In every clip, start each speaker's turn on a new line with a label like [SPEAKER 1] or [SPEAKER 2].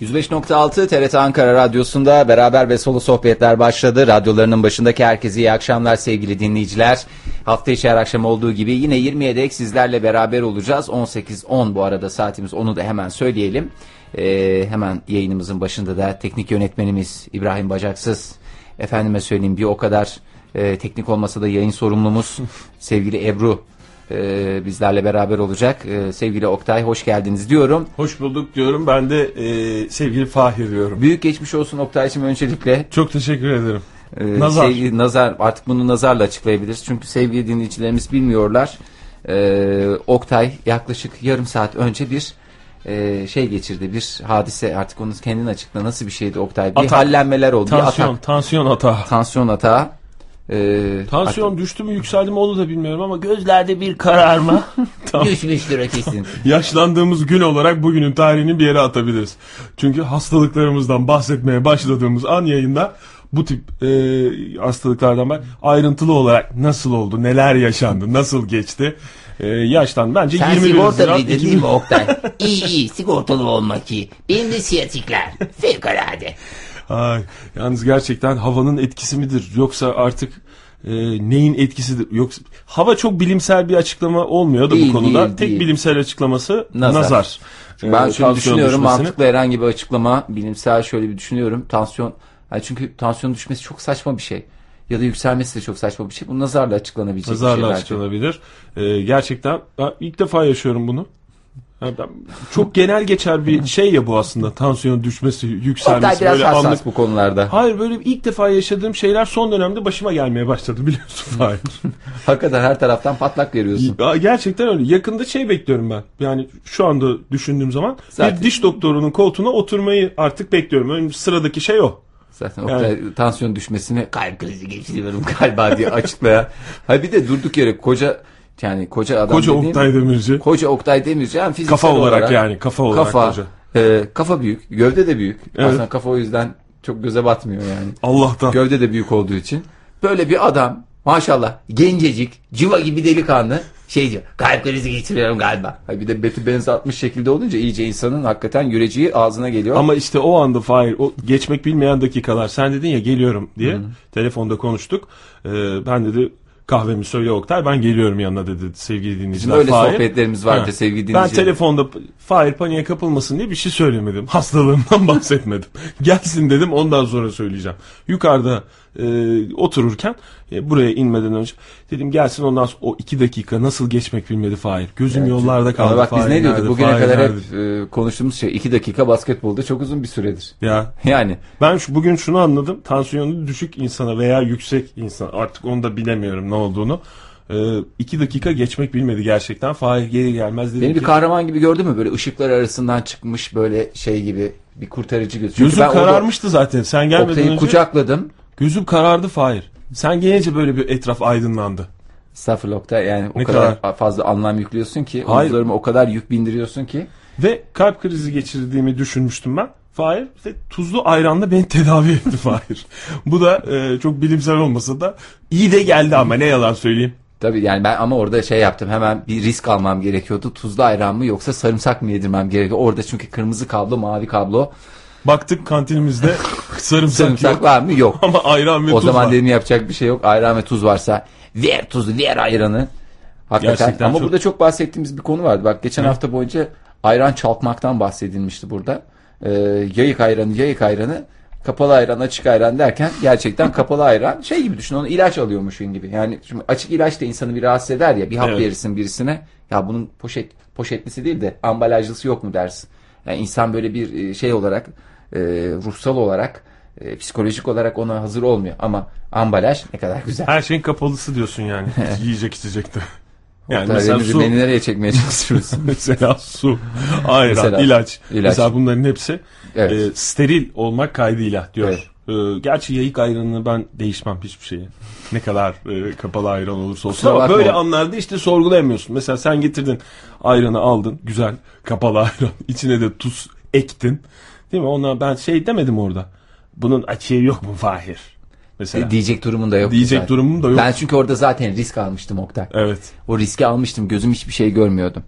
[SPEAKER 1] 105.6 TRT Ankara Radyosu'nda beraber ve solo sohbetler başladı. Radyolarının başındaki herkese iyi akşamlar sevgili dinleyiciler. Hafta içi her akşam olduğu gibi yine 20'ye dek sizlerle beraber olacağız. 18.10 bu arada saatimiz onu da hemen söyleyelim. Ee, hemen yayınımızın başında da teknik yönetmenimiz İbrahim Bacaksız. Efendime söyleyeyim bir o kadar e, teknik olmasa da yayın sorumlumuz sevgili Ebru e, bizlerle beraber olacak. E, sevgili Oktay hoş geldiniz diyorum.
[SPEAKER 2] Hoş bulduk diyorum. Ben de e, sevgili Fahir diyorum.
[SPEAKER 1] Büyük geçmiş olsun Oktay'cığım öncelikle.
[SPEAKER 2] Çok teşekkür ederim.
[SPEAKER 1] Ee,
[SPEAKER 2] Nazar.
[SPEAKER 1] sevgili nazar artık bunu nazarla açıklayabiliriz. Çünkü sevgili dinleyicilerimiz bilmiyorlar. Ee, Oktay yaklaşık yarım saat önce bir e, şey geçirdi. Bir hadise artık onu kendin açıkla nasıl bir şeydi Oktay? Bir
[SPEAKER 2] Atak.
[SPEAKER 1] hallenmeler oldu. Bir
[SPEAKER 2] Tansiyon,
[SPEAKER 1] atak.
[SPEAKER 2] tansiyon hata.
[SPEAKER 1] Tansiyon atağı. Ee,
[SPEAKER 2] Tansiyon düştü mü yükseldi mi onu da bilmiyorum ama gözlerde bir kararma.
[SPEAKER 1] artık- düşmüş lira kesin.
[SPEAKER 2] Yaşlandığımız gün olarak bugünün tarihini bir yere atabiliriz. Çünkü hastalıklarımızdan bahsetmeye başladığımız an yayında bu tip e, hastalıklardan ben ayrıntılı olarak nasıl oldu, neler yaşandı, nasıl geçti. E, yaştan bence
[SPEAKER 3] Sen
[SPEAKER 2] 21 Haziran
[SPEAKER 3] sigortalıydın değil
[SPEAKER 2] 2000
[SPEAKER 3] mi Oktay? iyi iyi sigortalı olmak iyi. Benim de siyatikler. Fevkalade.
[SPEAKER 2] Ay, yalnız gerçekten havanın etkisi midir yoksa artık e, neyin etkisidir? Yoksa hava çok bilimsel bir açıklama olmuyor da
[SPEAKER 1] Değil,
[SPEAKER 2] bu konuda.
[SPEAKER 1] değil,
[SPEAKER 2] Tek
[SPEAKER 1] değil.
[SPEAKER 2] bilimsel açıklaması
[SPEAKER 1] Nazar.
[SPEAKER 2] nazar.
[SPEAKER 1] Ben
[SPEAKER 2] E,
[SPEAKER 1] şöyle
[SPEAKER 2] tansiyon
[SPEAKER 1] düşünüyorum
[SPEAKER 2] düşmesini.
[SPEAKER 1] mantıklı herhangi bir açıklama bilimsel şöyle bir düşünüyorum. Tansiyon yani çünkü tansiyon düşmesi çok saçma bir şey. Ya da yükselmesi de çok saçma bir şey. Bu nazarla açıklanabilecek bir
[SPEAKER 2] Nazarla
[SPEAKER 1] şey bence.
[SPEAKER 2] açıklanabilir. E, gerçekten ben ilk defa yaşıyorum bunu. Ha, ben- Çok genel geçer bir şey ya bu aslında tansiyon düşmesi,
[SPEAKER 1] Oktay
[SPEAKER 2] yükselmesi
[SPEAKER 1] biraz
[SPEAKER 2] böyle
[SPEAKER 1] hassas
[SPEAKER 2] anlık.
[SPEAKER 1] bu konularda.
[SPEAKER 2] Hayır böyle ilk defa yaşadığım şeyler son dönemde başıma gelmeye başladı biliyorsun. Hayır.
[SPEAKER 1] Hakikaten her taraftan patlak veriyorsun.
[SPEAKER 2] Ya gerçekten öyle. Yakında şey bekliyorum ben. Yani şu anda düşündüğüm zaman
[SPEAKER 1] Zaten-
[SPEAKER 2] bir diş doktorunun koltuğuna oturmayı artık bekliyorum. Önüm sıradaki şey o.
[SPEAKER 1] Zaten Oktay tansiyon düşmesini kalp krizi geçiriyorum galiba diye açıklaya. Ha bir de durduk yere koca yani koca adam
[SPEAKER 2] Koca
[SPEAKER 1] dediğim,
[SPEAKER 2] Oktay Demirci.
[SPEAKER 1] koca Oktay Demirci hem fiziksel
[SPEAKER 2] Kafa olarak yani, kafa olarak
[SPEAKER 1] kafa,
[SPEAKER 2] koca.
[SPEAKER 1] e, kafa büyük gövde de büyük
[SPEAKER 2] Evet.
[SPEAKER 1] aslında kafa o yüzden çok göze batmıyor yani
[SPEAKER 2] Allah'tan.
[SPEAKER 1] gövde de büyük olduğu için böyle bir adam maşallah gencecik civa gibi delikanlı
[SPEAKER 3] Şey diyor kalp krizi geçiriyorum galiba.
[SPEAKER 1] ha bir de beti benzetmiş şekilde olunca iyice insanın hakikaten yüreceği ağzına geliyor
[SPEAKER 2] Ama işte o anda Fahir o geçmek bilmeyen dakikalar. Sen dedin ya geliyorum diye telefonda konuştuk. Ee, ben dedi kahvemi söyle Oktay ben geliyorum yanına dedi sevgili dinleyiciler.
[SPEAKER 1] öyle
[SPEAKER 2] Fahir-
[SPEAKER 1] sohbetlerimiz vardı sevgili
[SPEAKER 2] Ben
[SPEAKER 1] dinleyiciler.
[SPEAKER 2] telefonda Fahir paniğe kapılmasın diye bir şey söylemedim. Hastalığımdan bahsetmedim. Gelsin dedim ondan sonra söyleyeceğim. Yukarıda e, otururken e, buraya inmeden önce dedim gelsin ondan sonra o iki dakika nasıl geçmek bilmedi Fahir. Gözüm yollarda kaldı.
[SPEAKER 1] Ama bak biz
[SPEAKER 2] Fahir
[SPEAKER 1] ne diyorduk
[SPEAKER 2] nerede,
[SPEAKER 1] bugüne
[SPEAKER 2] Fahir
[SPEAKER 1] kadar
[SPEAKER 2] nerede?
[SPEAKER 1] hep e, konuştuğumuz şey 2 dakika basketbolda çok uzun bir süredir.
[SPEAKER 2] Ya
[SPEAKER 1] Yani
[SPEAKER 2] Ben şu, bugün şunu anladım. Tansiyonu düşük insana veya yüksek insan artık onu da bilemiyorum ne olduğunu. Ee, iki dakika geçmek bilmedi gerçekten. Fahir geri gelmez
[SPEAKER 1] beni
[SPEAKER 2] dedi
[SPEAKER 1] bir
[SPEAKER 2] ki.
[SPEAKER 1] kahraman gibi gördün mü böyle ışıklar arasından çıkmış böyle şey gibi bir kurtarıcı göz. Çünkü
[SPEAKER 2] Gözüm
[SPEAKER 1] ben
[SPEAKER 2] kararmıştı zaten. Sen
[SPEAKER 1] orada
[SPEAKER 2] gelmeden
[SPEAKER 1] Oktay'ı
[SPEAKER 2] önce
[SPEAKER 1] kucakladım.
[SPEAKER 2] gözüm karardı Fahir. Sen gelince böyle bir etraf aydınlandı.
[SPEAKER 1] Estağfurullah Oktay yani o
[SPEAKER 2] Ne
[SPEAKER 1] kadar, fazla anlam yüklüyorsun ki
[SPEAKER 2] Hayır.
[SPEAKER 1] omuzlarıma o kadar yük bindiriyorsun ki.
[SPEAKER 2] Ve kalp krizi geçirdiğimi düşünmüştüm ben. Fahir işte tuzlu ayranla beni tedavi etti Fahir. Bu da e, çok bilimsel olmasa da iyi de geldi ama ne yalan söyleyeyim.
[SPEAKER 1] Tabii yani ben ama orada şey yaptım hemen bir risk almam gerekiyordu. Tuzlu ayran mı yoksa sarımsak mı yedirmem gerekiyor? Orada çünkü kırmızı kablo mavi kablo
[SPEAKER 2] Baktık kantinimizde sarımsak
[SPEAKER 1] sarımsak
[SPEAKER 2] yok
[SPEAKER 1] var mı? Yok.
[SPEAKER 2] ama ayran ve
[SPEAKER 1] O
[SPEAKER 2] tuz
[SPEAKER 1] zaman
[SPEAKER 2] var.
[SPEAKER 1] dedim yapacak bir şey yok. Ayran ve tuz varsa ver tuzu, ver ayranı. Hakikaten.
[SPEAKER 2] Gerçekten
[SPEAKER 1] Ama
[SPEAKER 2] çok-
[SPEAKER 1] burada çok bahsettiğimiz bir konu vardı. Bak geçen hafta boyunca ayran çalkmaktan bahsedilmişti burada. Ee, yayık ayranı, yayık ayranı, kapalı ayran, açık ayran derken gerçekten kapalı ayran şey gibi düşün. Onu ilaç alıyormuşsun gibi. Yani şimdi açık ilaç da insanı bir rahatsız eder ya. Bir hap
[SPEAKER 2] Evet.
[SPEAKER 1] verirsin birisine. Ya bunun poşet poşetlisi değil de ambalajlısı yok mu dersin. Yani insan böyle bir e, şey olarak e, ruhsal olarak e, psikolojik olarak ona hazır olmuyor ama ambalaj ne kadar güzel.
[SPEAKER 2] Her şeyin kapalısı diyorsun yani. Yiyecek içecekte. Yani
[SPEAKER 1] Tabii
[SPEAKER 2] mesela
[SPEAKER 1] bizi
[SPEAKER 2] su,
[SPEAKER 1] Beni nereye çekmeye çalışıyorsun?
[SPEAKER 2] mesela su, ayran,
[SPEAKER 1] Mesela
[SPEAKER 2] ilaç.
[SPEAKER 1] ilaç.
[SPEAKER 2] Mesela bunların hepsi
[SPEAKER 1] Evet.
[SPEAKER 2] e, steril olmak kaydıyla diyor. E, gerçi yayık ayranını ben değişmem hiçbir şeye. Ne kadar e, kapalı ayran olursa olsun.
[SPEAKER 1] Kusura
[SPEAKER 2] Ama
[SPEAKER 1] bakma.
[SPEAKER 2] böyle anlarda işte sorgulayamıyorsun. Mesela sen getirdin ayranı aldın. Güzel kapalı ayran. içine de tuz ektin. Değil mi? Ona ben şey demedim orada. Bunun açığı yok mu Fahir? Mesela.
[SPEAKER 1] E, Diyecek durumum da yok.
[SPEAKER 2] Diyecek durumum da yok.
[SPEAKER 1] Ben çünkü orada zaten risk almıştım Oktay.
[SPEAKER 2] Evet.
[SPEAKER 1] O riski almıştım. Gözüm hiçbir şey görmüyordu.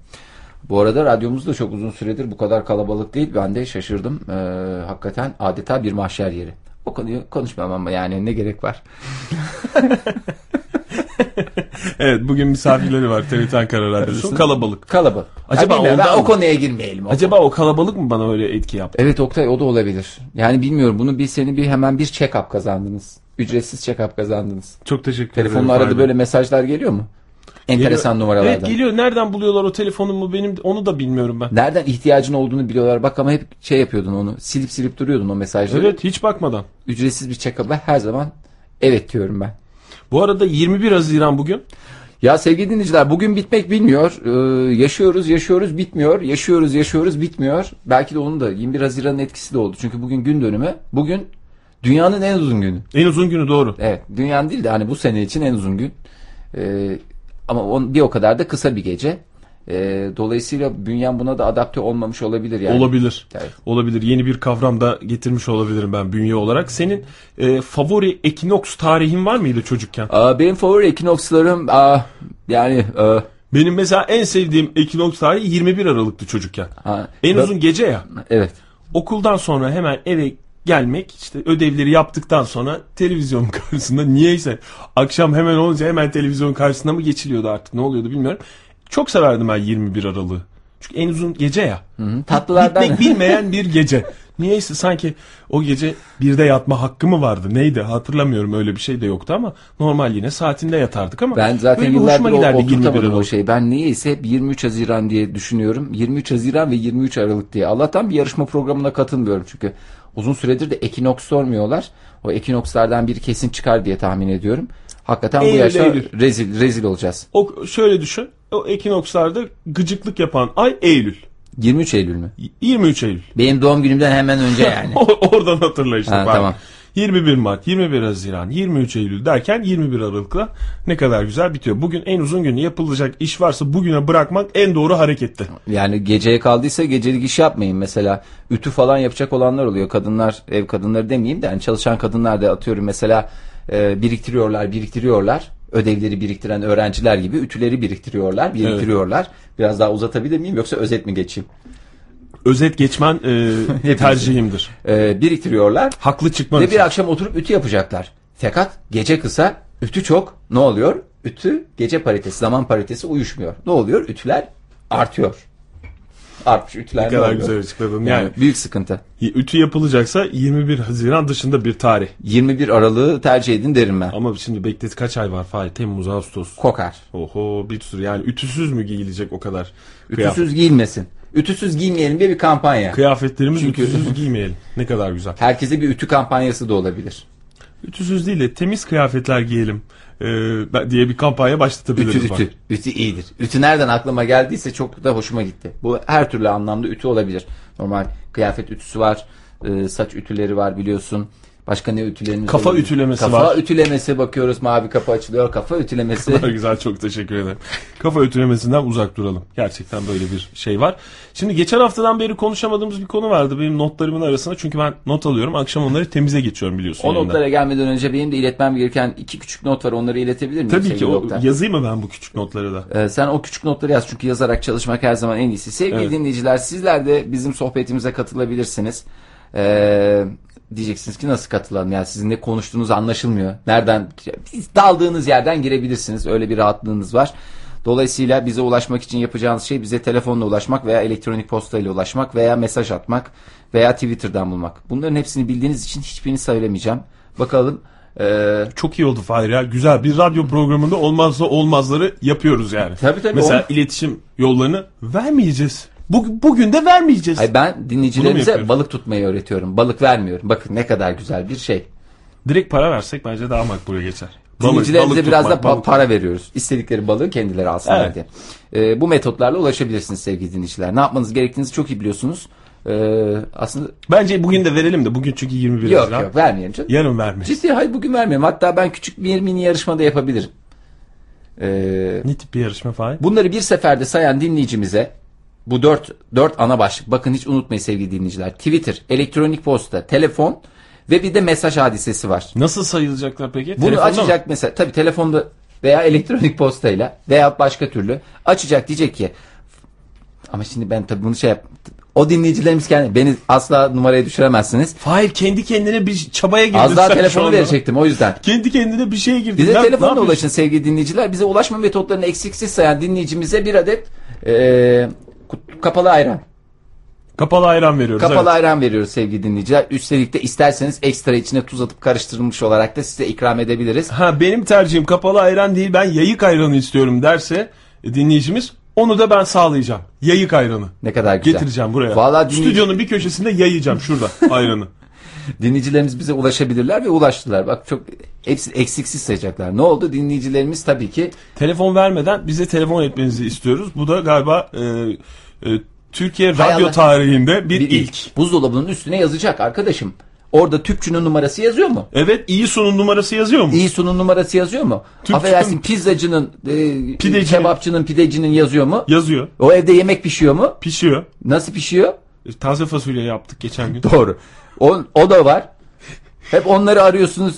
[SPEAKER 1] Bu arada radyomuz da çok uzun süredir bu kadar kalabalık değil. Ben de şaşırdım. Ee, hakikaten adeta bir mahşer yeri. O konuyu konuşmam ama yani ne gerek var?
[SPEAKER 2] Evet bugün misafirleri var TRT Ankara Radyosu. Kalabalık.
[SPEAKER 1] Kalabalık.
[SPEAKER 2] Acaba
[SPEAKER 1] Ha, bilmiyorum, ben
[SPEAKER 2] ondan
[SPEAKER 1] o
[SPEAKER 2] mı?
[SPEAKER 1] konuya girmeyelim. O
[SPEAKER 2] Acaba o kalabalık mı bana öyle etki yaptı?
[SPEAKER 1] Evet Oktay o da olabilir. Yani bilmiyorum bunu bir seni bir hemen bir check-up kazandınız. Ücretsiz check-up kazandınız.
[SPEAKER 2] Çok teşekkür ederim.
[SPEAKER 1] Telefonla aradı
[SPEAKER 2] Fahri
[SPEAKER 1] böyle mesajlar geliyor mu?
[SPEAKER 2] Bey.
[SPEAKER 1] Enteresan
[SPEAKER 2] Geliyor-
[SPEAKER 1] numaralardan.
[SPEAKER 2] Evet geliyor. Nereden buluyorlar o telefonumu benim onu da bilmiyorum ben.
[SPEAKER 1] Nereden ihtiyacın olduğunu biliyorlar. Bak ama hep şey yapıyordun onu. Silip silip duruyordun o mesajları.
[SPEAKER 2] Evet hiç bakmadan.
[SPEAKER 1] Ücretsiz bir check-up'a her zaman evet diyorum ben.
[SPEAKER 2] Bu arada 21 Haziran bugün.
[SPEAKER 1] Ya sevgili dinleyiciler bugün bitmek bilmiyor. Ee, yaşıyoruz, yaşıyoruz, bitmiyor. Yaşıyoruz, yaşıyoruz, bitmiyor. Belki de onun da 21 Haziran'ın etkisi de oldu. Çünkü bugün gün dönümü. Bugün dünyanın en uzun günü.
[SPEAKER 2] En uzun günü doğru.
[SPEAKER 1] Evet, dünyanın değil de hani bu sene için en uzun gün. Ee, ama on, bir o kadar da kısa bir gece. Ee, dolayısıyla bünyen buna da adapte olmamış olabilir yani.
[SPEAKER 2] Olabilir.
[SPEAKER 1] Evet.
[SPEAKER 2] Olabilir. Yeni bir kavram da getirmiş olabilirim ben bünye olarak. Senin e, favori ekinoks tarihin var mıydı çocukken?
[SPEAKER 1] Aa, benim favori ekinokslarım aa, yani aa,
[SPEAKER 2] Benim mesela en sevdiğim ekinoks tarihi 21 Aralık'tı çocukken.
[SPEAKER 1] ha,
[SPEAKER 2] En
[SPEAKER 1] ben-
[SPEAKER 2] uzun gece ya.
[SPEAKER 1] Evet.
[SPEAKER 2] Okuldan sonra hemen eve gelmek işte ödevleri yaptıktan sonra televizyonun karşısında niyeyse akşam hemen olunca hemen televizyonun karşısında mı geçiliyordu artık ne oluyordu bilmiyorum. Çok severdim ben 21 Aralık'ı. Çünkü en uzun gece ya.
[SPEAKER 1] Hı, Tatlılardan
[SPEAKER 2] Bitmek bilmeyen bir gece. Niyeyse sanki o gece birde yatma hakkı mı vardı? Neydi? Hatırlamıyorum öyle bir şey de yoktu ama normal yine saatinde yatardık ama
[SPEAKER 1] ben zaten
[SPEAKER 2] böyle bir hoşuma
[SPEAKER 1] yıllardır o-
[SPEAKER 2] giderdi 21
[SPEAKER 1] oturtamadım o
[SPEAKER 2] Aralık.
[SPEAKER 1] şeyi. Ben niyeyse hep 23 Haziran diye düşünüyorum. 23 Haziran ve 23 Aralık diye. Allah'tan bir yarışma programına katılmıyorum çünkü. Uzun süredir de ekinoks sormuyorlar. O ekinokslardan biri kesin çıkar diye tahmin ediyorum. Hakikaten bu
[SPEAKER 2] Eylül,
[SPEAKER 1] yaşta
[SPEAKER 2] Eylül.
[SPEAKER 1] rezil rezil olacağız.
[SPEAKER 2] O şöyle düşün. O ekinokslarda gıcıklık yapan ay Eylül.
[SPEAKER 1] 23 Eylül mü?
[SPEAKER 2] 23 Eylül.
[SPEAKER 1] Benim doğum günümden hemen önce yani.
[SPEAKER 2] O- Oradan hatırla işte.
[SPEAKER 1] Ha,
[SPEAKER 2] bak.
[SPEAKER 1] tamam.
[SPEAKER 2] 21 Mart, 21 Haziran, 23 Eylül derken 21 Aralık'la ne kadar güzel bitiyor. Bugün en uzun günü yapılacak iş varsa bugüne bırakmak en doğru hareketti.
[SPEAKER 1] Yani geceye kaldıysa gecelik iş yapmayın mesela. Ütü falan yapacak olanlar oluyor. Kadınlar, ev kadınları demeyeyim de yani çalışan kadınlar da atıyorum mesela e, biriktiriyorlar, biriktiriyorlar. Ödevleri biriktiren öğrenciler gibi ütüleri biriktiriyorlar, biriktiriyorlar. Biraz daha uzatabilir miyim yoksa özet mi geçeyim?
[SPEAKER 2] Özet geçmen e, tercihimdir.
[SPEAKER 1] E, biriktiriyorlar
[SPEAKER 2] Haklı çıkman
[SPEAKER 1] ve
[SPEAKER 2] için.
[SPEAKER 1] bir akşam oturup ütü yapacaklar. Fakat gece kısa, ütü çok. Ne oluyor? Ütü gece paritesi, zaman paritesi uyuşmuyor. Ne oluyor? Ütüler artıyor. Artmış ütüler
[SPEAKER 2] Ne
[SPEAKER 1] ne
[SPEAKER 2] kadar
[SPEAKER 1] oluyor?
[SPEAKER 2] güzel açıkladın.
[SPEAKER 1] Yani
[SPEAKER 2] Yani
[SPEAKER 1] büyük sıkıntı.
[SPEAKER 2] ütü yapılacaksa 21 Haziran dışında bir tarih.
[SPEAKER 1] 21 Aralık'ı tercih edin derim ben.
[SPEAKER 2] Ama şimdi beklet kaç ay var Fahir? Temmuz, Ağustos.
[SPEAKER 1] Kokar.
[SPEAKER 2] Oho bir sürü yani ütüsüz mü giyilecek o kadar? kıyafet?
[SPEAKER 1] Ütüsüz giyilmesin. Ütüsüz giymeyelim diye bir kampanya.
[SPEAKER 2] Kıyafetlerimiz
[SPEAKER 1] Çünkü-
[SPEAKER 2] ütüsüz giymeyelim. Ne kadar güzel.
[SPEAKER 1] Herkese bir ütü kampanyası da olabilir.
[SPEAKER 2] Ütüsüz değil de temiz kıyafetler giyelim e, ben- diye bir kampanya başlatabiliriz.
[SPEAKER 1] Ütü
[SPEAKER 2] bak.
[SPEAKER 1] ütü. Ütü iyidir. Ütü nereden aklıma geldiyse çok da hoşuma gitti. Bu her türlü anlamda ütü olabilir. Normal kıyafet ütüsü var. e, Saç ütüleri var biliyorsun. Başka ne ütülerimiz
[SPEAKER 2] Kafa
[SPEAKER 1] olabilir?
[SPEAKER 2] ütülemesi
[SPEAKER 1] kafa
[SPEAKER 2] var.
[SPEAKER 1] ütülemesi bakıyoruz. Mavi kapı açılıyor. Kafa ütülemesi.
[SPEAKER 2] Ne kadar güzel çok teşekkür ederim. Kafa ötülemesinden uzak duralım. Gerçekten böyle bir şey var. Şimdi geçen haftadan beri konuşamadığımız bir konu vardı benim notlarımın arasında. Çünkü ben not alıyorum. Akşam onları temize geçiyorum biliyorsun.
[SPEAKER 1] o
[SPEAKER 2] yayından.
[SPEAKER 1] notlara gelmeden önce benim de iletmem gereken iki küçük not var. Onları iletebilir miyim?
[SPEAKER 2] Tabii ki
[SPEAKER 1] sevgili
[SPEAKER 2] o,
[SPEAKER 1] Oktay?
[SPEAKER 2] yazayım mı ben bu küçük notları da?
[SPEAKER 1] Ee, sen o küçük notları yaz çünkü yazarak çalışmak her zaman en iyisi. Sevgili
[SPEAKER 2] Evet.
[SPEAKER 1] dinleyiciler sizler de bizim sohbetimize katılabilirsiniz. Ee, diyeceksiniz ki nasıl katılalım ya sizin ne konuştuğunuz anlaşılmıyor. Nereden biz daldığınız yerden girebilirsiniz öyle bir rahatlığınız var. Dolayısıyla bize ulaşmak için yapacağınız şey bize telefonla ulaşmak veya elektronik postayla ulaşmak veya mesaj atmak veya Twitter'dan bulmak. Bunların hepsini bildiğiniz için hiçbirini söylemeyeceğim. Bakalım ee,
[SPEAKER 2] Çok iyi oldu Fahir ya. Güzel bir radyo programında olmazsa olmazları yapıyoruz yani.
[SPEAKER 1] Tabii tabii.
[SPEAKER 2] Mesela
[SPEAKER 1] Onu-
[SPEAKER 2] iletişim yollarını vermeyeceğiz. Bu, bugün de vermeyeceğiz.
[SPEAKER 1] Hayır ben
[SPEAKER 2] Bunu mu
[SPEAKER 1] dinleyicilerimize
[SPEAKER 2] yapıyoruz?
[SPEAKER 1] balık tutmayı öğretiyorum. Balık vermiyorum. Bakın ne kadar güzel bir şey.
[SPEAKER 2] Direkt para versek bence daha makbule geçer. Balık-
[SPEAKER 1] Dinleyicilerimize
[SPEAKER 2] balık
[SPEAKER 1] biraz
[SPEAKER 2] tutmak,
[SPEAKER 1] da pa-
[SPEAKER 2] balık-
[SPEAKER 1] para veriyoruz. İstedikleri balığı kendileri alsınlar
[SPEAKER 2] Evet.
[SPEAKER 1] diye. Ee, bu metotlarla ulaşabilirsiniz sevgili dinleyiciler. Ne yapmanız gerektiğinizi çok iyi biliyorsunuz. Ee, aslında
[SPEAKER 2] Bence bugün de verelim de bugün çünkü 21
[SPEAKER 1] yok
[SPEAKER 2] Haziran.
[SPEAKER 1] yok vermeyelim canım.
[SPEAKER 2] Yarın vermeyiz.
[SPEAKER 1] Ciddi hayır bugün vermiyorum. Hatta ben küçük bir mini yarışma da yapabilirim. Ee,
[SPEAKER 2] Ne tip bir yarışma Fahir?
[SPEAKER 1] Bunları bir seferde sayan dinleyicimize bu dört, dört ana başlık. Bakın hiç unutmayın sevgili dinleyiciler. Twitter, elektronik posta, telefon ve bir de mesaj hadisesi var.
[SPEAKER 2] Nasıl sayılacaklar peki?
[SPEAKER 1] Bunu
[SPEAKER 2] Telefonda mı?
[SPEAKER 1] açacak mesela tabii telefonda veya elektronik postayla veya başka türlü açacak diyecek ki Ama şimdi ben tabii bunu şey yap. O dinleyicilerimiz kendi beni asla numaraya düşüremezsiniz.
[SPEAKER 2] Hayır kendi kendine bir çabaya girdin
[SPEAKER 1] Az daha
[SPEAKER 2] sen şu
[SPEAKER 1] telefonu
[SPEAKER 2] anda.
[SPEAKER 1] verecektim o yüzden.
[SPEAKER 2] Kendi kendine bir şeye girdin.
[SPEAKER 1] Bize
[SPEAKER 2] Lan, ne
[SPEAKER 1] telefonla
[SPEAKER 2] yapıyorsun?
[SPEAKER 1] ulaşın sevgili dinleyiciler. Bize ulaşma metotlarını eksiksiz sayan dinleyicimize bir adet eee, kut- kapalı ayran.
[SPEAKER 2] Kapalı ayran veriyoruz.
[SPEAKER 1] Kapalı
[SPEAKER 2] evet.
[SPEAKER 1] ayran veriyoruz sevgili dinleyiciler. Üstelik de isterseniz ekstra içine tuz atıp karıştırılmış olarak da size ikram edebiliriz.
[SPEAKER 2] Ha benim tercihim kapalı ayran değil ben yayık ayranı istiyorum derse e, dinleyicimiz onu da ben sağlayacağım. Yayık ayranı.
[SPEAKER 1] Ne kadar güzel.
[SPEAKER 2] Getireceğim buraya.
[SPEAKER 1] Vallahi dinleyici-
[SPEAKER 2] Stüdyonun bir köşesinde yayacağım şurada ayranı.
[SPEAKER 1] Dinleyicilerimiz bize ulaşabilirler ve ulaştılar. Bak çok hepsi eksiksiz sayacaklar. Ne oldu? Dinleyicilerimiz tabii ki
[SPEAKER 2] Telefon vermeden bize telefon etmenizi istiyoruz. Bu da galiba e, e, Türkiye
[SPEAKER 1] Hay
[SPEAKER 2] radyo
[SPEAKER 1] Allah.
[SPEAKER 2] tarihinde bir,
[SPEAKER 1] bir
[SPEAKER 2] ilk.
[SPEAKER 1] ilk. Buzdolabının üstüne yazacak arkadaşım. Orada tüpçünün numarası yazıyor mu?
[SPEAKER 2] Evet iyi sunum numarası yazıyor mu?
[SPEAKER 1] İyisu'nun numarası yazıyor mu?
[SPEAKER 2] Tüpçünün-
[SPEAKER 1] Affedersin pizzacının, e,
[SPEAKER 2] Pidecinin-
[SPEAKER 1] kebapçının, pidecinin yazıyor mu?
[SPEAKER 2] Yazıyor.
[SPEAKER 1] O evde yemek pişiyor mu?
[SPEAKER 2] Pişiyor.
[SPEAKER 1] Nasıl pişiyor?
[SPEAKER 2] E, Taze fasulye yaptık geçen gün.
[SPEAKER 1] Doğru. O, o da var. Hep onları arıyorsunuz.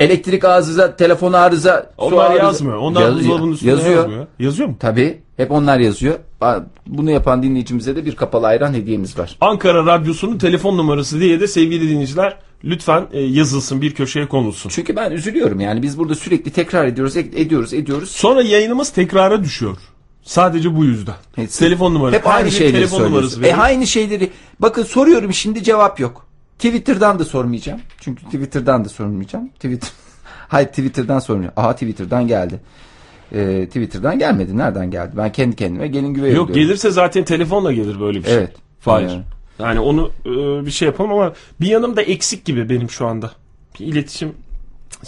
[SPEAKER 1] Elektrik arıza, telefon arıza, su
[SPEAKER 2] Onlar
[SPEAKER 1] arıza.
[SPEAKER 2] yazmıyor. Onlar
[SPEAKER 1] Yaz-
[SPEAKER 2] buzdolabının üstünde
[SPEAKER 1] yazıyor.
[SPEAKER 2] yazmıyor. Yazıyor mu?
[SPEAKER 1] Tabii. Hep onlar yazıyor. Ba- Bunu yapan dinleyicimize de bir kapalı ayran hediyemiz var.
[SPEAKER 2] Ankara Radyosu'nun telefon numarası diye de sevgili dinleyiciler lütfen e, yazılsın bir köşeye konulsun.
[SPEAKER 1] Çünkü ben üzülüyorum yani biz burada sürekli tekrar ediyoruz, ek- ediyoruz, ediyoruz.
[SPEAKER 2] Sonra yayınımız tekrara düşüyor. Sadece bu yüzden.
[SPEAKER 1] Hepsi-
[SPEAKER 2] telefon numarası.
[SPEAKER 1] Hep aynı şeyleri
[SPEAKER 2] telefon
[SPEAKER 1] söylüyoruz.
[SPEAKER 2] numarası
[SPEAKER 1] E
[SPEAKER 2] verin.
[SPEAKER 1] aynı şeyleri. Bakın soruyorum şimdi cevap yok. Twitter'dan da sormayacağım. Çünkü Twitter'dan da sormayacağım. Twitter. Hayır Twitter'dan sormayacağım. Aha Twitter'dan geldi. Ee, Twitter'dan gelmedi. Nereden geldi? Ben kendi kendime gelin güvey
[SPEAKER 2] Yok
[SPEAKER 1] oluyorum.
[SPEAKER 2] gelirse zaten telefonla gelir böyle bir şey.
[SPEAKER 1] Evet.
[SPEAKER 2] Hayır.
[SPEAKER 1] Yani.
[SPEAKER 2] Yani onu e, bir şey yapalım ama bir yanım da eksik gibi benim şu anda. Bir iletişim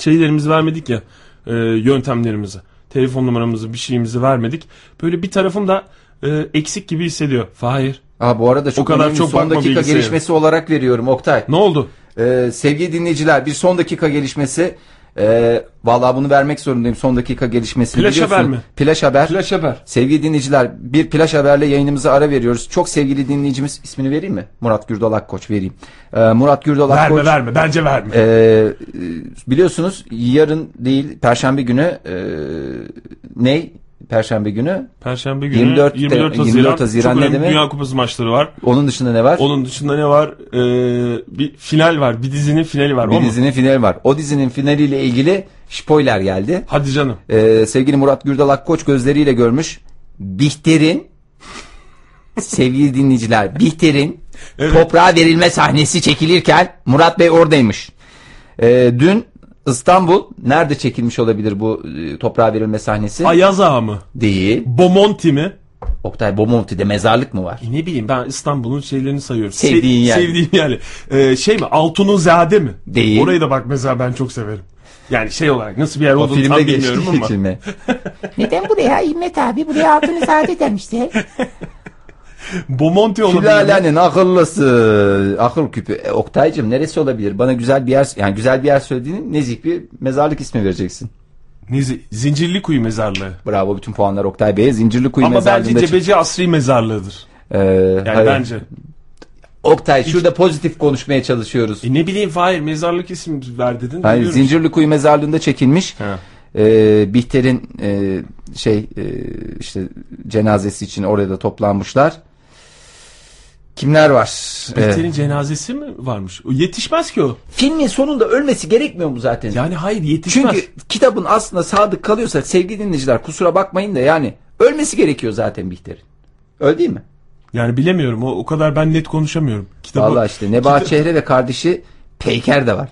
[SPEAKER 2] şeylerimizi vermedik ya e, yöntemlerimizi. Telefon numaramızı bir şeyimizi vermedik. Böyle bir tarafım da e, eksik gibi hissediyor. Hayır.
[SPEAKER 1] Aa, bu arada çok
[SPEAKER 2] O kadar
[SPEAKER 1] önemli
[SPEAKER 2] çok
[SPEAKER 1] son
[SPEAKER 2] bakma
[SPEAKER 1] dakika
[SPEAKER 2] bilgisayara.
[SPEAKER 1] gelişmesi olarak veriyorum Oktay.
[SPEAKER 2] Ne oldu?
[SPEAKER 1] Ee, sevgili dinleyiciler bir son dakika gelişmesi. Ee, vallahi bunu vermek zorundayım son dakika gelişmesini
[SPEAKER 2] Flash
[SPEAKER 1] biliyorsun.
[SPEAKER 2] haber mi?
[SPEAKER 1] Flash haber.
[SPEAKER 2] Flash haber.
[SPEAKER 1] Sevgili dinleyiciler bir plaj haberle yayınımıza ara veriyoruz. Çok sevgili dinleyicimiz ismini vereyim mi? Murat Gürdal Akkoç vereyim. Ee, Murat Gürdal
[SPEAKER 2] Verme
[SPEAKER 1] Akkoç
[SPEAKER 2] verme bence verme.
[SPEAKER 1] e, e, biliyorsunuz yarın değil perşembe günü e, ney? Perşembe günü.
[SPEAKER 2] Perşembe günü
[SPEAKER 1] 24
[SPEAKER 2] 24,
[SPEAKER 1] te-
[SPEAKER 2] 24 Haziran,
[SPEAKER 1] 24 e, Haziran
[SPEAKER 2] çok
[SPEAKER 1] ne
[SPEAKER 2] önemli
[SPEAKER 1] demek?
[SPEAKER 2] Dünya Kupası maçları var.
[SPEAKER 1] Onun dışında ne var?
[SPEAKER 2] Onun dışında ne var? Ee, bir final var. Bir dizinin finali var. o
[SPEAKER 1] bir
[SPEAKER 2] mu?
[SPEAKER 1] dizinin finali var. O dizinin finaliyle ilgili spoiler geldi.
[SPEAKER 2] Hadi canım.
[SPEAKER 1] Ee, sevgili Murat Gürdal Akkoç gözleriyle görmüş. Bihter'in sevgili dinleyiciler Bihter'in
[SPEAKER 2] Evet.
[SPEAKER 1] toprağa verilme sahnesi çekilirken Murat Bey oradaymış. Ee, dün İstanbul nerede çekilmiş olabilir bu e, toprağa verilme sahnesi?
[SPEAKER 2] Ayaz Ağa mı?
[SPEAKER 1] Değil.
[SPEAKER 2] Bomonti mi?
[SPEAKER 1] Oktay Bomonti'de mezarlık mı var?
[SPEAKER 2] E ne bileyim ben İstanbul'un şeylerini sayıyorum.
[SPEAKER 1] Sevdiğin yer.
[SPEAKER 2] Sevdiğim yani. Ee, şey mi? Altunuzade mi?
[SPEAKER 1] Değil.
[SPEAKER 2] Orayı da bak mesela ben çok severim. Yani şey olarak nasıl bir yer
[SPEAKER 1] O
[SPEAKER 2] olduğunu tam
[SPEAKER 1] filmde
[SPEAKER 2] bilmiyorum
[SPEAKER 1] geçtiği
[SPEAKER 2] ama.
[SPEAKER 1] için mi?
[SPEAKER 3] Neden buraya İmmet abi? Buraya altını saadet demişti.
[SPEAKER 2] Bomonti olabilir. mi?
[SPEAKER 1] Sülalenin akıllısı. Akıl küpü. E, Oktay'cığım neresi olabilir? Bana güzel bir yer yani güzel bir yer söylediğin nezik bir mezarlık ismi vereceksin.
[SPEAKER 2] Neyse, Zincirli Kuyu Mezarlığı.
[SPEAKER 1] Bravo bütün puanlar Oktay Bey'e. Zincirlikuyu
[SPEAKER 2] ama bence
[SPEAKER 1] mezarlığında çık-
[SPEAKER 2] Cebeci Asri Mezarlığı'dır.
[SPEAKER 1] Ee,
[SPEAKER 2] Yani
[SPEAKER 1] hayır.
[SPEAKER 2] bence.
[SPEAKER 1] Oktay şurada pozitif konuşmaya çalışıyoruz.
[SPEAKER 2] E ne bileyim Fahir mezarlık ismi ver dedin.
[SPEAKER 1] Hayır,
[SPEAKER 2] biliyorum.
[SPEAKER 1] Zincirlikuyu mezarlığında çekilmiş.
[SPEAKER 2] Ha.
[SPEAKER 1] Ee, Bihter'in e, şey e, işte cenazesi için orada da toplanmışlar. Kimler var?
[SPEAKER 2] Bihter'in
[SPEAKER 1] Ee,
[SPEAKER 2] cenazesi mi varmış? O yetişmez ki o.
[SPEAKER 1] filmin sonunda ölmesi gerekmiyor mu zaten?
[SPEAKER 2] Yani hayır yetişmez.
[SPEAKER 1] Çünkü kitabın aslında sadık kalıyorsa sevgili dinleyiciler kusura bakmayın da yani ölmesi gerekiyor zaten Bihter'in. Öyle değil mi?
[SPEAKER 2] Yani bilemiyorum o, o kadar ben net konuşamıyorum. Kitabı...
[SPEAKER 1] Vallahi işte Nebahat Çehre ve kardeşi Peyker de var.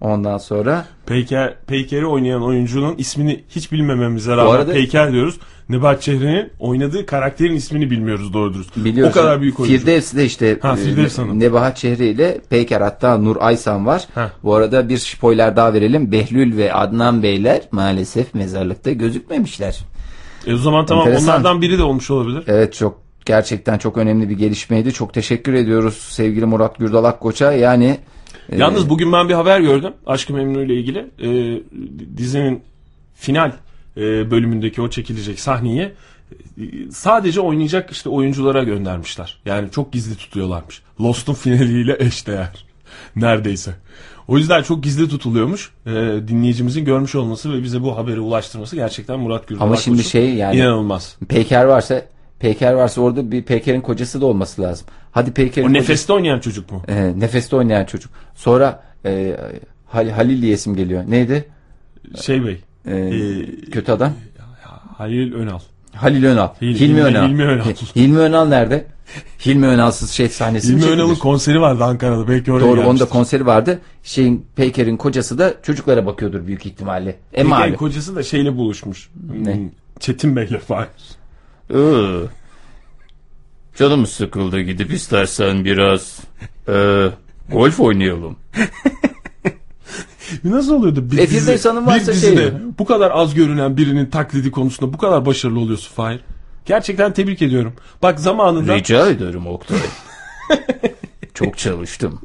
[SPEAKER 1] Ondan sonra
[SPEAKER 2] Peyker, Peyker'i oynayan oyuncunun ismini hiç bilmememize rağmen
[SPEAKER 1] Bu arada-
[SPEAKER 2] Peyker diyoruz. Nebahat Çehre'nin oynadığı karakterin ismini bilmiyoruz doğru dürüst.
[SPEAKER 1] biliyorsun
[SPEAKER 2] O kadar büyük oyuncu.
[SPEAKER 1] Firdevs de işte
[SPEAKER 2] Ha,
[SPEAKER 1] e,
[SPEAKER 2] Firdevs Hanım.
[SPEAKER 1] Nebahat Çehre ile Peyker hatta Nur Aysan var.
[SPEAKER 2] Ha.
[SPEAKER 1] Bu arada bir spoiler daha verelim. Behlül ve Adnan Beyler maalesef mezarlıkta gözükmemişler.
[SPEAKER 2] E o zaman tamam
[SPEAKER 1] Enteresan.
[SPEAKER 2] onlardan biri de olmuş olabilir.
[SPEAKER 1] Evet çok gerçekten çok önemli bir gelişmeydi. Çok teşekkür ediyoruz sevgili Murat Gürdalak Koç'a. Yani e,
[SPEAKER 2] Yalnız bugün ben bir haber gördüm. Aşkı Memnu ile ilgili. Ee, dizinin final e, bölümündeki o çekilecek sahneyi e, sadece oynayacak işte oyunculara göndermişler. Yani çok gizli tutuyorlarmış. Lost'un finaliyle eşdeğer. Neredeyse. O yüzden çok gizli tutuluyormuş. Ee, dinleyicimizin görmüş olması ve bize bu haberi ulaştırması gerçekten Murat Gürdal
[SPEAKER 1] Ama şimdi
[SPEAKER 2] Akkoç'un
[SPEAKER 1] şey yani-
[SPEAKER 2] inanılmaz.
[SPEAKER 1] Peyker varsa Peyker varsa orada bir Peyker'in kocası da olması lazım. Hadi Peyker'in
[SPEAKER 2] O
[SPEAKER 1] kocası-
[SPEAKER 2] nefeste oynayan çocuk mu?
[SPEAKER 1] Ee, nefeste oynayan çocuk. Sonra e, Hal- Halil diye isim geliyor. Neydi?
[SPEAKER 2] Şey Bey.
[SPEAKER 1] Ee,
[SPEAKER 2] Ee,
[SPEAKER 1] kötü adam.
[SPEAKER 2] Halil Önal.
[SPEAKER 1] Halil Önal.
[SPEAKER 2] Hil-
[SPEAKER 1] Hilmi
[SPEAKER 2] Hilmi-
[SPEAKER 1] Önal.
[SPEAKER 2] Hilmi Önal.
[SPEAKER 1] Hi- Hilmi Önal nerede? Hilmi Önal'sız şey sahnesi mi
[SPEAKER 2] Hilmi
[SPEAKER 1] çekilir?
[SPEAKER 2] Önal'ın konseri vardı Ankara'da. Belki oraya
[SPEAKER 1] Doğru onun
[SPEAKER 2] gelmiştir.
[SPEAKER 1] da konseri vardı. Şeyin Peyker'in kocası da çocuklara bakıyordur büyük ihtimalle. E
[SPEAKER 2] Peyker'in
[SPEAKER 1] malum.
[SPEAKER 2] kocası da şeyle buluşmuş.
[SPEAKER 1] Ne?
[SPEAKER 2] Hmm, Çetin Bey'le falan.
[SPEAKER 4] Iı. Canım sıkıldı gidip istersen biraz e, golf oynayalım.
[SPEAKER 2] Nasıl oluyordu? Bir
[SPEAKER 1] E, Firdevs Hanım varsa
[SPEAKER 2] bir
[SPEAKER 1] şey-
[SPEAKER 2] dizide bu kadar az görünen birinin taklidi konusunda bu kadar başarılı oluyorsun Fahir. Gerçekten tebrik ediyorum. Bak zamanında
[SPEAKER 4] Rica ederim Oktay. Çok çalıştım.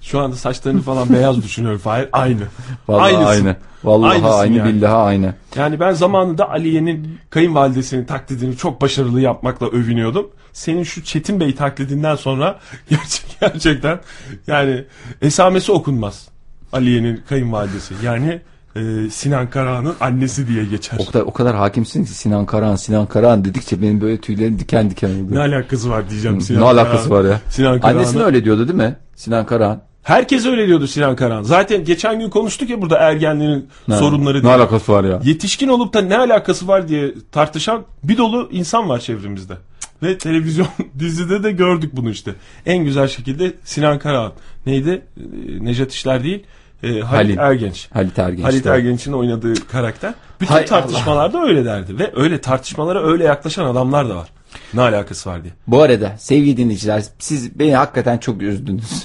[SPEAKER 2] şu anda saçlarını falan beyaz düşünüyorum Fahir. Aynı.
[SPEAKER 1] Vallahi
[SPEAKER 2] Aynısın.
[SPEAKER 1] aynı. Vallahi
[SPEAKER 2] Aynısın
[SPEAKER 1] aynı
[SPEAKER 2] yani.
[SPEAKER 1] billahi aynı.
[SPEAKER 2] Yani ben zamanında Aliye'nin kayınvalidesinin taklidini çok başarılı yapmakla övünüyordum. Senin şu Çetin Bey taklidinden sonra gerçek, gerçekten yani esamesi okunmaz. Aliye'nin kayınvalidesi. Yani e, Sinan Karahan'ın annesi diye geçer.
[SPEAKER 1] Oktay o kadar hakimsin ki Sinan Karahan Sinan Karahan dedikçe benim böyle tüylerim diken diken oluyor.
[SPEAKER 2] Ne alakası var diyeceğim Sinan
[SPEAKER 1] ne alakası
[SPEAKER 2] Karahan.
[SPEAKER 1] var ya?
[SPEAKER 2] Sinan Karahan'ı.
[SPEAKER 1] Annesi de öyle diyordu değil mi? Sinan Karahan.
[SPEAKER 2] Herkes öyle diyordu Sinan Karahan. Zaten geçen gün konuştuk ya burada ergenliğin
[SPEAKER 1] Ne-
[SPEAKER 2] sorunları
[SPEAKER 1] Ne
[SPEAKER 2] diye.
[SPEAKER 1] alakası var ya?
[SPEAKER 2] Yetişkin olup da ne alakası var diye tartışan bir dolu insan var çevremizde. Ve televizyon dizide de gördük bunu işte. En güzel şekilde Sinan Karahan. Neydi? Ee, Necdet İşler değil. Ee, Halit,
[SPEAKER 1] Halil.
[SPEAKER 2] Ergenç.
[SPEAKER 1] Halit Ergenç.
[SPEAKER 2] Halit
[SPEAKER 1] doğru.
[SPEAKER 2] Ergenç'in oynadığı karakter. Bütün
[SPEAKER 1] Hay
[SPEAKER 2] tartışmalarda öyle derdi. Ve öyle tartışmalara öyle yaklaşan adamlar da var. Ne alakası var diye.
[SPEAKER 1] Bu arada sevgili dinleyiciler siz beni hakikaten çok üzdünüz.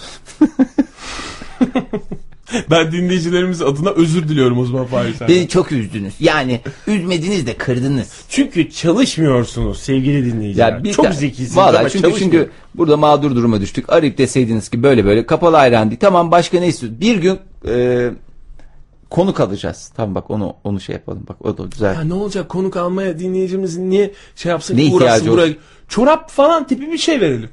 [SPEAKER 2] Ben dinleyicilerimiz adına özür diliyorum o zaman Fahri senden.
[SPEAKER 1] beni çok üzdünüz. Yani üzmediniz de kırdınız.
[SPEAKER 2] Çünkü çalışmıyorsunuz sevgili dinleyiciler.
[SPEAKER 1] Ya bir
[SPEAKER 2] Çok
[SPEAKER 1] ta-
[SPEAKER 2] zekisiniz ama
[SPEAKER 1] Vallahi çünkü,
[SPEAKER 2] çalışmıyor.
[SPEAKER 1] çünkü burada mağdur duruma düştük. Arayıp deseydiniz ki böyle böyle kapalı ayran değil. Tamam başka ne istiyorsun? Bir gün e, konuk alacağız. Tamam bak onu onu şey yapalım. Bak o da güzel.
[SPEAKER 2] Ya ne olacak konuk almaya dinleyicimiz niye şey yapsın
[SPEAKER 1] Ne
[SPEAKER 2] ki uğraşsın
[SPEAKER 1] ihtiyacı
[SPEAKER 2] buraya.
[SPEAKER 1] olsun?
[SPEAKER 2] Çorap falan tipi bir şey verelim.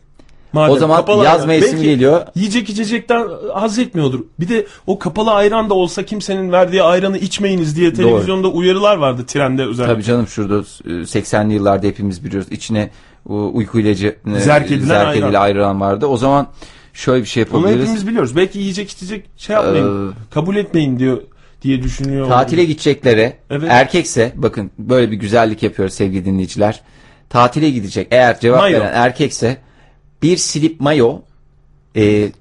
[SPEAKER 2] Madem
[SPEAKER 1] O zaman
[SPEAKER 2] kapalı
[SPEAKER 1] yaz
[SPEAKER 2] ayran.
[SPEAKER 1] mevsimi
[SPEAKER 2] Belki
[SPEAKER 1] geliyor.
[SPEAKER 2] Yiyecek içecekten haz etmiyordur. Bir de o kapalı ayran da olsa kimsenin verdiği ayranı içmeyiniz diye televizyonda uyarılar vardı trende özellikle.
[SPEAKER 1] Tabii canım şurada e, 80'li yıllarda hepimiz biliyoruz. içine e, uyku ilacı e,
[SPEAKER 2] Zerk edilen
[SPEAKER 1] zerk edilen
[SPEAKER 2] ayran.
[SPEAKER 1] ayran vardı. O zaman şöyle bir şey
[SPEAKER 2] Bunu
[SPEAKER 1] yapabiliriz.
[SPEAKER 2] hepimiz biliyoruz. Belki yiyecek içecek şey yapmayın. kabul etmeyin diyor diye düşünüyor.
[SPEAKER 1] Ee, Tatile gideceklere
[SPEAKER 2] Evet.
[SPEAKER 1] erkekse bakın böyle bir güzellik yapıyoruz sevgili dinleyiciler. Tatile gidecek eğer cevap
[SPEAKER 2] Mayo.
[SPEAKER 1] veren erkekse bir silip mayo e,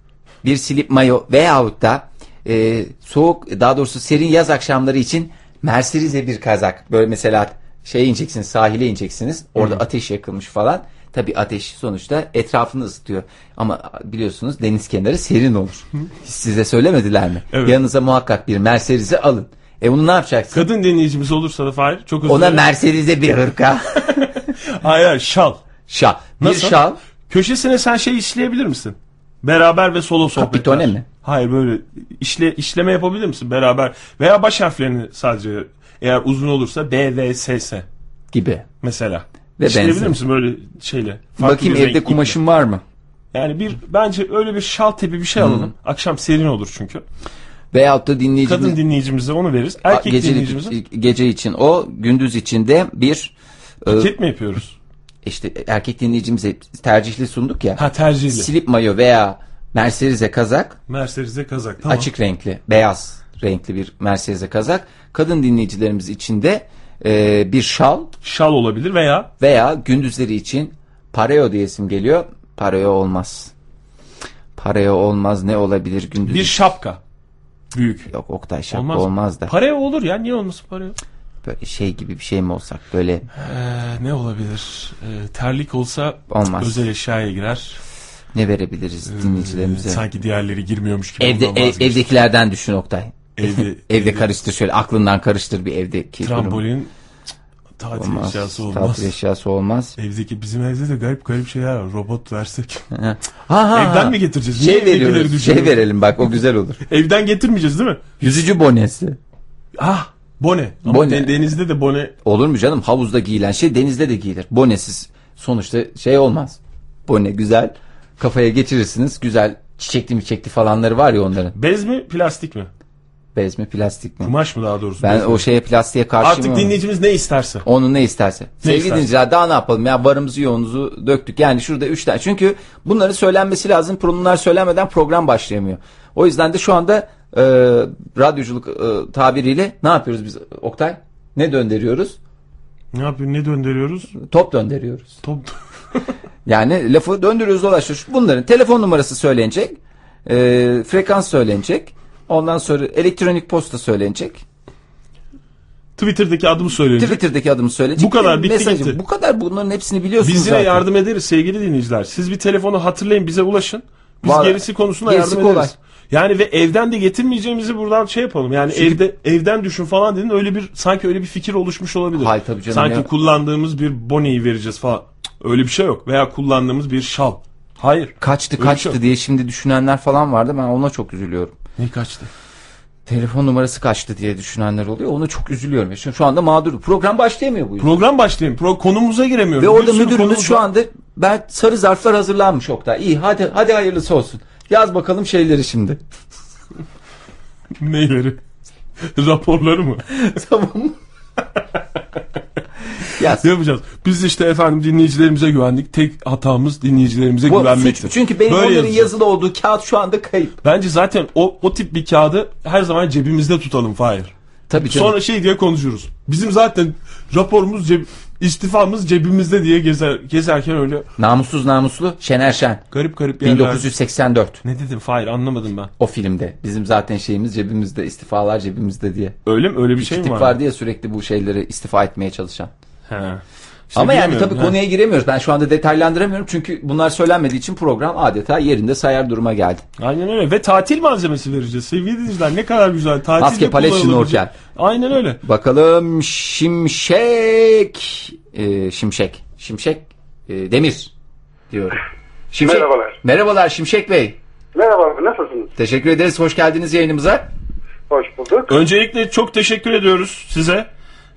[SPEAKER 1] bir silip mayo veyahut da e, soğuk daha doğrusu serin yaz akşamları için Mercedes'e bir kazak. Böyle mesela şeye ineceksiniz sahile ineceksiniz orada ateş yakılmış falan. Tabi ateş sonuçta etrafını ısıtıyor. Ama biliyorsunuz deniz kenarı serin olur. Size söylemediler mi?
[SPEAKER 2] Evet.
[SPEAKER 1] Yanınıza muhakkak bir Mercedes'i alın. E bunu ne yapacaksın?
[SPEAKER 2] Kadın dinleyicimiz olursa da Fahir çok özür
[SPEAKER 1] Ona
[SPEAKER 2] dilerim.
[SPEAKER 1] Mercedes'e bir hırka.
[SPEAKER 2] Hayır hayır, şal.
[SPEAKER 1] şal. Bir
[SPEAKER 2] Nasıl?
[SPEAKER 1] şal.
[SPEAKER 2] Köşesine sen şey işleyebilir misin? Beraber ve solo sohbetler.
[SPEAKER 1] Kapitone mi?
[SPEAKER 2] Hayır böyle işle, işleme yapabilir misin beraber? Veya baş harflerini sadece eğer uzun olursa B, V, S, S
[SPEAKER 1] gibi.
[SPEAKER 2] mesela.
[SPEAKER 1] Ve
[SPEAKER 2] işleyebilir
[SPEAKER 1] benzeri.
[SPEAKER 2] misin böyle şeyle? Farklı
[SPEAKER 1] Bakayım
[SPEAKER 2] bir
[SPEAKER 1] evde
[SPEAKER 2] renk iple.
[SPEAKER 1] kumaşın var mı?
[SPEAKER 2] Yani bir bence öyle bir şal tipi bir
[SPEAKER 1] Hmm.
[SPEAKER 2] şey alalım. Akşam serin olur çünkü.
[SPEAKER 1] Veyahut da dinleyicimiz...
[SPEAKER 2] Kadın dinleyicimize onu veririz. Erkek dinleyicimize
[SPEAKER 1] gece, e, gece için o, gündüz için de bir e,
[SPEAKER 2] paket mi yapıyoruz?
[SPEAKER 1] işte erkek dinleyicimize tercihli sunduk ya.
[SPEAKER 2] Ha tercihli.
[SPEAKER 1] Slip mayo veya Mercedes'e kazak
[SPEAKER 2] Mercedes'e kazak. Tamam.
[SPEAKER 1] açık renkli, beyaz renkli bir Mercedes'e kazak. Kadın dinleyicilerimiz için de e, bir şal
[SPEAKER 2] Şal olabilir veya
[SPEAKER 1] veya gündüzleri için pareo diye isim geliyor. Pareo olmaz. Pareo olmaz ne olabilir gündüz?
[SPEAKER 2] bir şapka. Büyük.
[SPEAKER 1] Yok Oktay şapka
[SPEAKER 2] Olmaz.
[SPEAKER 1] olmaz, da.
[SPEAKER 2] Paraya olur ya. Niye olmasın paraya?
[SPEAKER 1] Böyle şey gibi bir şey mi olsak böyle
[SPEAKER 2] Ee, ne olabilir? Ee, terlik olsa
[SPEAKER 1] Olmaz.
[SPEAKER 2] özel eşyaya girer.
[SPEAKER 1] ne verebiliriz dinleyicilerimize?
[SPEAKER 2] Ee, Sanki diğerleri girmiyormuş gibi.
[SPEAKER 1] Evde
[SPEAKER 2] ondan
[SPEAKER 1] ev-
[SPEAKER 2] vazgeçtim.
[SPEAKER 1] evdekilerden düşün Oktay.
[SPEAKER 2] evde,
[SPEAKER 1] Evde karıştır şöyle aklından karıştır bir evdeki durum.
[SPEAKER 2] trambolin cık, tatil
[SPEAKER 1] olmaz.
[SPEAKER 2] eşyası
[SPEAKER 1] Tatil
[SPEAKER 2] olmaz.
[SPEAKER 1] eşyası olmaz.
[SPEAKER 2] Evdeki bizim evde de garip garip şeyler var. Robot versek.
[SPEAKER 1] Ha, ha, ha.
[SPEAKER 2] Evden mi getireceğiz? Niye
[SPEAKER 1] Şey
[SPEAKER 2] evdekileri
[SPEAKER 1] veriyoruz. Şey
[SPEAKER 2] düşünüyoruz?
[SPEAKER 1] verelim bak o güzel olur.
[SPEAKER 2] Evden getirmeyeceğiz değil mi?
[SPEAKER 1] Yüzücü bonesi.
[SPEAKER 2] Ah bone. Ama
[SPEAKER 1] Bone.
[SPEAKER 2] de- denizde de bone.
[SPEAKER 1] Olur mu canım? Havuzda giyilen şey denizde de giyilir. Bonesiz sonuçta şey olmaz. Bone güzel. Kafaya geçirirsiniz. Güzel çiçekli mi çekti falanları var ya onların.
[SPEAKER 2] Bez mi plastik mi?
[SPEAKER 1] Bez mi plastik mi?
[SPEAKER 2] Kumaş mı daha doğrusu?
[SPEAKER 1] Ben o şeye plastiğe karşıyım.
[SPEAKER 2] Artık
[SPEAKER 1] ama-
[SPEAKER 2] dinleyicimiz ne isterse.
[SPEAKER 1] Onu ne isterse. Sevgili
[SPEAKER 2] isterse.
[SPEAKER 1] dinleyiciler daha ne yapalım ya varımızı yoğunuzu döktük. Yani şurada üç tane. Çünkü bunların söylenmesi lazım. Bunlar söylenmeden program başlayamıyor. O yüzden de şu anda e, radyoculuk e, tabiriyle ne yapıyoruz biz Oktay? Ne döndürüyoruz?
[SPEAKER 2] Ne yapıyor? Ne döndürüyoruz?
[SPEAKER 1] Top döndürüyoruz.
[SPEAKER 2] Top.
[SPEAKER 1] Yani lafı döndürüyoruz dolaşıyoruz. Bunların telefon numarası söylenecek. e, frekans söylenecek. Ondan sonra elektronik posta söylenecek.
[SPEAKER 2] Twitter'daki adımı söyleyelim.
[SPEAKER 1] Twitter'daki adımı söylenecek.
[SPEAKER 2] Bu kadar, bitti
[SPEAKER 1] Mesajı-
[SPEAKER 2] gitti.
[SPEAKER 1] Bu kadar bunların hepsini biliyorsunuz
[SPEAKER 2] Biz yine
[SPEAKER 1] zaten.
[SPEAKER 2] yardım ederiz sevgili dinleyiciler. Siz bir telefonu hatırlayın bize ulaşın. Biz
[SPEAKER 1] Vallahi
[SPEAKER 2] gerisi konusunda
[SPEAKER 1] gerisi
[SPEAKER 2] yardım
[SPEAKER 1] kolay.
[SPEAKER 2] ederiz. Yani ve evden de getirmeyeceğimizi buradan şey yapalım. Yani evde evden düşün falan dedin öyle bir sanki öyle bir fikir oluşmuş olabilir.
[SPEAKER 1] Hayır, tabii canım
[SPEAKER 2] sanki
[SPEAKER 1] ya.
[SPEAKER 2] kullandığımız bir boneyi vereceğiz falan. Cık, Öyle bir şey yok. Veya kullandığımız bir şal. Hayır.
[SPEAKER 1] kaçtı
[SPEAKER 2] Öyle bir şey
[SPEAKER 1] kaçtı
[SPEAKER 2] yok.
[SPEAKER 1] diye şimdi düşünenler falan vardı. Ben ona çok üzülüyorum.
[SPEAKER 2] Ne kaçtı?
[SPEAKER 1] Telefon numarası kaçtı diye düşünenler oluyor. Ona çok üzülüyorum. Şimdi şu anda mağdur. Program başlayamıyor bu yüzden.
[SPEAKER 2] Program başlayayım. Pro konumuza giremiyoruz.
[SPEAKER 1] Ve orada
[SPEAKER 2] Bir sürü
[SPEAKER 1] müdürümüz
[SPEAKER 2] konumuz
[SPEAKER 1] şu
[SPEAKER 2] var.
[SPEAKER 1] anda ben sarı zarflar hazırlanmış Oktay. İyi hadi hadi hayırlısı olsun. Yaz bakalım şeyleri şimdi.
[SPEAKER 2] neyleri? Raporları mı?
[SPEAKER 1] tamam mı? Yaz.
[SPEAKER 2] Ne yapacağız? Biz işte efendim dinleyicilerimize güvendik. Tek hatamız dinleyicilerimize
[SPEAKER 1] Bu
[SPEAKER 2] güvenmektir.
[SPEAKER 1] suç. Çünkü benim
[SPEAKER 2] Böyle
[SPEAKER 1] onların
[SPEAKER 2] yazacağız.
[SPEAKER 1] yazılı olduğu kağıt şu anda kayıp.
[SPEAKER 2] Bence zaten o, o tip bir kağıdı her zaman cebimizde tutalım Fahir.
[SPEAKER 1] Tabii canım.
[SPEAKER 2] Sonra şey diye konuşuruz. Bizim zaten raporumuz ceb istifamız cebimizde diye gezer, gezerken öyle
[SPEAKER 1] Namussuz namuslu Şener Şen.
[SPEAKER 2] garip garip yerler.
[SPEAKER 1] 1984
[SPEAKER 2] Ne dedim Fahir anlamadım ben.
[SPEAKER 1] o filmde. Bizim zaten şeyimiz cebimizde istifalar cebimizde diye.
[SPEAKER 2] Öyle mi? Öyle bir şey
[SPEAKER 1] şey
[SPEAKER 2] mi
[SPEAKER 1] tip
[SPEAKER 2] var?
[SPEAKER 1] vardı ya sürekli bu şeyleri istifa etmeye çalışan.
[SPEAKER 2] He. İşte
[SPEAKER 1] Ama yani
[SPEAKER 2] bilemiyorum,
[SPEAKER 1] tabii
[SPEAKER 2] he.
[SPEAKER 1] konuya giremiyoruz. Ben şu anda detaylandıramıyorum çünkü bunlar söylenmediği için program adeta yerinde sayar duruma geldi.
[SPEAKER 2] Aynen öyle ve tatil malzemesi vereceğiz. Sevgili dinleyiciler ne kadar güzel tatil
[SPEAKER 1] Maske, paleç, şnorkel.
[SPEAKER 2] Aynen öyle.
[SPEAKER 1] Bakalım Şimşek e, Şimşek Şimşek e, Demir diyorum. Şimşek-
[SPEAKER 5] Merhabalar.
[SPEAKER 1] Merhabalar Şimşek Bey.
[SPEAKER 5] Merhaba, nasılsınız?
[SPEAKER 1] Teşekkür ederiz. Hoş geldiniz yayınımıza.
[SPEAKER 5] Hoş bulduk.
[SPEAKER 2] Öncelikle çok teşekkür ediyoruz size.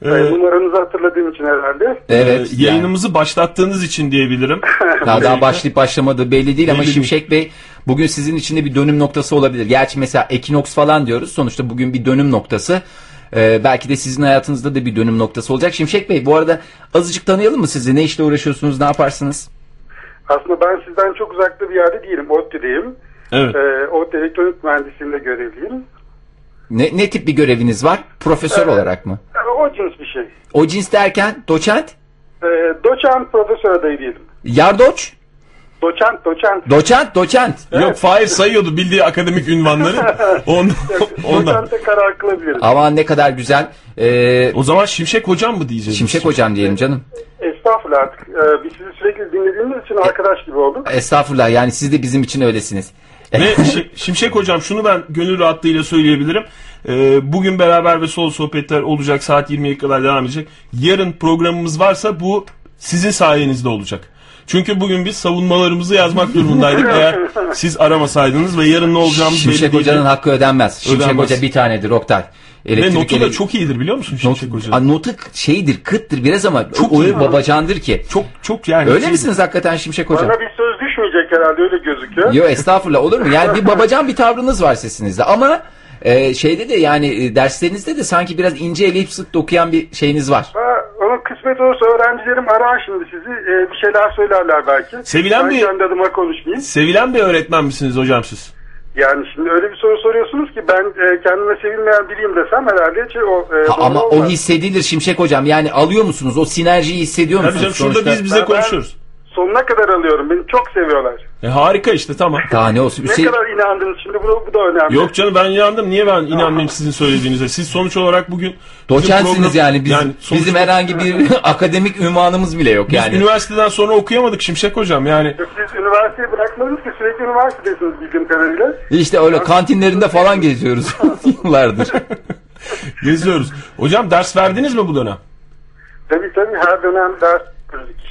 [SPEAKER 2] Ee,
[SPEAKER 5] Ee, Numaranızı hatırladığım için herhalde.
[SPEAKER 1] Evet.
[SPEAKER 2] e, yayınımızı başlattığınız için diyebilirim.
[SPEAKER 1] yani daha, daha başlayıp başlamadığı belli değil ama
[SPEAKER 2] Belli değil.
[SPEAKER 1] Şimşek Bey bugün sizin için de bir dönüm noktası olabilir. Gerçi mesela ekinoks falan diyoruz. Sonuçta bugün bir dönüm noktası. Ee, belki de sizin hayatınızda da bir dönüm noktası olacak. Şimşek Bey bu arada azıcık tanıyalım mı sizi? Ne işle uğraşıyorsunuz? Ne yaparsınız?
[SPEAKER 5] Aslında ben sizden çok uzakta bir yerde değilim. ODTÜ'deyim.
[SPEAKER 2] Evet.
[SPEAKER 5] Ee, ODTÜ elektronik mühendisliğinde görevliyim.
[SPEAKER 1] Ne, ne tip bir göreviniz var? Profesör olarak mı?
[SPEAKER 5] Yani o cins bir şey.
[SPEAKER 1] O cins derken doçent?
[SPEAKER 5] Ee, doçent profesör adayı diyelim.
[SPEAKER 1] Yardoç?
[SPEAKER 5] Doçent, doçent.
[SPEAKER 1] Doçent, doçent.
[SPEAKER 2] Yok Fahir sayıyordu bildiği akademik ünvanları. Ondan, ondan.
[SPEAKER 5] Doçente karar kılabiliriz.
[SPEAKER 1] Aman ne kadar güzel. Ee,
[SPEAKER 2] O zaman Şimşek Hocam mı diyeceğiz?
[SPEAKER 1] Şimşek hocam diyelim canım.
[SPEAKER 5] Estağfurullah artık. Ee, biz sizi sürekli dinlediğimiz için arkadaş gibi olduk.
[SPEAKER 1] Estağfurullah yani siz de bizim için öylesiniz.
[SPEAKER 2] Ve Şi- Şimşek Hocam şunu ben gönül rahatlığıyla söyleyebilirim. Ee, bugün beraber ve sol sohbetler olacak. Saat 20'ye kadar devam edecek. Yarın programımız varsa bu sizin sayenizde olacak. Çünkü bugün biz savunmalarımızı yazmak durumundaydık. Eğer siz aramasaydınız ve yarın ne olacağımız belli
[SPEAKER 1] Şimşek
[SPEAKER 2] değil.
[SPEAKER 1] Hoca'nın hakkı ödenmez. Şimşek
[SPEAKER 2] Ödenmez.
[SPEAKER 1] Hoca bir tanedir Oktay.
[SPEAKER 2] Ve
[SPEAKER 1] Elektrik
[SPEAKER 2] notu da
[SPEAKER 1] ele-
[SPEAKER 2] çok iyidir biliyor musun Şimşek
[SPEAKER 1] Not-
[SPEAKER 2] Hoca?
[SPEAKER 1] A, notu k- şeydir, kıttır biraz ama çok
[SPEAKER 2] iyi.
[SPEAKER 1] babacandır ki.
[SPEAKER 2] Çok çok yani.
[SPEAKER 1] Öyle
[SPEAKER 2] şey-
[SPEAKER 1] misiniz hakikaten Şimşek Hoca?
[SPEAKER 5] Bana bir söz düşmeyecek herhalde öyle gözüküyor.
[SPEAKER 1] Yo estağfurullah olur mu? Yani bir babacan bir tavrınız var sesinizde ama e, şeyde de yani e, derslerinizde de sanki biraz ince eleyip sık dokuyan bir şeyiniz var.
[SPEAKER 5] Ha, Onun kısmet olursa öğrencilerim arar şimdi sizi. Ee, bir şeyler söylerler belki.
[SPEAKER 2] Sevilen
[SPEAKER 5] ben
[SPEAKER 2] bir-
[SPEAKER 5] kendi adıma konuşmayayım.
[SPEAKER 2] Sevilen bir öğretmen misiniz hocam siz?
[SPEAKER 5] Yani şimdi öyle bir soru soruyorsunuz ki ben e, kendime sevilmeyen biriyim desem herhalde şey, o, e,
[SPEAKER 1] Ha,
[SPEAKER 5] doğru
[SPEAKER 1] ama o
[SPEAKER 5] olmaz.
[SPEAKER 1] hissedilir Şimşek Hocam. Yani alıyor musunuz? O sinerjiyi hissediyor
[SPEAKER 2] Tabii
[SPEAKER 1] musunuz?
[SPEAKER 2] canım şurada
[SPEAKER 1] Sonuçta-
[SPEAKER 2] biz bize
[SPEAKER 5] Ben-
[SPEAKER 2] konuşuyoruz.
[SPEAKER 5] Sonuna kadar alıyorum. Beni çok seviyorlar.
[SPEAKER 2] E, harika işte tamam.
[SPEAKER 1] Daha ne olsun?
[SPEAKER 5] Ne
[SPEAKER 1] Üstelik-
[SPEAKER 5] kadar inandınız şimdi bunu, bu da önemli.
[SPEAKER 2] Yok canım ben inandım. Niye ben inanmayayım sizin söylediğinize? Siz sonuç olarak bugün... bizim
[SPEAKER 1] Doçentsiniz
[SPEAKER 2] program-
[SPEAKER 1] yani. Biz,
[SPEAKER 2] sonuç-
[SPEAKER 1] Bizim herhangi bir akademik ünvanımız bile yok
[SPEAKER 2] Biz
[SPEAKER 1] yani.
[SPEAKER 2] üniversiteden sonra okuyamadık Şimşek Hocam yani.
[SPEAKER 5] Siz üniversiteyi bırakmadınız ki sürekli üniversitedesiniz bildiğim kadarıyla.
[SPEAKER 1] İşte öyle kantinlerinde falan geziyoruz yıllardır.
[SPEAKER 2] Geziyoruz. Hocam ders verdiniz mi bu dönem?
[SPEAKER 5] Tabii tabii her dönem ders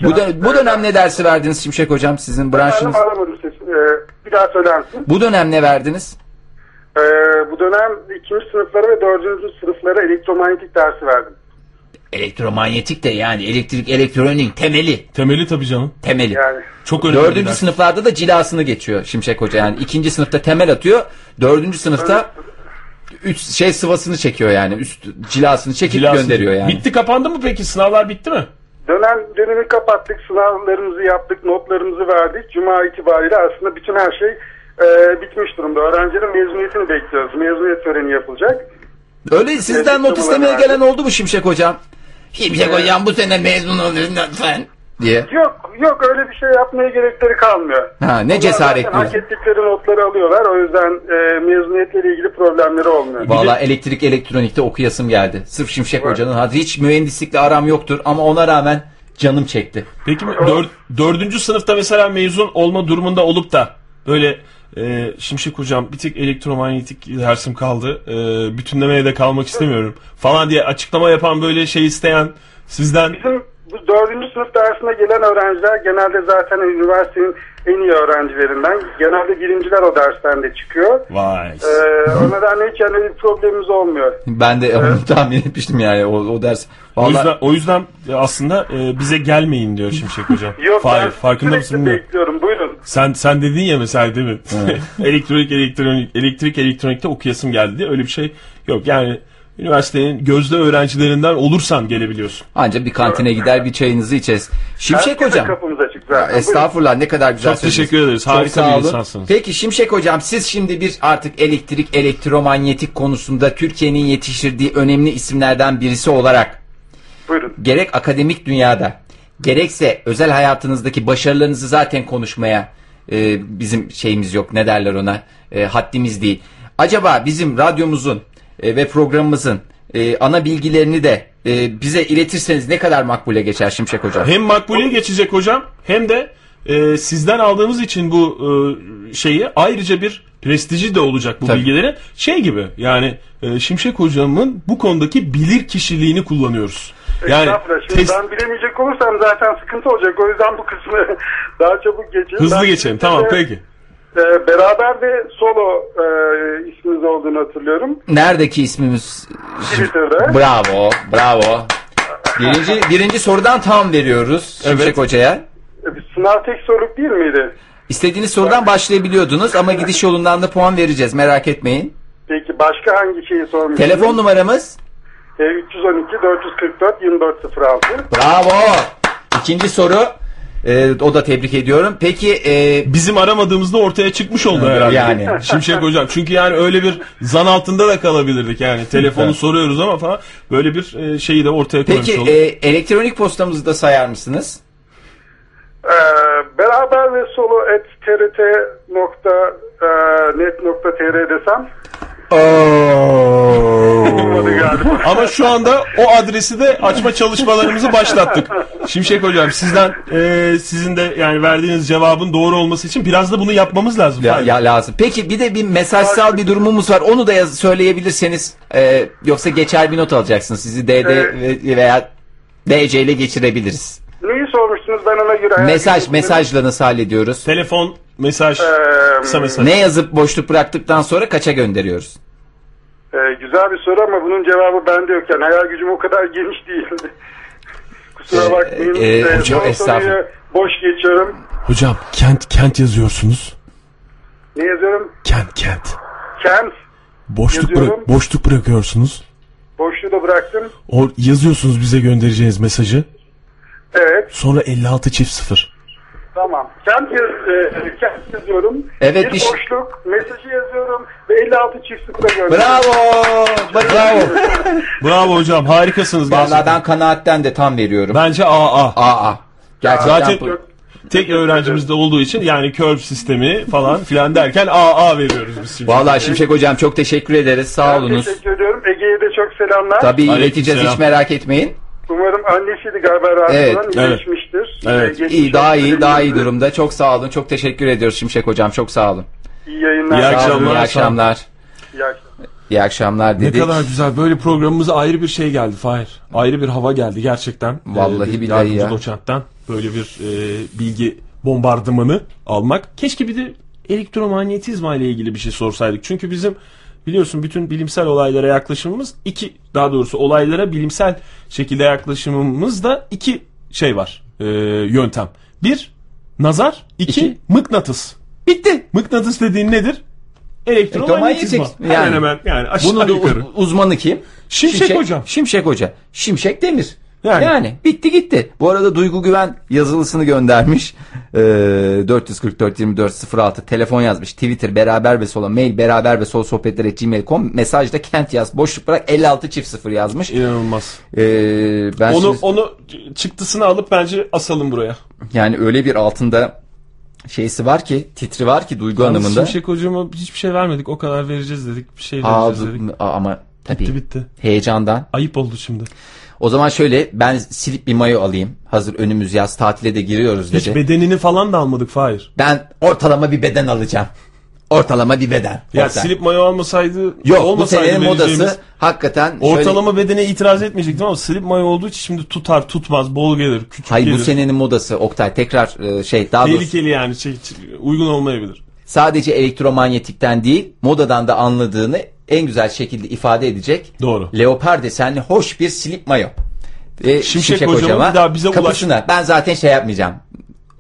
[SPEAKER 1] bu, dön- bu dönem ne dersi verdiniz Şimşek Hocam sizin branşınız?
[SPEAKER 5] Efendim alamadım sesini. Ee, bir daha söyler misin?
[SPEAKER 1] Bu dönem ne verdiniz?
[SPEAKER 5] Ee, bu dönem ikinci sınıflara ve dördüncü sınıflara elektromanyetik dersi verdim.
[SPEAKER 6] Elektromanyetik de yani elektrik elektronik temeli.
[SPEAKER 2] Temeli tabii canım.
[SPEAKER 1] Temeli.
[SPEAKER 5] Yani
[SPEAKER 2] Çok önemli. bir
[SPEAKER 1] Dördüncü
[SPEAKER 2] ders.
[SPEAKER 1] sınıflarda da cilasını geçiyor Şimşek Hoca. Yani ikinci sınıfta temel atıyor. Dördüncü sınıfta üst şey sıvasını çekiyor yani. Üst cilasını çekip
[SPEAKER 2] Cilası-
[SPEAKER 1] gönderiyor yani.
[SPEAKER 2] Bitti kapandı mı peki? Sınavlar bitti mi?
[SPEAKER 5] Dönem dönemi kapattık, sınavlarımızı yaptık, notlarımızı verdik. Cuma itibariyle aslında bütün her şey e, bitmiş durumda. Öğrencilerin mezuniyetini bekliyoruz. Mezuniyet töreni yapılacak.
[SPEAKER 1] Öyle sizden
[SPEAKER 5] Evet,
[SPEAKER 1] not istemeye
[SPEAKER 5] numaralar.
[SPEAKER 1] gelen oldu mu Şimşek hocam?
[SPEAKER 7] Şimşek hocam bu sene mezun oluyorsun lütfen.
[SPEAKER 1] diye.
[SPEAKER 5] Yok, yok öyle bir şey yapmaya gerekleri kalmıyor.
[SPEAKER 1] Ha ne
[SPEAKER 5] Zaten
[SPEAKER 1] cesaretli.
[SPEAKER 5] Hak ettikleri notları alıyorlar. O yüzden e, mezuniyetle ilgili problemleri olmuyor.
[SPEAKER 1] Valla elektrik elektronikte okuyasım geldi. Sırf Şimşek hocanın hadi hiç mühendislikle aram yoktur ama ona rağmen canım çekti.
[SPEAKER 2] Peki mi- dör, dördüncü sınıfta mesela mezun olma durumunda olup da böyle e, Şimşek hocam bir tek elektromanyetik dersim kaldı. E, bütünlemeye de kalmak istemiyorum falan diye açıklama yapan böyle şey isteyen sizden
[SPEAKER 5] Bizim bu dördüncü sınıf dersine gelen öğrenciler genelde zaten üniversitenin en iyi öğrencilerinden. Genelde birinciler o dersten de çıkıyor.
[SPEAKER 2] vay.
[SPEAKER 5] E, o nedenle hiç yani bir problemimiz olmuyor.
[SPEAKER 1] Ben de onu tahmin etmiştim yani o, o ders.
[SPEAKER 2] O
[SPEAKER 1] Vallahi
[SPEAKER 2] yüzden, o yüzden aslında e, bize gelmeyin diyor Şimşek hocam.
[SPEAKER 5] Yok
[SPEAKER 2] Hayır,
[SPEAKER 5] ben
[SPEAKER 2] farkında
[SPEAKER 5] sürekli
[SPEAKER 2] mısın bilmiyorum.
[SPEAKER 5] bekliyorum. Buyurun.
[SPEAKER 2] Sen sen dedin ya mesela değil mi? elektrik elektronik elektrik elektronikte okuyasım geldi diye öyle bir şey yok. Yani üniversitenin gözde öğrencilerinden olursan gelebiliyorsun.
[SPEAKER 1] anca bir kantine gider bir çayınızı içeriz. Şimşek
[SPEAKER 5] Herkese
[SPEAKER 1] hocam.
[SPEAKER 5] Kapımız açık zaten.
[SPEAKER 1] Estağfurullah ne kadar güzel
[SPEAKER 2] Çok
[SPEAKER 1] söylediniz.
[SPEAKER 2] teşekkür ederiz.
[SPEAKER 1] Çok
[SPEAKER 2] Harika
[SPEAKER 1] sağ
[SPEAKER 2] bir
[SPEAKER 1] olun.
[SPEAKER 2] insansınız.
[SPEAKER 1] Peki Şimşek Hocam siz şimdi bir artık elektrik, elektromanyetik konusunda Türkiye'nin yetiştirdiği önemli isimlerden birisi olarak
[SPEAKER 5] Buyurun.
[SPEAKER 1] gerek akademik dünyada gerekse özel hayatınızdaki başarılarınızı zaten konuşmaya e, bizim şeyimiz yok ne derler ona e, haddimiz değil. Acaba bizim radyomuzun e, ve programımızın e, ana bilgilerini de e, bize iletirseniz ne kadar makbule geçer Şimşek Hocam?
[SPEAKER 2] Hem makbule geçecek hocam hem de e, sizden aldığımız için bu e, şeyi ayrıca bir prestiji de olacak bu
[SPEAKER 1] Tabii.
[SPEAKER 2] bilgilerin. Şey gibi yani e, Şimşek hocamın bu konudaki bilir kişiliğini kullanıyoruz. Yani
[SPEAKER 5] Estağfurullah. Şimdi
[SPEAKER 2] test-
[SPEAKER 5] ben bilemeyecek olursam zaten sıkıntı olacak. O yüzden bu kısmı daha çabuk geçeyim.
[SPEAKER 2] hızlı
[SPEAKER 5] Ben
[SPEAKER 2] geçelim.
[SPEAKER 5] size
[SPEAKER 2] Tamam
[SPEAKER 5] de,
[SPEAKER 2] peki.
[SPEAKER 5] e, beraber de solo e, isminiz olduğunu hatırlıyorum.
[SPEAKER 1] Neredeki ismimiz?
[SPEAKER 5] Twitter'da.
[SPEAKER 1] Bravo, bravo. Birinci, birinci sorudan tam veriyoruz Şimşek
[SPEAKER 2] Evet.
[SPEAKER 1] Hoca'ya.
[SPEAKER 5] E, Sınav tek soruluk değil miydi?
[SPEAKER 1] İstediğiniz sorudan başlayabiliyordunuz ama gidiş yolundan da puan vereceğiz merak etmeyin.
[SPEAKER 5] Peki başka hangi şeyi sormuştunuz?
[SPEAKER 1] Telefon numaramız?
[SPEAKER 5] E, 312 444 2406.
[SPEAKER 1] Bravo. İkinci soru. Ee, o da tebrik ediyorum. Peki e,
[SPEAKER 2] Bizim aramadığımızda ortaya çıkmış oldu herhalde.
[SPEAKER 1] yani.
[SPEAKER 2] Şimşek hocam. Çünkü yani öyle bir zan altında da kalabilirdik yani. Telefonu
[SPEAKER 1] Evet.
[SPEAKER 2] soruyoruz ama falan böyle bir e, şeyi de ortaya koymuş
[SPEAKER 1] peki
[SPEAKER 2] olduk.
[SPEAKER 1] e, elektronik postamızı da sayar mısınız?
[SPEAKER 5] E, beraber ve solo at e, trt.net.tr desem olmadı galiba.
[SPEAKER 2] Ama şu anda o adresi de açma çalışmalarımızı başlattık. Şimşek hocam sizden e, sizin de yani verdiğiniz cevabın doğru olması için biraz da bunu yapmamız lazım.
[SPEAKER 1] Ya, ya lazım. Peki bir de bir mesajsal bir durumumuz var. Onu da yaz- söyleyebilirseniz e, yoksa geçer bir not alacaksınız. Sizi DD
[SPEAKER 5] Evet.
[SPEAKER 1] ve- veya DC ile geçirebiliriz.
[SPEAKER 5] Neyi sormuştunuz ben ona göre.
[SPEAKER 1] Mesaj mesajla nasıl hallediyoruz?
[SPEAKER 2] Telefon, mesaj,
[SPEAKER 5] E,
[SPEAKER 2] kısa mesaj.
[SPEAKER 1] Ne yazıp boşluk bıraktıktan sonra kaça gönderiyoruz?
[SPEAKER 5] Ee, güzel bir soru ama bunun cevabı bende yok. Yani hayal gücüm o kadar geniş değil. Kusura bakmayın.
[SPEAKER 1] e, hocam,
[SPEAKER 5] son soruyu
[SPEAKER 1] estağfurullah.
[SPEAKER 5] Boş geçiyorum.
[SPEAKER 2] Hocam kent kent yazıyorsunuz.
[SPEAKER 5] Ne yazıyorum?
[SPEAKER 2] Kent kent.
[SPEAKER 5] Kent.
[SPEAKER 2] Boşluk
[SPEAKER 5] bıra- Yazıyorum.
[SPEAKER 2] boşluk bırakıyorsunuz.
[SPEAKER 5] Boşluğu da bıraktım.
[SPEAKER 2] O yazıyorsunuz bize göndereceğiniz mesajı.
[SPEAKER 5] Evet.
[SPEAKER 2] Sonra 56 çift 0.
[SPEAKER 5] Tamam. Kent, yaz, e, kent yazıyorum.
[SPEAKER 1] Evet,
[SPEAKER 5] Bir
[SPEAKER 1] bir ş-
[SPEAKER 5] boşluk. Mesajı yazıyorum. Ve 56 çift sıfıra gönderiyorum.
[SPEAKER 1] Bravo! Bravo!
[SPEAKER 2] Bravo hocam harikasınız
[SPEAKER 1] Vallahi
[SPEAKER 2] gerçekten.
[SPEAKER 1] ben kanaatten de tam veriyorum.
[SPEAKER 2] Bence AA.
[SPEAKER 1] Aa. Gerçekten
[SPEAKER 2] Zaten
[SPEAKER 1] bu-
[SPEAKER 2] tek öğrencimizde olduğu için yani curve sistemi falan filan derken AA veriyoruz biz şimdi.
[SPEAKER 1] Vallahi Şimşek hocam çok teşekkür ederiz. Sağ
[SPEAKER 5] Ben
[SPEAKER 1] olunuz.
[SPEAKER 5] Teşekkür ediyorum. Ege'ye de çok selamlar.
[SPEAKER 1] Tabii
[SPEAKER 2] Aleyküm
[SPEAKER 1] ileteceğiz
[SPEAKER 2] selam.
[SPEAKER 1] hiç merak etmeyin.
[SPEAKER 5] Umarım annesiydi galiba rahatsızdan.
[SPEAKER 1] Evet,
[SPEAKER 2] evet.
[SPEAKER 5] iyileşmiştir.
[SPEAKER 2] Evet.
[SPEAKER 5] Ee, geçmiş
[SPEAKER 1] İyi daha iyi
[SPEAKER 5] olsun.
[SPEAKER 1] daha iyi durumda. Çok sağ olun. Çok teşekkür ediyoruz Şimşek hocam. Çok sağ olun.
[SPEAKER 5] İyi yayınlar.
[SPEAKER 2] İyi
[SPEAKER 1] Sağ olun,
[SPEAKER 2] akşamlar,
[SPEAKER 1] İyi
[SPEAKER 2] sağ olun.
[SPEAKER 1] akşamlar.
[SPEAKER 5] İyi akşamlar.
[SPEAKER 1] İyi akşamlar
[SPEAKER 2] Ne
[SPEAKER 1] dedik.
[SPEAKER 2] kadar güzel. Böyle programımıza ayrı bir şey geldi Fahir. Ayrı bir hava geldi gerçekten. Ee,
[SPEAKER 1] Vallahi
[SPEAKER 2] bir
[SPEAKER 1] billahi
[SPEAKER 2] yardımcı
[SPEAKER 1] ya.
[SPEAKER 2] doçentten böyle bir e, bilgi bombardımanı almak. Keşke bir de elektromanyetizma ile ilgili bir şey sorsaydık. Çünkü bizim biliyorsun bütün bilimsel olaylara yaklaşımımız iki daha doğrusu olaylara bilimsel şekilde yaklaşımımızda iki şey var. e, yöntem. Bir nazar, iki,
[SPEAKER 1] İki.
[SPEAKER 2] mıknatıs. Bitti. Mıknatıs dediğin nedir? Elektromanyetizma.
[SPEAKER 1] Elektromanyetik.
[SPEAKER 2] Hemen
[SPEAKER 1] Yani.
[SPEAKER 2] hemen yani aşağı
[SPEAKER 1] Bunun da uz-
[SPEAKER 2] yukarı.
[SPEAKER 1] uzmanı kim?
[SPEAKER 2] Şimşek Hocam.
[SPEAKER 1] Şimşek Hoca. Şimşek Demir. Yani.
[SPEAKER 2] Yani.
[SPEAKER 1] bitti gitti. Bu arada Duygu Güven yazılısını göndermiş. Ee, 444 24 06 telefon yazmış. Twitter beraber ve sola mail beraber ve sol sohbetler gmail.com mesajda kent yaz boşluk bırak 56 çift sıfır yazmış.
[SPEAKER 2] İnanılmaz.
[SPEAKER 1] Ee, ben
[SPEAKER 2] Onu
[SPEAKER 1] şimdi-
[SPEAKER 2] onu çıktısını alıp bence asalım buraya.
[SPEAKER 1] yani öyle bir altında şeysi var ki titri var ki Duygu Hanım'ın da.
[SPEAKER 2] Şimşek hocama hiçbir şey vermedik. O kadar vereceğiz dedik. Bir şey
[SPEAKER 1] Aa,
[SPEAKER 2] vereceğiz dedik.
[SPEAKER 1] du- aa, ama tabii
[SPEAKER 2] Bitti bitti.
[SPEAKER 1] heyecandan
[SPEAKER 2] Ayıp oldu şimdi.
[SPEAKER 1] O zaman şöyle ben silip bir mayo alayım. Hazır önümüz yaz tatile de giriyoruz
[SPEAKER 2] Hiç
[SPEAKER 1] dedi.
[SPEAKER 2] bedenini falan da almadık Fahir.
[SPEAKER 1] ben ortalama bir beden alacağım. Ortalama bir beden.
[SPEAKER 2] Ya
[SPEAKER 1] Orta-
[SPEAKER 2] silip mayo almasaydı
[SPEAKER 1] Yok bu
[SPEAKER 2] olmasaydı
[SPEAKER 1] senenin
[SPEAKER 2] vereceğimiz-
[SPEAKER 1] modası hakikaten şöyle-
[SPEAKER 2] Ortalama bedene itiraz etmeyecektim ama slip mayo olduğu için şimdi tutar tutmaz bol gelir küçük
[SPEAKER 1] Hayır
[SPEAKER 2] gelir.
[SPEAKER 1] bu senenin modası Oktay tekrar e, şey daha doğrusu
[SPEAKER 2] Tehlikeli yani şey, uygun olmayabilir.
[SPEAKER 1] sadece elektromanyetikten değil modadan da anladığını en güzel şekilde ifade edecek.
[SPEAKER 2] Doğru.
[SPEAKER 1] Leopar desenli hoş bir silip mayo. Ve
[SPEAKER 2] Şimşek hocama bir daha bize ulaş-
[SPEAKER 1] kapısına ben zaten şey yapmayacağım.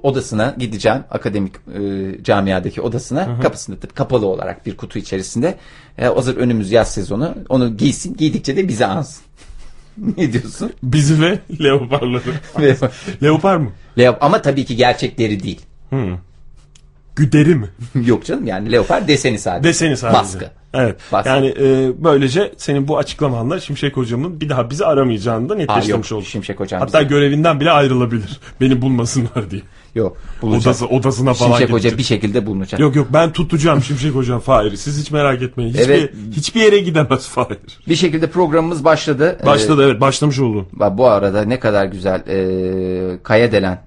[SPEAKER 1] Odasına gideceğim akademik e, camiadaki odasına kapısında tabii kapalı olarak bir kutu içerisinde. E, hazır önümüz yaz sezonu onu giysin giydikçe de bize ansın. ne diyorsun?
[SPEAKER 2] Bizi ve leoparları. Leopar mı?
[SPEAKER 1] Leop- Ama tabii ki gerçek deri değil.
[SPEAKER 2] Güderi mi?
[SPEAKER 1] Yok canım yani leopar deseni sadece.
[SPEAKER 2] Deseni sadece.
[SPEAKER 1] Baskı.
[SPEAKER 2] Evet.
[SPEAKER 1] Baskı.
[SPEAKER 2] Yani e, böylece senin bu açıklamanla Şimşek hocamın bir daha bizi aramayacağını da
[SPEAKER 1] Aa, yok,
[SPEAKER 2] netleştirmiş olduk.
[SPEAKER 1] Şimşek hocam.
[SPEAKER 2] Hatta
[SPEAKER 1] bize-
[SPEAKER 2] görevinden bile ayrılabilir. Beni bulmasınlar diye.
[SPEAKER 1] Yok. Bulacak.
[SPEAKER 2] Odası, odasına falan
[SPEAKER 1] Şimşek Hoca
[SPEAKER 2] gidecek.
[SPEAKER 1] bir şekilde bulunacak.
[SPEAKER 2] Yok yok ben tutacağım Şimşek hocam Fahir'i. Siz hiç merak etmeyin. Hiçbir,
[SPEAKER 1] Evet.
[SPEAKER 2] hiçbir yere gidemez Fahir.
[SPEAKER 1] Bir şekilde programımız başladı.
[SPEAKER 2] Başladı evet başlamış oldu.
[SPEAKER 1] Ee, ba- bu arada ne kadar güzel ee, Kaya Delen.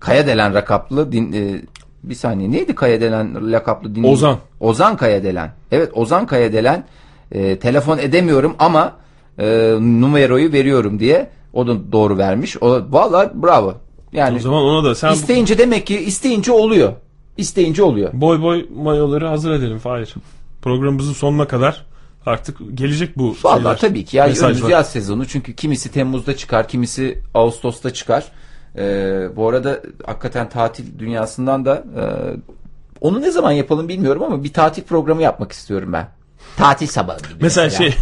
[SPEAKER 1] Kaya Delen lakaplı din, ee, bir saniye neydi Kaya Delen lakaplı din?
[SPEAKER 2] Ozan.
[SPEAKER 1] Ozan Kaya Delen. Evet Ozan Kaya Delen ee, telefon edemiyorum ama ee, numarayı veriyorum diye o da doğru vermiş. O valla bravo.
[SPEAKER 2] O
[SPEAKER 1] Yani
[SPEAKER 2] zaman ona da sen bu-
[SPEAKER 1] isteyince demek ki isteyince oluyor. İsteyince oluyor.
[SPEAKER 2] boy boy mayoları hazır edelim Fahir. Programımızın sonuna kadar artık gelecek bu
[SPEAKER 1] Vallahi
[SPEAKER 2] şeyler,
[SPEAKER 1] tabii ki. Yani
[SPEAKER 2] mesajlar.
[SPEAKER 1] önümüz yaz sezonu. Çünkü kimisi Temmuz'da çıkar, kimisi Ağustos'ta çıkar. Ee, bu arada hakikaten tatil dünyasından da e, onu ne zaman yapalım bilmiyorum ama bir tatil programı yapmak istiyorum ben.
[SPEAKER 4] Tatil sabahı gibi.
[SPEAKER 2] Mesela
[SPEAKER 4] ya.
[SPEAKER 2] şey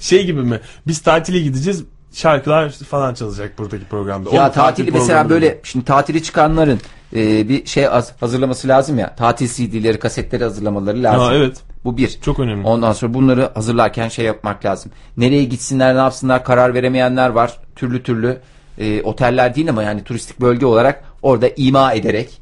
[SPEAKER 2] şey gibi mi? Biz tatile gideceğiz şarkılar falan çalacak buradaki programda.
[SPEAKER 1] Ya
[SPEAKER 2] Oğlum,
[SPEAKER 1] tatili mesela
[SPEAKER 2] programı
[SPEAKER 1] böyle
[SPEAKER 2] gibi.
[SPEAKER 1] şimdi tatili çıkanların e, bir şey az- hazırlaması lazım ya. Tatil CD'leri, kasetleri hazırlamaları lazım.
[SPEAKER 2] Ya evet.
[SPEAKER 1] Bu bir.
[SPEAKER 2] Çok önemli.
[SPEAKER 1] Ondan sonra bunları hazırlarken şey yapmak lazım. Nereye gitsinler, ne yapsınlar karar veremeyenler var. Türlü türlü e, oteller değil ama yani turistik bölge olarak orada ima ederek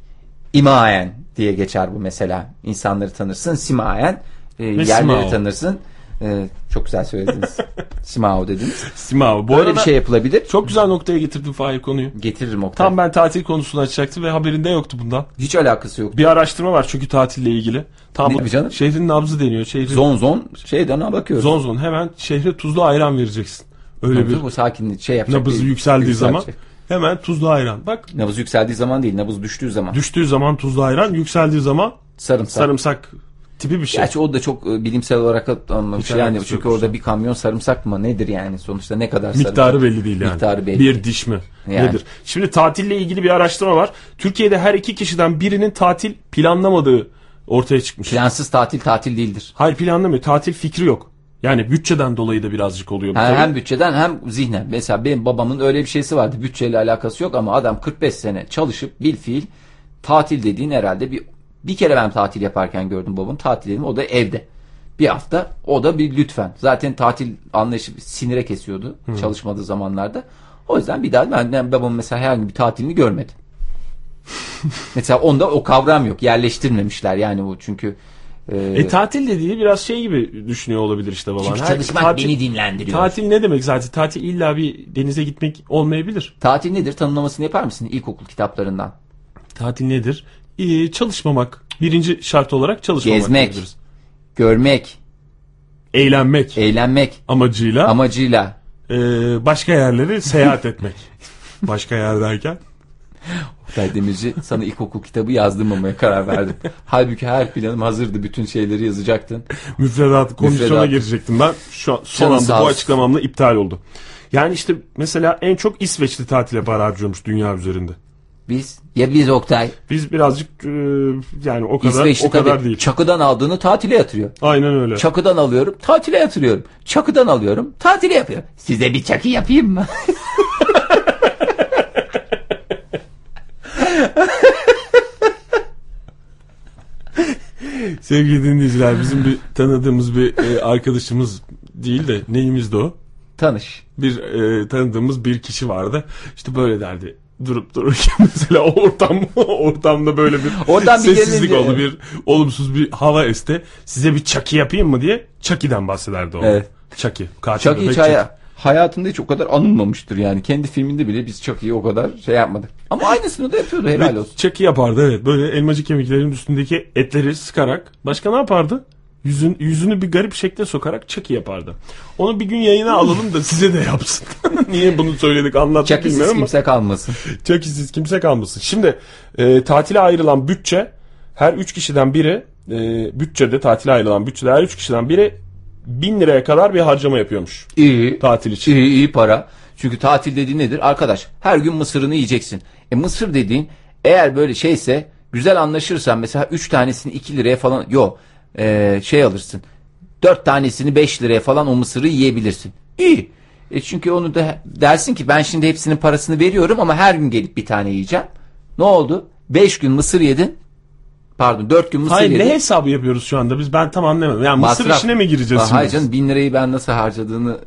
[SPEAKER 1] imaen diye geçer bu mesela. İnsanları tanırsın simaen, e, yerleri
[SPEAKER 2] simao.
[SPEAKER 1] tanırsın. E, çok güzel söylediniz. Simao dediniz.
[SPEAKER 2] Sima bu
[SPEAKER 1] Böyle
[SPEAKER 2] arada
[SPEAKER 1] bir şey yapılabilir.
[SPEAKER 2] çok güzel noktaya getirdin Fahir konuyu.
[SPEAKER 1] Getiririm Oktay.
[SPEAKER 2] Tam ben tatil konusunu açacaktım ve haberinde yoktu bundan.
[SPEAKER 1] Hiç alakası yok.
[SPEAKER 2] Bir araştırma var çünkü tatille ilgili. Tam
[SPEAKER 1] Ne
[SPEAKER 2] bu-
[SPEAKER 1] bir canım?
[SPEAKER 2] şehrin nabzı deniyor. Şehrin zon.
[SPEAKER 1] Zon zon şeyden ha bakıyoruz.
[SPEAKER 2] zon hemen şehre tuzlu ayran vereceksin. Öyle bir
[SPEAKER 1] Bu sakin şey yapacak.
[SPEAKER 2] nabızı
[SPEAKER 1] değil.
[SPEAKER 2] yükseldiği zaman
[SPEAKER 1] Yükseltecek.
[SPEAKER 2] hemen tuzlu ayran. Bak
[SPEAKER 1] Nabız yükseldiği zaman değil, nabız düştüğü zaman.
[SPEAKER 2] düştüğü zaman tuzlu ayran, yükseldiği zaman
[SPEAKER 1] sarımsak.
[SPEAKER 2] sarımsak tipi bir şey.
[SPEAKER 1] Gerçi o da çok e, bilimsel olarak da anlamış
[SPEAKER 2] Hiç
[SPEAKER 1] yani
[SPEAKER 2] alakası
[SPEAKER 1] çünkü
[SPEAKER 2] yok.
[SPEAKER 1] orada bir kamyon sarımsak mı nedir yani sonuçta ne kadar
[SPEAKER 2] Miktarı
[SPEAKER 1] sarımsak?
[SPEAKER 2] belli değil yani.
[SPEAKER 1] Miktarı belli.
[SPEAKER 2] Bir diş mi?
[SPEAKER 1] Yani.
[SPEAKER 2] Nedir? Şimdi tatille ilgili bir araştırma var. Türkiye'de her iki kişiden birinin tatil planlamadığı ortaya çıkmış.
[SPEAKER 1] Plansız tatil tatil değildir.
[SPEAKER 2] Hayır planlamıyor. Tatil fikri yok. Yani bütçeden dolayı da birazcık oluyor. bu
[SPEAKER 1] Ha,
[SPEAKER 2] tabii.
[SPEAKER 1] hem bütçeden hem zihnen. Mesela benim babamın öyle bir şeysi vardı. Bütçeyle alakası yok ama adam 45 sene çalışıp bil fiil tatil dediğin herhalde bir bir kere ben tatil yaparken gördüm babamın tatilini o da evde. Bir hafta o da bir lütfen. Zaten tatil anlayışı sinire kesiyordu çalışmadığı zamanlarda. O yüzden bir daha ben, ben babamın mesela herhangi bir tatilini görmedim. mesela onda o kavram yok. Yerleştirmemişler yani bu çünkü e,
[SPEAKER 2] E tatil dediği biraz şey gibi düşünüyor olabilir işte baban.
[SPEAKER 4] Çünkü
[SPEAKER 2] Her-
[SPEAKER 4] çalışmak
[SPEAKER 2] tatil,
[SPEAKER 4] beni dinlendiriyor.
[SPEAKER 2] tatil ne demek zaten? Tatil illa bir denize gitmek olmayabilir.
[SPEAKER 1] tatil nedir tanımlamasını yapar mısın ilkokul kitaplarından?
[SPEAKER 2] Tatil nedir? Ee, çalışmamak. Birinci şart olarak çalışmamak.
[SPEAKER 1] Gezmek.
[SPEAKER 2] diyebiliriz.
[SPEAKER 1] Görmek,
[SPEAKER 2] Eğlenmek
[SPEAKER 1] E- eğlenmek,
[SPEAKER 2] amacıyla
[SPEAKER 1] amacıyla.
[SPEAKER 2] e, başka yerleri seyahat etmek. Başka yer derken?
[SPEAKER 1] Oktay Demirci sana ilkokul kitabı yazdırmamaya karar verdim. Halbuki her planım hazırdı. Bütün şeyleri yazacaktın.
[SPEAKER 2] müfredat kondisyona
[SPEAKER 1] Müfredat.
[SPEAKER 2] girecektim ben. Şu an, son
[SPEAKER 1] Canın sağ
[SPEAKER 2] anda bu
[SPEAKER 1] olsun.
[SPEAKER 2] açıklamamla iptal oldu. Yani işte mesela en çok İsveçli tatile para harcıyormuş dünya üzerinde.
[SPEAKER 1] Biz ya biz Oktay
[SPEAKER 2] Biz birazcık e, yani o kadar
[SPEAKER 1] İsveçli
[SPEAKER 2] o kadar
[SPEAKER 1] tabii
[SPEAKER 2] değil.
[SPEAKER 1] çakıdan aldığını tatile yatırıyor.
[SPEAKER 2] Aynen öyle.
[SPEAKER 1] Çakıdan alıyorum, tatile yatırıyorum. Çakıdan alıyorum, tatile yapıyorum.
[SPEAKER 3] Size bir çakı yapayım mı?
[SPEAKER 2] Sevgili dinleyiciler bizim bir tanıdığımız bir e, arkadaşımız değil de neyimiz de o.
[SPEAKER 1] Tanış.
[SPEAKER 2] bir e, tanıdığımız bir kişi vardı. İşte böyle derdi durup dururken mesela o ortam ortamda böyle bir
[SPEAKER 1] Oradan bir
[SPEAKER 2] sessizlik
[SPEAKER 1] gelince-
[SPEAKER 2] oldu bir olumsuz bir hava esti. Size bir çaki yapayım mı diye Çaki'den bahsederdi o.
[SPEAKER 1] Evet.
[SPEAKER 2] Çaki. Katil
[SPEAKER 1] Chucky
[SPEAKER 2] bebek
[SPEAKER 1] hiç
[SPEAKER 2] Chucky.
[SPEAKER 1] haya- hayatında hiç o kadar anılmamıştır yani. Kendi filminde bile biz Chucky'yi o kadar şey yapmadık. Ama aynısını da yapıyordu helal
[SPEAKER 2] Ve
[SPEAKER 1] olsun.
[SPEAKER 2] Çaki yapardı evet. Böyle elmacık kemiklerin üstündeki etleri sıkarak. Başka ne yapardı? Yüzün, yüzünü bir garip şekle sokarak çaki yapardı. Onu bir gün yayına alalım da size de yapsın. Niye bunu söyledik anlattık
[SPEAKER 1] Chucky'siz
[SPEAKER 2] bilmiyorum ama.
[SPEAKER 1] kimse kalmasın.
[SPEAKER 2] Çok işsiz kimse kalmasın. Şimdi e, tatile ayrılan bütçe her 3 kişiden biri e, bütçede tatile ayrılan bütçede her 3 kişiden biri 1000 liraya kadar bir harcama yapıyormuş
[SPEAKER 1] İyi.
[SPEAKER 2] tatil için.
[SPEAKER 1] İyi, iyi para. Çünkü tatil dediğin nedir? Arkadaş her gün mısırını yiyeceksin. E mısır dediğin eğer böyle şeyse güzel anlaşırsan mesela 3 tanesini 2 liraya falan yok şey alırsın. 4 tanesini 5 liraya falan o mısırı yiyebilirsin. İyi. E çünkü onu da dersin ki ben şimdi hepsinin parasını veriyorum ama her gün gelip bir tane yiyeceğim. Ne oldu? 5 gün mısır yedin. Pardon 4 gün mısır
[SPEAKER 2] Hayır
[SPEAKER 1] yedin.
[SPEAKER 2] ne hesabı yapıyoruz şu anda biz ben tam anlamadım. Yani mısır
[SPEAKER 1] Masraf.
[SPEAKER 2] işine mi gireceğiz
[SPEAKER 1] Aa,
[SPEAKER 2] şimdi?
[SPEAKER 1] Hayır canım bin lirayı ben nasıl harcadığını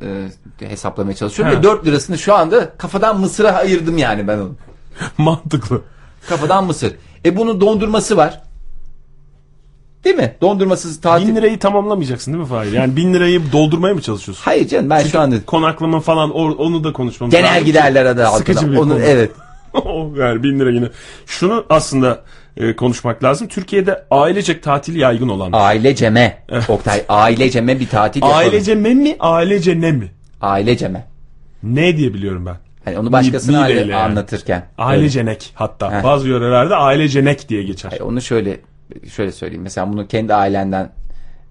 [SPEAKER 1] e, hesaplamaya çalışıyorum.
[SPEAKER 2] Ha.
[SPEAKER 1] Ve 4 lirasını şu anda kafadan mısıra ayırdım yani ben onu.
[SPEAKER 2] Mantıklı.
[SPEAKER 1] Kafadan mısır. E bunun dondurması var. Değil mi? Dondurmasız tatil.
[SPEAKER 2] 1000 lirayı tamamlamayacaksın değil mi Fahir? Yani 1000 lirayı doldurmaya mı çalışıyorsun?
[SPEAKER 1] Hayır canım ben şu anda
[SPEAKER 2] Konaklama falan or- onu da konuşmamız lazım.
[SPEAKER 1] genel giderler adı
[SPEAKER 2] Sıkıcı
[SPEAKER 1] altında.
[SPEAKER 2] bir
[SPEAKER 1] Onu,
[SPEAKER 2] konu.
[SPEAKER 1] evet.
[SPEAKER 2] O ver bin lira yine. Şunu aslında e, konuşmak lazım. Türkiye'de ailecek tatil yaygın olan. bir-
[SPEAKER 1] Aileceme. Oktay aileceme bir tatil yapalım.
[SPEAKER 2] Ailece me mi ailece ne mi?
[SPEAKER 1] Aileceme.
[SPEAKER 2] Ne diye biliyorum ben.
[SPEAKER 1] Hani onu başkasına
[SPEAKER 2] Mi- mi
[SPEAKER 1] aile-
[SPEAKER 2] ile yani.
[SPEAKER 1] anlatırken.
[SPEAKER 2] Ailecenek hatta.
[SPEAKER 1] Heh.
[SPEAKER 2] Bazı yörelerde ailecenek diye geçer.
[SPEAKER 1] E, Onu şöyle şöyle söyleyeyim. Mesela bunu kendi ailenden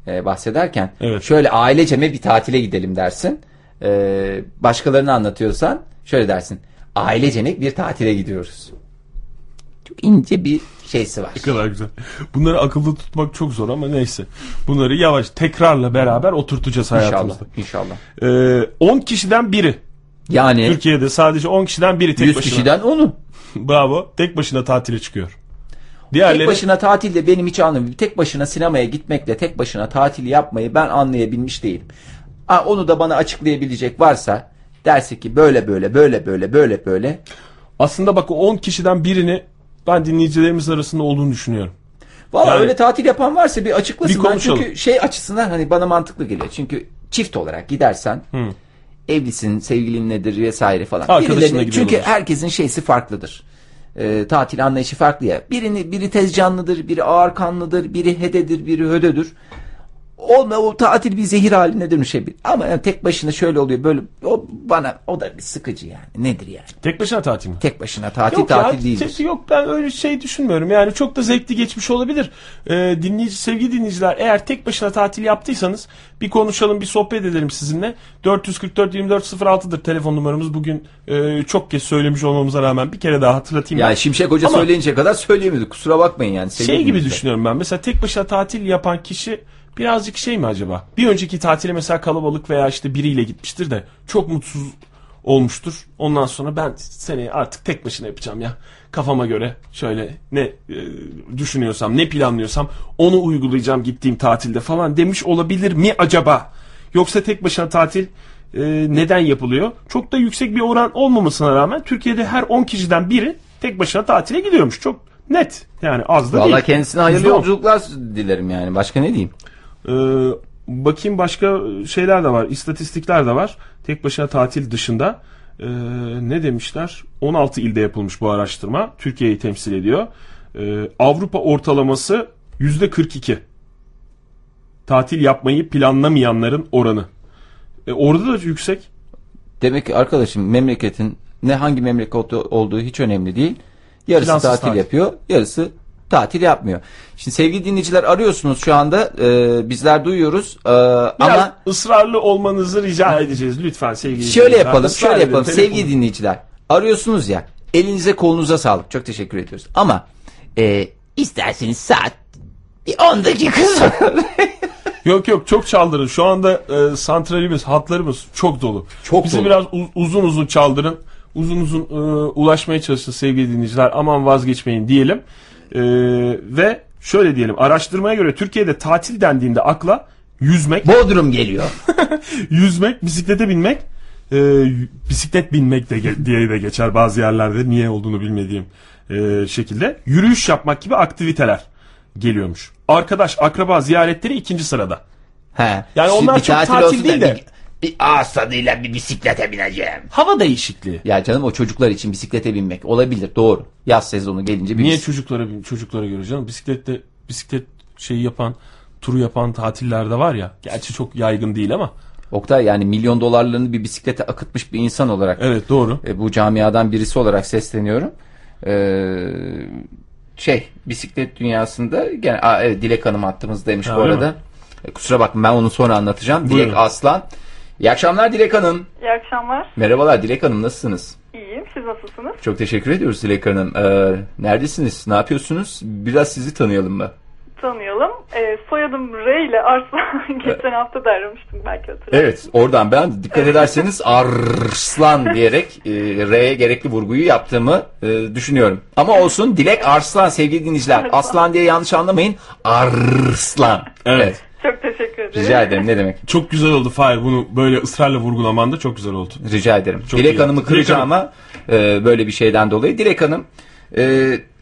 [SPEAKER 1] e, bahsederken
[SPEAKER 2] Evet.
[SPEAKER 1] şöyle aileceme bir tatile gidelim dersin. E, başkalarını anlatıyorsan şöyle dersin. Ailecenek bir tatile gidiyoruz. Çok ince bir şeysi var.
[SPEAKER 2] Ne kadar güzel. Bunları akılda tutmak çok zor ama neyse. Bunları yavaş tekrarla beraber oturtacağız
[SPEAKER 1] İnşallah.
[SPEAKER 2] hayatımızda.
[SPEAKER 1] İnşallah.
[SPEAKER 2] Ee, 10 kişiden biri.
[SPEAKER 1] Yani
[SPEAKER 2] Türkiye'de sadece 10 kişiden biri tek
[SPEAKER 1] 100
[SPEAKER 2] başına.
[SPEAKER 1] kişiden onu.
[SPEAKER 2] Bravo. Tek başına tatile çıkıyor.
[SPEAKER 1] Tek
[SPEAKER 2] Diğerleri
[SPEAKER 1] başına tatilde benim hiç anlamıyorum. Tek başına sinemaya gitmekle tek başına tatil yapmayı ben anlayabilmiş değilim. Ha, onu da bana açıklayabilecek varsa derse ki böyle böyle böyle böyle böyle böyle
[SPEAKER 2] aslında bak o 10 kişiden birini ben dinleyicilerimiz arasında olduğunu düşünüyorum.
[SPEAKER 1] Valla
[SPEAKER 2] Yani-
[SPEAKER 1] öyle tatil yapan varsa bir açıklasın.
[SPEAKER 2] Bir
[SPEAKER 1] Ben
[SPEAKER 2] konuşalım.
[SPEAKER 1] çünkü şey açısından hani bana mantıklı geliyor. Çünkü çift olarak gidersen evlisin, sevgilin nedir vesaire falan.
[SPEAKER 2] Arkadaşınla
[SPEAKER 1] Birilerinin-
[SPEAKER 2] gidiyor
[SPEAKER 1] Çünkü
[SPEAKER 2] olursun.
[SPEAKER 1] herkesin şeysi farklıdır. Ee, tatil anlayışı farklı ya. Birini, biri tez canlıdır, biri ağır kanlıdır, biri hededir, biri hödödür. Olma o tatil bir zehir haline dönüşebilir. Ama yani tek başına şöyle oluyor böyle o bana o da bir sıkıcı yani. Nedir yani?
[SPEAKER 2] Tek başına tatil mi?
[SPEAKER 1] Tek başına tatil
[SPEAKER 2] Yok ya,
[SPEAKER 1] tatil değildir.
[SPEAKER 2] şey- yok ben öyle şey düşünmüyorum. Yani çok da zevkli geçmiş olabilir. Ee, dinleyici sevgili dinleyiciler eğer tek başına tatil yaptıysanız bir konuşalım, bir sohbet edelim sizinle. 444 2406'dır telefon numaramız. Bugün e, çok kez söylemiş olmamıza rağmen bir kere daha hatırlatayım. ben.
[SPEAKER 1] Yani Şimşek Hoca
[SPEAKER 2] Ama-
[SPEAKER 1] söyleyince kadar söyleyemedik. Kusura bakmayın yani.
[SPEAKER 2] şey
[SPEAKER 1] Sevgili
[SPEAKER 2] gibi
[SPEAKER 1] dinleyiciler.
[SPEAKER 2] düşünüyorum ben. Mesela tek başına tatil yapan kişi birazcık şey mi acaba? Bir önceki tatile mesela kalabalık veya işte biriyle gitmiştir de çok mutsuz olmuştur. Ondan sonra ben seneye artık tek başına yapacağım ya. Kafama göre şöyle ne e, düşünüyorsam, ne planlıyorsam onu uygulayacağım gittiğim tatilde falan demiş olabilir mi acaba? Yoksa tek başına tatil e, neden yapılıyor? Çok da yüksek bir oran olmamasına rağmen Türkiye'de her 10 kişiden biri tek başına tatile gidiyormuş. Çok net. Yani az da değil.
[SPEAKER 1] Valla kendisine hayırlı
[SPEAKER 2] Yüzde on.
[SPEAKER 1] yolculuklar dilerim yani. Başka ne diyeyim?
[SPEAKER 2] Ee, bakayım başka şeyler de var. istatistikler de var. Tek başına tatil dışında. Ee, ne demişler? 16 ilde yapılmış bu araştırma. Türkiye'yi temsil ediyor. Ee, Avrupa ortalaması %42. Tatil yapmayı planlamayanların oranı. E, orada da yüksek.
[SPEAKER 1] Demek ki arkadaşım memleketin ne hangi memleket oldu- olduğu hiç önemli değil. Yarısı
[SPEAKER 2] Plansız
[SPEAKER 1] tatil
[SPEAKER 2] tatil.
[SPEAKER 1] yapıyor, yarısı tatil yapmıyor. Şimdi sevgili dinleyiciler arıyorsunuz şu anda. Ee, bizler duyuyoruz. Ee,
[SPEAKER 2] Biraz
[SPEAKER 1] ama
[SPEAKER 2] ısrarlı olmanızı rica edeceğiz lütfen sevgili
[SPEAKER 1] şöyle
[SPEAKER 2] dinleyiciler.
[SPEAKER 1] yapalım,
[SPEAKER 2] Israr
[SPEAKER 1] şöyle
[SPEAKER 2] edin,
[SPEAKER 1] yapalım
[SPEAKER 2] telefonu-
[SPEAKER 1] sevgili dinleyiciler. Arıyorsunuz ya. Elinize kolunuza sağlık. Çok teşekkür ediyoruz. Ama e,
[SPEAKER 3] İsterseniz Ee, saat bir 10 dakika sonra.
[SPEAKER 2] Yok yok çok çaldırın. Şu anda e, santralimiz, hatlarımız çok dolu.
[SPEAKER 1] Çok
[SPEAKER 2] Bizi
[SPEAKER 1] dolu.
[SPEAKER 2] biraz uz- uzun uzun çaldırın. Uzun uzun e, ulaşmaya çalışın sevgili dinleyiciler. Aman vazgeçmeyin diyelim. E, ve şöyle diyelim. Araştırmaya göre Türkiye'de tatil dendiğinde akla yüzmek,
[SPEAKER 4] Bodrum geliyor.
[SPEAKER 2] yüzmek, bisiklete binmek, e, y- bisiklet binmek de ge- diye de geçer bazı yerlerde. Niye olduğunu bilmediğim e, şekilde. Yürüyüş yapmak gibi aktiviteler geliyormuş. Arkadaş, akraba ziyaretleri ikinci sırada.
[SPEAKER 1] he,
[SPEAKER 2] Yani onlar
[SPEAKER 1] bir
[SPEAKER 2] çok tatil
[SPEAKER 1] olsun da
[SPEAKER 2] değil de-
[SPEAKER 1] bir-
[SPEAKER 4] Bir ağız tadıyla bir bisiklete bineceğim.
[SPEAKER 2] Hava değişikliği.
[SPEAKER 1] Ya canım o çocuklar için bisiklete binmek olabilir doğru. Yaz sezonu gelince bir
[SPEAKER 2] Niye
[SPEAKER 1] bis-
[SPEAKER 2] çocuklara bin- çocuklara göre canım? Bisiklette bisiklet şeyi yapan turu yapan tatillerde var ya. Gerçi çok yaygın değil ama.
[SPEAKER 1] Oktay yani milyon dolarlarını bir bisiklete akıtmış bir insan olarak
[SPEAKER 2] Evet doğru.
[SPEAKER 1] e, bu camiadan birisi olarak sesleniyorum. Ee, şey bisiklet dünyasında gene Aa, evet, Dilek Hanım hattımızdaymış
[SPEAKER 2] Ha,
[SPEAKER 1] bu
[SPEAKER 2] öyle
[SPEAKER 1] arada. E, Kusura bakma ben onu sonra anlatacağım.
[SPEAKER 2] Buyurun.
[SPEAKER 1] Dilek Aslan. İyi akşamlar Dilek Hanım.
[SPEAKER 8] İyi akşamlar.
[SPEAKER 1] Merhabalar Dilek Hanım nasılsınız?
[SPEAKER 8] İyiyim. Siz nasılsınız?
[SPEAKER 1] Çok teşekkür ediyoruz Dilek Hanım. Ee, neredesiniz? Ne yapıyorsunuz? Biraz sizi tanıyalım mı?
[SPEAKER 8] Tanıyalım. Ee, soyadım R ile Arslan. Geçen hafta da aramıştım belki hatırlarsınız.
[SPEAKER 1] Evet oradan ben dikkat ederseniz Arslan diyerek e, R'ye gerekli vurguyu yaptığımı e, düşünüyorum. Ama olsun Dilek Arslan sevgili dinleyiciler. Aslan diye yanlış anlamayın. Arslan. Evet.
[SPEAKER 8] Çok teşekkür ederim.
[SPEAKER 1] Rica ederim ne demek.
[SPEAKER 2] Çok güzel oldu Fahir bunu böyle ısrarla vurgulaman da çok güzel oldu.
[SPEAKER 1] Rica ederim.
[SPEAKER 2] Çok iyi
[SPEAKER 1] Dilek Hanım'ı
[SPEAKER 2] yaptın. Dilek
[SPEAKER 1] kıracağım ama e, böyle bir şeyden dolayı. Dilek Hanım e,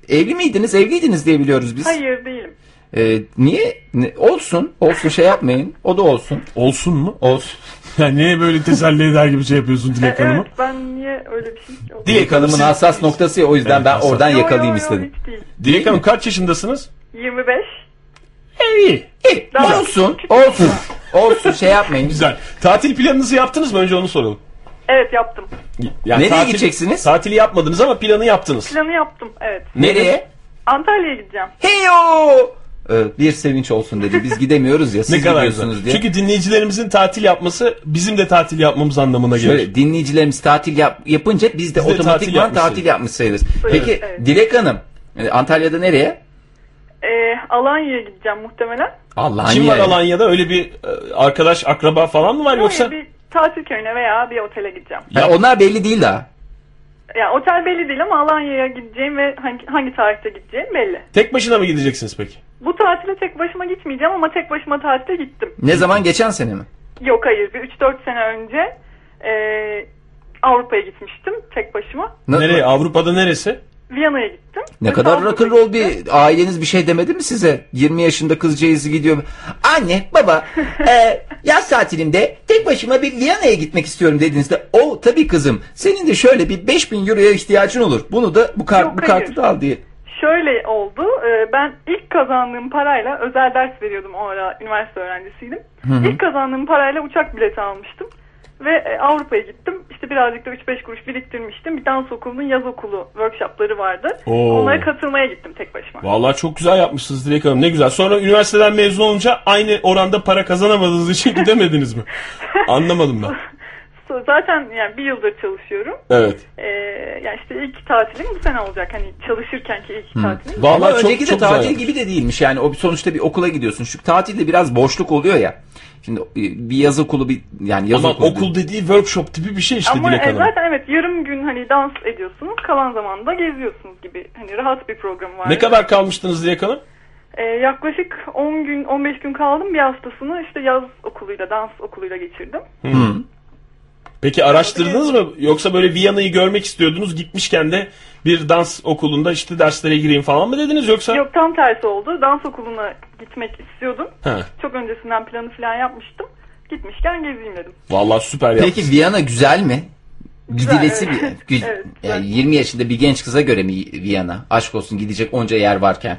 [SPEAKER 1] evli miydiniz? Evliydiniz diye biliyoruz biz.
[SPEAKER 8] Hayır değilim.
[SPEAKER 1] E, niye? Ne- olsun. Olsun şey yapmayın. O da olsun.
[SPEAKER 2] Olsun mu?
[SPEAKER 1] Olsun.
[SPEAKER 2] Yani niye böyle teselli eder gibi şey yapıyorsun Dilek Hanım'ı?
[SPEAKER 8] Ee, Evet ben niye öyle bir şey yok.
[SPEAKER 1] Dilek Hanım'ın hassas noktası ya o yüzden
[SPEAKER 2] Evet,
[SPEAKER 1] ben
[SPEAKER 2] hassas.
[SPEAKER 1] oradan
[SPEAKER 8] Yo, yo,
[SPEAKER 1] yakalayayım
[SPEAKER 8] yo,
[SPEAKER 1] istedim.
[SPEAKER 8] hiç değil.
[SPEAKER 2] Dilek Hanım kaç yaşındasınız?
[SPEAKER 8] 25.
[SPEAKER 2] İyi.
[SPEAKER 1] İyi,
[SPEAKER 8] Daha-
[SPEAKER 1] olsun, olsun. olsun şey yapmayın.
[SPEAKER 2] Güzel. Tatil planınızı yaptınız mı? Önce onu soralım.
[SPEAKER 8] Evet yaptım.
[SPEAKER 2] Yani
[SPEAKER 1] Nereye gideceksiniz?
[SPEAKER 2] Tatili yapmadınız ama planı yaptınız.
[SPEAKER 8] Planı yaptım. Evet.
[SPEAKER 1] Nereye?
[SPEAKER 8] Antalya'ya gideceğim.
[SPEAKER 1] Heyo! Ee, bir sevinç olsun dedi. Biz gidemiyoruz ya siz
[SPEAKER 2] Ne kadar
[SPEAKER 1] gidiyorsunuz
[SPEAKER 2] güzel.
[SPEAKER 1] diye.
[SPEAKER 2] Çünkü dinleyicilerimizin tatil yapması bizim de tatil yapmamız anlamına gelir.
[SPEAKER 1] Şöyle dinleyicilerimiz tatil yap, yapınca biz de
[SPEAKER 2] de
[SPEAKER 1] otomatikman
[SPEAKER 2] tatil
[SPEAKER 1] tatil, yapmış sayılırız. Peki
[SPEAKER 8] evet.
[SPEAKER 1] Dilek Hanım e, Antalya'da nereye?
[SPEAKER 8] Ee, Alanya'ya gideceğim muhtemelen.
[SPEAKER 1] Allah'ın
[SPEAKER 2] Kim var
[SPEAKER 1] yeri.
[SPEAKER 2] Alanya'da? Öyle bir e, arkadaş, akraba falan mı var yoksa?
[SPEAKER 8] Hayır, bir tatil köyüne veya bir otele gideceğim.
[SPEAKER 1] Ha, onlar belli değil daha.
[SPEAKER 8] Yani otel belli değil ama Alanya'ya gideceğim ve hangi, hangi tarihte gideceğim belli.
[SPEAKER 2] Tek başına mı gideceksiniz peki?
[SPEAKER 8] Bu tatile tek başıma gitmeyeceğim ama tek başıma tatile gittim.
[SPEAKER 1] Ne zaman geçen sene mi?
[SPEAKER 8] Yok hayır bir 3-4 sene önce eee, Avrupa'ya gitmiştim tek başıma.
[SPEAKER 1] Ne,
[SPEAKER 2] Nereye? Avrupa'da neresi?
[SPEAKER 8] Viyana'ya gittim.
[SPEAKER 1] Ne kadar rock'n'roll bir aileniz bir şey demedi mi size? 20 yaşında kızcağızı gidiyor.
[SPEAKER 4] Anne, baba, e, yaz tatilimde tek başıma bir Viyana'ya gitmek istiyorum dediğinizde o tabii kızım
[SPEAKER 1] Senin de şöyle bir 5000 euroya ihtiyacın olur. Bunu da bu, kart,
[SPEAKER 8] Yok,
[SPEAKER 1] bu kartı
[SPEAKER 8] hayır.
[SPEAKER 1] da al diye.
[SPEAKER 8] Şöyle oldu. eee, ben ilk kazandığım parayla özel ders veriyordum o ara üniversite öğrencisiydim. İlk kazandığım parayla uçak bileti almıştım. Ve e, Avrupa'ya gittim. İşte birazcık da 3-5 kuruş biriktirmiştim. Bir dans okulunun yaz okulu workshopları vardı.
[SPEAKER 2] Oo.
[SPEAKER 8] Onlara katılmaya gittim tek başıma.
[SPEAKER 2] Vallahi çok güzel yapmışsınız Dilek Hanım. Ne güzel. Sonra üniversiteden mezun olunca aynı oranda para kazanamadığınız için gidemediniz mi? Anlamadım ben.
[SPEAKER 8] So- Zaten yani bir yıldır çalışıyorum.
[SPEAKER 2] Evet.
[SPEAKER 8] Ee, yani işte ilk tatilim bu sene olacak. Hani çalışırkenki ilk tatilim.
[SPEAKER 1] Ama
[SPEAKER 2] Vallahi çok,
[SPEAKER 1] önceki de
[SPEAKER 2] çok güzel
[SPEAKER 1] tatil
[SPEAKER 2] yapmış.
[SPEAKER 1] gibi de değilmiş. Yani o bir- sonuçta bir okula gidiyorsun. Çünkü tatilde biraz boşluk oluyor ya. Şimdi e, bir yaz okulu bir yani yaz
[SPEAKER 2] Ama
[SPEAKER 1] okulu.
[SPEAKER 2] okul dediği workshop tipi bir şey işte
[SPEAKER 8] Ama
[SPEAKER 2] Dilek
[SPEAKER 8] e,
[SPEAKER 2] Hanım.
[SPEAKER 8] zaten evet yarım gün hani dans ediyorsunuz. Kalan zamanda geziyorsunuz gibi. Hani rahat bir program var.
[SPEAKER 2] Ne kadar kalmıştınız Dilek Hanım?
[SPEAKER 8] Ee, yaklaşık 10 gün 15 gün kaldım. Bir haftasını işte yaz okuluyla dans okuluyla geçirdim.
[SPEAKER 2] Peki araştırdınız mı? Yoksa böyle Viyana'yı görmek istiyordunuz. Gitmişken de bir dans okulunda işte derslere gireyim falan mı dediniz yoksa?
[SPEAKER 8] Yok tam tersi oldu. Dans okuluna gitmek istiyordum.
[SPEAKER 2] He.
[SPEAKER 8] Çok öncesinden planı falan yapmıştım. Gitmişken gezeyim dedim.
[SPEAKER 2] Vallahi süper yapmış.
[SPEAKER 1] Peki Viyana güzel mi? Gidilesi bir
[SPEAKER 8] evet.
[SPEAKER 1] gü-
[SPEAKER 8] Evet, güzel.
[SPEAKER 1] yani 20 yaşında bir genç kıza göre mi Viyana? Aşk olsun gidecek onca yer varken.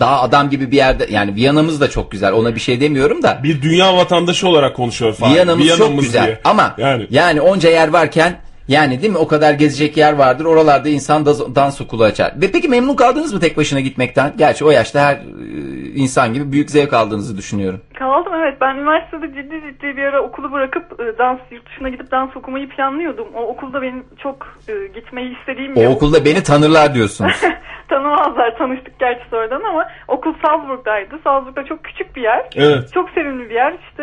[SPEAKER 1] Daha adam gibi bir yerde yani Viyana'mız da çok güzel. Ona bir şey demiyorum da.
[SPEAKER 2] bir dünya vatandaşı olarak konuşuyor falan.
[SPEAKER 1] Viyana'mız çok
[SPEAKER 2] Viyana'mız
[SPEAKER 1] güzel
[SPEAKER 2] diye.
[SPEAKER 1] ama yani.
[SPEAKER 2] Yani.
[SPEAKER 1] onca yer varken yani değil mi o kadar gezecek yer vardır oralarda insan da- dans okulu açar. Ve peki memnun kaldınız mı tek başına gitmekten? Gerçi o yaşta her e, insan gibi büyük zevk aldığınızı düşünüyorum.
[SPEAKER 8] Kaldım evet ben üniversitede ciddi ciddi bir ara okulu bırakıp e, dans yurt dışına gidip dans okumayı planlıyordum. O okulda benim çok e, gitmeyi istediğim
[SPEAKER 1] O
[SPEAKER 8] bir
[SPEAKER 1] okulda beni tanırlar diyorsunuz.
[SPEAKER 8] Tanımazlar tanıştık gerçi sonradan ama okul Salzburg'daydı. Salzburg'da çok küçük bir yer.
[SPEAKER 2] Evet.
[SPEAKER 8] Çok sevimli bir yer işte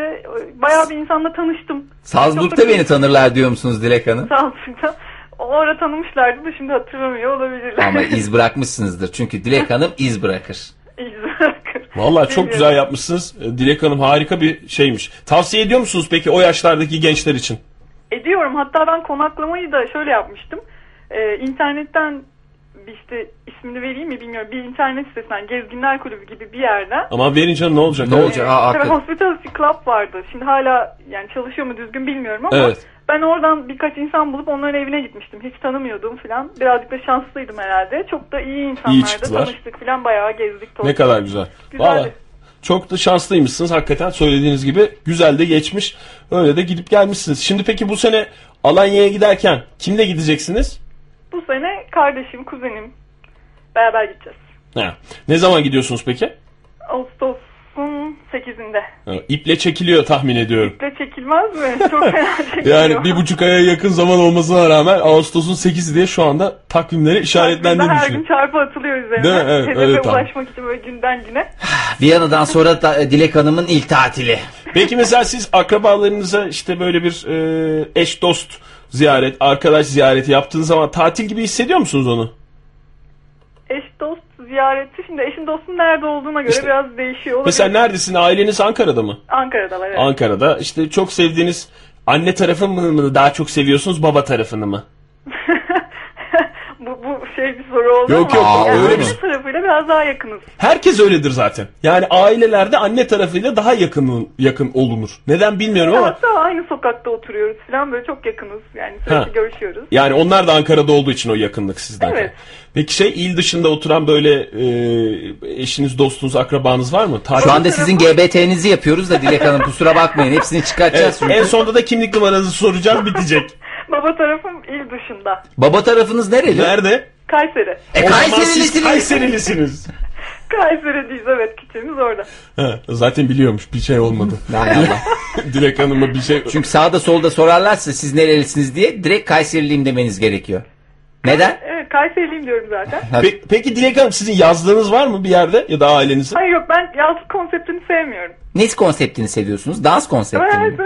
[SPEAKER 8] e, bayağı bir insanla tanıştım. Çok
[SPEAKER 1] Salzburg'da
[SPEAKER 8] da-
[SPEAKER 1] beni tanırlar diyor musunuz Dilek Hanım?
[SPEAKER 8] Salzburg'da. O ara tanımışlardı da şimdi hatırlamıyor olabilirler.
[SPEAKER 1] Ama iz bırakmışsınızdır. Çünkü Dilek Hanım iz bırakır.
[SPEAKER 8] İz bırakır.
[SPEAKER 2] Vallahi çok
[SPEAKER 8] Bilmiyorum.
[SPEAKER 2] güzel yapmışsınız. E, Dilek Hanım harika bir şeymiş. Tavsiye ediyor musunuz peki o yaşlardaki gençler için?
[SPEAKER 8] Ediyorum. Hatta ben konaklamayı da şöyle yapmıştım. Ee, internetten bir işte ismini vereyim mi bilmiyorum. Bir internet sitesinden Gezginler Kulübü gibi bir yerden.
[SPEAKER 2] Ama verince ne olacak?
[SPEAKER 1] Ne
[SPEAKER 2] Evet.
[SPEAKER 1] olacak? Aa,
[SPEAKER 8] Tabii
[SPEAKER 1] hakikaten.
[SPEAKER 8] Hospitality Club vardı. Şimdi hala yani çalışıyor mu düzgün bilmiyorum ama
[SPEAKER 2] Evet.
[SPEAKER 8] ben oradan birkaç insan bulup onların evine gitmiştim. Hiç tanımıyordum falan. Birazcık da şanslıydım herhalde. Çok da iyi
[SPEAKER 2] İyi
[SPEAKER 8] insanlardı.
[SPEAKER 2] çıktılar.
[SPEAKER 8] Tanıştık falan bayağı gezdik.
[SPEAKER 2] Ne
[SPEAKER 8] tozduk.
[SPEAKER 2] kadar güzel.
[SPEAKER 8] Güzeldi.
[SPEAKER 2] Vallahi çok da şanslıymışsınız hakikaten söylediğiniz gibi. Güzel de geçmiş. Öyle de gidip gelmişsiniz. Şimdi peki bu sene Alanya'ya giderken kimle gideceksiniz?
[SPEAKER 8] Bu sene kardeşim, kuzenim beraber gideceğiz.
[SPEAKER 2] Ha. Ne zaman gidiyorsunuz peki?
[SPEAKER 8] Ağustos'un 8'inde.
[SPEAKER 2] Ha, İple çekiliyor tahmin ediyorum.
[SPEAKER 8] Ve çekilmez mi? Çok fena çekiliyor.
[SPEAKER 2] Yani bir buçuk aya yakın zaman olmasına rağmen Ağustos'un 8'i diye şu anda takvimlere işaretlendiğini
[SPEAKER 8] Ben her gün
[SPEAKER 2] düşünüyorum.
[SPEAKER 8] çarpı atılıyor üzerine.
[SPEAKER 2] Değil mi? Evet,
[SPEAKER 8] Hedefe
[SPEAKER 2] öyle tahmin.
[SPEAKER 8] ulaşmak için böyle günden güne.
[SPEAKER 1] Viyana'dan sonra da e, Dilek Hanım'ın ilk tatili.
[SPEAKER 2] Peki mesela siz akrabalarınıza işte böyle bir e, eş dost ziyaret, arkadaş ziyareti yaptığınız zaman tatil gibi hissediyor musunuz onu?
[SPEAKER 8] Eş dost ziyareti. Şimdi eşin dostun nerede olduğuna göre
[SPEAKER 2] İşte-
[SPEAKER 8] biraz değişiyor. Olabilir.
[SPEAKER 2] Mesela neredesin? Aileniz Ankara'da mı?
[SPEAKER 8] Ankara'dalar evet.
[SPEAKER 2] Ankara'da. İşte çok sevdiğiniz anne tarafını mı daha çok seviyorsunuz, baba tarafını mı?
[SPEAKER 8] bu, bu şey bir soru oldu
[SPEAKER 2] Yok,
[SPEAKER 8] ama.
[SPEAKER 2] yok,
[SPEAKER 8] yani
[SPEAKER 1] öyle
[SPEAKER 8] anne
[SPEAKER 1] mi?
[SPEAKER 8] tarafıyla biraz daha yakınız.
[SPEAKER 2] Herkes öyledir zaten. Yani ailelerde anne tarafıyla daha yakın yakın olunur. Neden bilmiyorum ama
[SPEAKER 8] Hatta aynı sokakta oturuyoruz falan böyle çok yakınız. Yani sürekli
[SPEAKER 2] Ha.
[SPEAKER 8] görüşüyoruz.
[SPEAKER 2] yani onlar da Ankara'da olduğu için o yakınlık sizden.
[SPEAKER 8] Evet.
[SPEAKER 2] Peki şey il dışında oturan böyle e, eşiniz, dostunuz, akrabanız var mı? Tatil-
[SPEAKER 1] Şu anda sizin GBT'nizi yapıyoruz da Dilek Hanım kusura bakmayın. Hepsini çıkartacağız.
[SPEAKER 2] Evet,
[SPEAKER 1] çünkü.
[SPEAKER 2] E, en sonunda da kimlik numaranızı soracağım bitecek.
[SPEAKER 8] Baba tarafım il dışında.
[SPEAKER 1] Baba tarafınız nereli?
[SPEAKER 2] Nerede?
[SPEAKER 8] Kayseri.
[SPEAKER 1] E,
[SPEAKER 2] O zaman siz
[SPEAKER 1] Kayserilisiniz.
[SPEAKER 2] Kayserilisiniz.
[SPEAKER 8] Kayseri'deyiz evet küçüğümüz orada.
[SPEAKER 2] Ha, zaten biliyormuş bir şey olmadı.
[SPEAKER 1] Hay Allah.
[SPEAKER 2] Dilek Hanım'a bir şey
[SPEAKER 1] Çünkü sağda solda sorarlarsa siz nerelisiniz diye direkt Kayseriliyim demeniz gerekiyor. Neden?
[SPEAKER 8] Evet Kayseriliyim diyorum zaten.
[SPEAKER 2] Pe- peki Dilek Hanım sizin yazlığınız var mı bir yerde ya da ailenizin?
[SPEAKER 8] Hayır yok ben yazlık konseptini sevmiyorum.
[SPEAKER 1] Ne konseptini seviyorsunuz? Dans konseptini. mi?
[SPEAKER 8] Ben-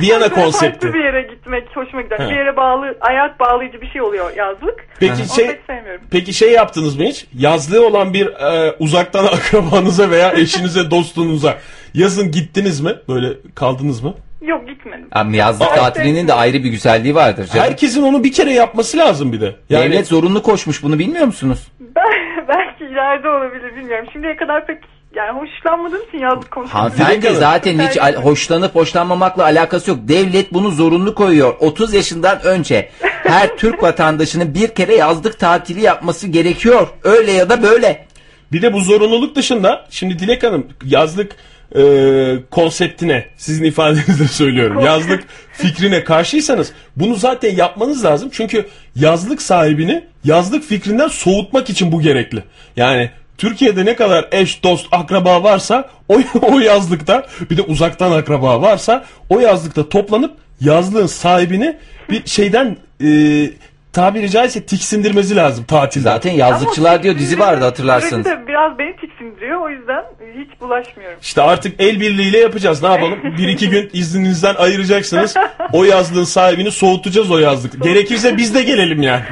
[SPEAKER 2] Viyana
[SPEAKER 8] Böyle
[SPEAKER 2] konsepti.
[SPEAKER 8] Farklı bir yere gitmek hoşuma gider.
[SPEAKER 2] He.
[SPEAKER 8] Bir yere bağlı, ayak bağlayıcı bir şey oluyor yazlık.
[SPEAKER 2] Peki
[SPEAKER 8] Onu
[SPEAKER 2] şey
[SPEAKER 8] pek sevmiyorum.
[SPEAKER 2] peki şey yaptınız mı hiç? Yazlığı olan bir e, uzaktan akrabanıza veya eşinize dostunuza yazın gittiniz mi? Böyle kaldınız mı?
[SPEAKER 8] Yok gitmedim.
[SPEAKER 1] Ama yazlık
[SPEAKER 2] Aa,
[SPEAKER 1] tatilinin de ayrı bir güzelliği vardır. canım.
[SPEAKER 2] Herkesin onu bir kere yapması lazım bir de. Yani
[SPEAKER 1] Devlet zorunlu koşmuş bunu bilmiyor musunuz?
[SPEAKER 8] Ben, belki ileride olabilir bilmiyorum. Şimdiye kadar pek yani hoşlanmadığım için yazlık konsepti.
[SPEAKER 1] Hanımefendi
[SPEAKER 2] Hanım.
[SPEAKER 1] zaten hiç al-
[SPEAKER 8] Efendim?
[SPEAKER 1] hoşlanıp hoşlanmamakla alakası yok. Devlet bunu zorunlu koyuyor. 30 yaşından önce her Türk vatandaşının bir kere yazlık tatili yapması gerekiyor. Öyle ya da böyle.
[SPEAKER 2] bir de bu zorunluluk dışında şimdi Dilek Hanım yazlık e, konseptine sizin ifadenizle söylüyorum. Yazlık fikrine karşıysanız bunu zaten yapmanız lazım. Çünkü yazlık sahibini yazlık fikrinden soğutmak için bu gerekli. Yani Türkiye'de ne kadar eş, dost, akraba varsa o, o yazlıkta bir de uzaktan akraba varsa o yazlıkta toplanıp yazlığın sahibini bir şeyden e, tabiri caizse tiksindirmesi lazım tatilde.
[SPEAKER 1] Zaten yazlıkçılar
[SPEAKER 8] Ama
[SPEAKER 1] diyor dizi vardı hatırlarsınız.
[SPEAKER 8] Sürekli de biraz beni tiksindiriyor o yüzden hiç bulaşmıyorum.
[SPEAKER 2] İşte artık el birliğiyle yapacağız. Ne yapalım? Bir iki gün izninizden ayıracaksınız. O yazlığın sahibini soğutacağız o yazlık. Gerekirse biz de gelelim yani.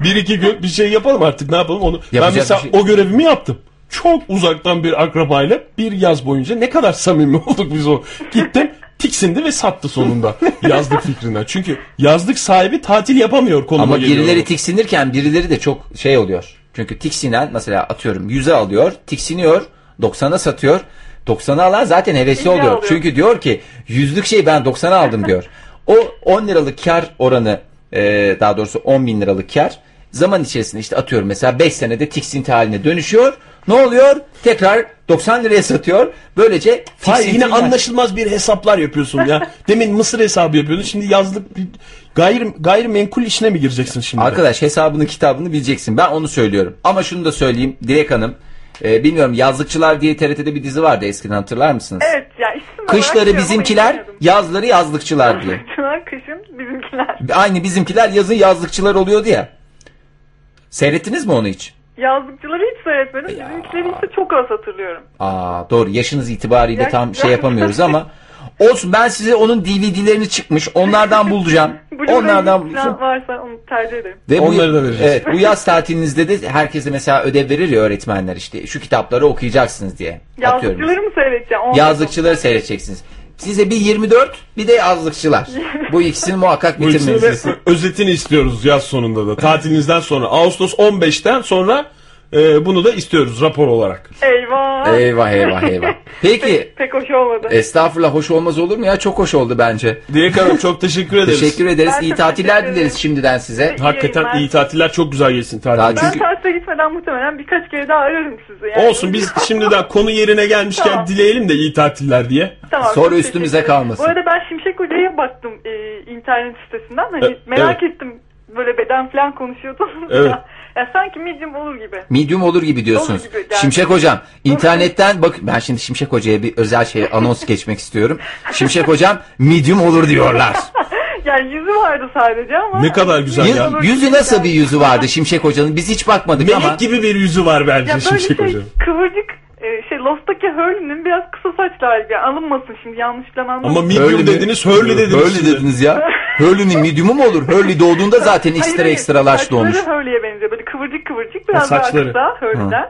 [SPEAKER 2] Bir iki gün bir şey yapalım artık. Ne yapalım onu?
[SPEAKER 1] Yapacak
[SPEAKER 2] ben mesela
[SPEAKER 1] bir şey-
[SPEAKER 2] o görevimi yaptım. Çok uzaktan bir akrabayla bir yaz boyunca ne kadar samimi olduk biz o. Gittim tiksindi ve sattı sonunda yazlık fikrinden. Çünkü yazlık sahibi tatil yapamıyor konuma
[SPEAKER 1] Ama
[SPEAKER 2] geliyor.
[SPEAKER 1] birileri tiksinirken birileri de çok şey oluyor. Çünkü tiksinen mesela atıyorum 100'e alıyor, tiksiniyor, 90'a satıyor. 90'a alan zaten hevesli
[SPEAKER 8] İyi
[SPEAKER 1] oluyor.
[SPEAKER 8] alıyor.
[SPEAKER 1] Çünkü diyor ki yüzlük şey ben 90'a aldım diyor. O 10 liralık kar oranı e, daha doğrusu 10 bin liralık kar zaman içerisinde işte atıyorum mesela 5 senede tiksinti haline dönüşüyor. Ne oluyor? Tekrar 90 liraya satıyor. Böylece
[SPEAKER 2] Hayır
[SPEAKER 1] tiksinti-
[SPEAKER 2] yine anlaşılmaz bir hesaplar yapıyorsun ya. Demin Mısır hesabı yapıyordun. Şimdi yazlık bir gayri, gayrimenkul işine mi gireceksin şimdi? de?
[SPEAKER 1] Arkadaş hesabını kitabını bileceksin. Ben onu söylüyorum. Ama şunu da söyleyeyim Dilek Hanım. Ee, bilmiyorum yazlıkçılar diye TRT'de bir dizi vardı eskiden hatırlar mısınız?
[SPEAKER 8] Evet ya isim olarak
[SPEAKER 1] Kışları
[SPEAKER 8] biliyorum ama
[SPEAKER 1] bizimkiler,
[SPEAKER 8] izlemedim.
[SPEAKER 1] yazları yazlıkçılar diye.
[SPEAKER 8] Çınar kışın bizimkiler.
[SPEAKER 1] Aynı bizimkiler yazın yazlıkçılar oluyordu ya. Seyrettiniz mi onu hiç?
[SPEAKER 8] Yazlıkçıları hiç seyretmedim. Bizimkileri ise çok az hatırlıyorum.
[SPEAKER 1] Aa doğru yaşınız itibariyle
[SPEAKER 8] Ya-
[SPEAKER 1] tam şey yapamıyoruz ama olsun ben size onun DVD'lerini çıkmış onlardan bulacağım.
[SPEAKER 8] Blu-ray
[SPEAKER 1] onlardan
[SPEAKER 8] falan varsa onu tercih ederim.
[SPEAKER 1] Ve bu-
[SPEAKER 2] Onları da vereceğiz.
[SPEAKER 1] Evet, bu yaz tatilinizde de herkese mesela ödev verir ya öğretmenler işte şu kitapları okuyacaksınız diye. Atıyorum.
[SPEAKER 8] Yazlıkçıları mı seyredeceğim? Olmaz.
[SPEAKER 1] Yazlıkçıları seyredeceksiniz. Size bir 24 bir de yazlıkçılar. Bu ikisini muhakkak
[SPEAKER 2] Bu ikisini
[SPEAKER 1] bitirmeniz
[SPEAKER 2] de özetini istiyoruz yaz sonunda da. Tatilinizden sonra. Ağustos 15'ten sonra e, bunu da istiyoruz rapor olarak.
[SPEAKER 8] Eyvah.
[SPEAKER 1] Eyvah eyvah E, eyvah. Peki
[SPEAKER 8] Pek, pek hoş olmadı.
[SPEAKER 1] estağfurullah hoş olmaz olur mu ya çok hoş oldu bence.
[SPEAKER 2] Dilek Hanım çok teşekkür ederiz.
[SPEAKER 1] Teşekkür ederiz.
[SPEAKER 8] Ben
[SPEAKER 1] İyi
[SPEAKER 8] çok
[SPEAKER 1] tatiller
[SPEAKER 8] teşekkür ederim.
[SPEAKER 1] dileriz şimdiden size.
[SPEAKER 2] Hakikaten
[SPEAKER 8] yayınlar.
[SPEAKER 2] iyi tatiller çok güzel geçsin
[SPEAKER 1] Daha
[SPEAKER 2] tatiliniz.
[SPEAKER 8] ben
[SPEAKER 1] çünkü-
[SPEAKER 8] tatile gitmeden muhtemelen birkaç kere daha ararım sizi. Yani.
[SPEAKER 2] Olsun biz şimdiden konu yerine gelmişken
[SPEAKER 8] Tamam.
[SPEAKER 2] dileyelim de iyi tatiller diye.
[SPEAKER 8] Tamam,
[SPEAKER 1] Sonra
[SPEAKER 8] çok
[SPEAKER 1] üstümüze
[SPEAKER 8] teşekkür ederim.
[SPEAKER 1] kalmasın.
[SPEAKER 8] Bu arada ben Şimşek Hoca'ya baktım e, internet sitesinden. Hani
[SPEAKER 2] E-
[SPEAKER 8] merak ettim böyle beden falan konuşuyordunuz.
[SPEAKER 2] Evet.
[SPEAKER 8] Ya, ya sanki medium olur gibi.
[SPEAKER 1] Medium olur gibi diyorsunuz.
[SPEAKER 8] Olur gibi, yani.
[SPEAKER 1] Şimşek hocam internetten bak ben şimdi Şimşek hocaya bir özel şey anons geçmek istiyorum. Şimşek hocam medium olur diyorlar.
[SPEAKER 8] Yani yüzü vardı sadece ama.
[SPEAKER 2] Ne kadar güzel
[SPEAKER 1] Yüz-
[SPEAKER 2] ya.
[SPEAKER 8] Olur
[SPEAKER 1] yüzü
[SPEAKER 8] gibi
[SPEAKER 1] nasıl
[SPEAKER 8] yani.
[SPEAKER 1] bir yüzü vardı Şimşek hocanın? Biz hiç bakmadık ama.
[SPEAKER 2] Melek gibi bir yüzü var bence
[SPEAKER 8] Ya böyle
[SPEAKER 2] Şimşek
[SPEAKER 8] şey
[SPEAKER 2] Hocam.
[SPEAKER 8] kıvırcık e, şey Lost'taki Hurley'nin biraz kısa saçlı hali. Yani alınmasın şimdi yanlış falan anlamayın.
[SPEAKER 2] Ama medium
[SPEAKER 1] mi?
[SPEAKER 2] dediniz, Hurley dediniz.
[SPEAKER 1] Hurley
[SPEAKER 2] şimdi.
[SPEAKER 1] dediniz ya. Hurley'nin mediumu mu olur? Hurley doğduğunda zaten
[SPEAKER 8] Hayır,
[SPEAKER 1] ekstra
[SPEAKER 8] hayır.
[SPEAKER 1] ekstra laçlı olmuş.
[SPEAKER 8] Saçları Hurley'e benziyor. Böyle kıvırcık kıvırcık biraz
[SPEAKER 2] Ha, saçları.
[SPEAKER 8] daha kısa Hurley'den.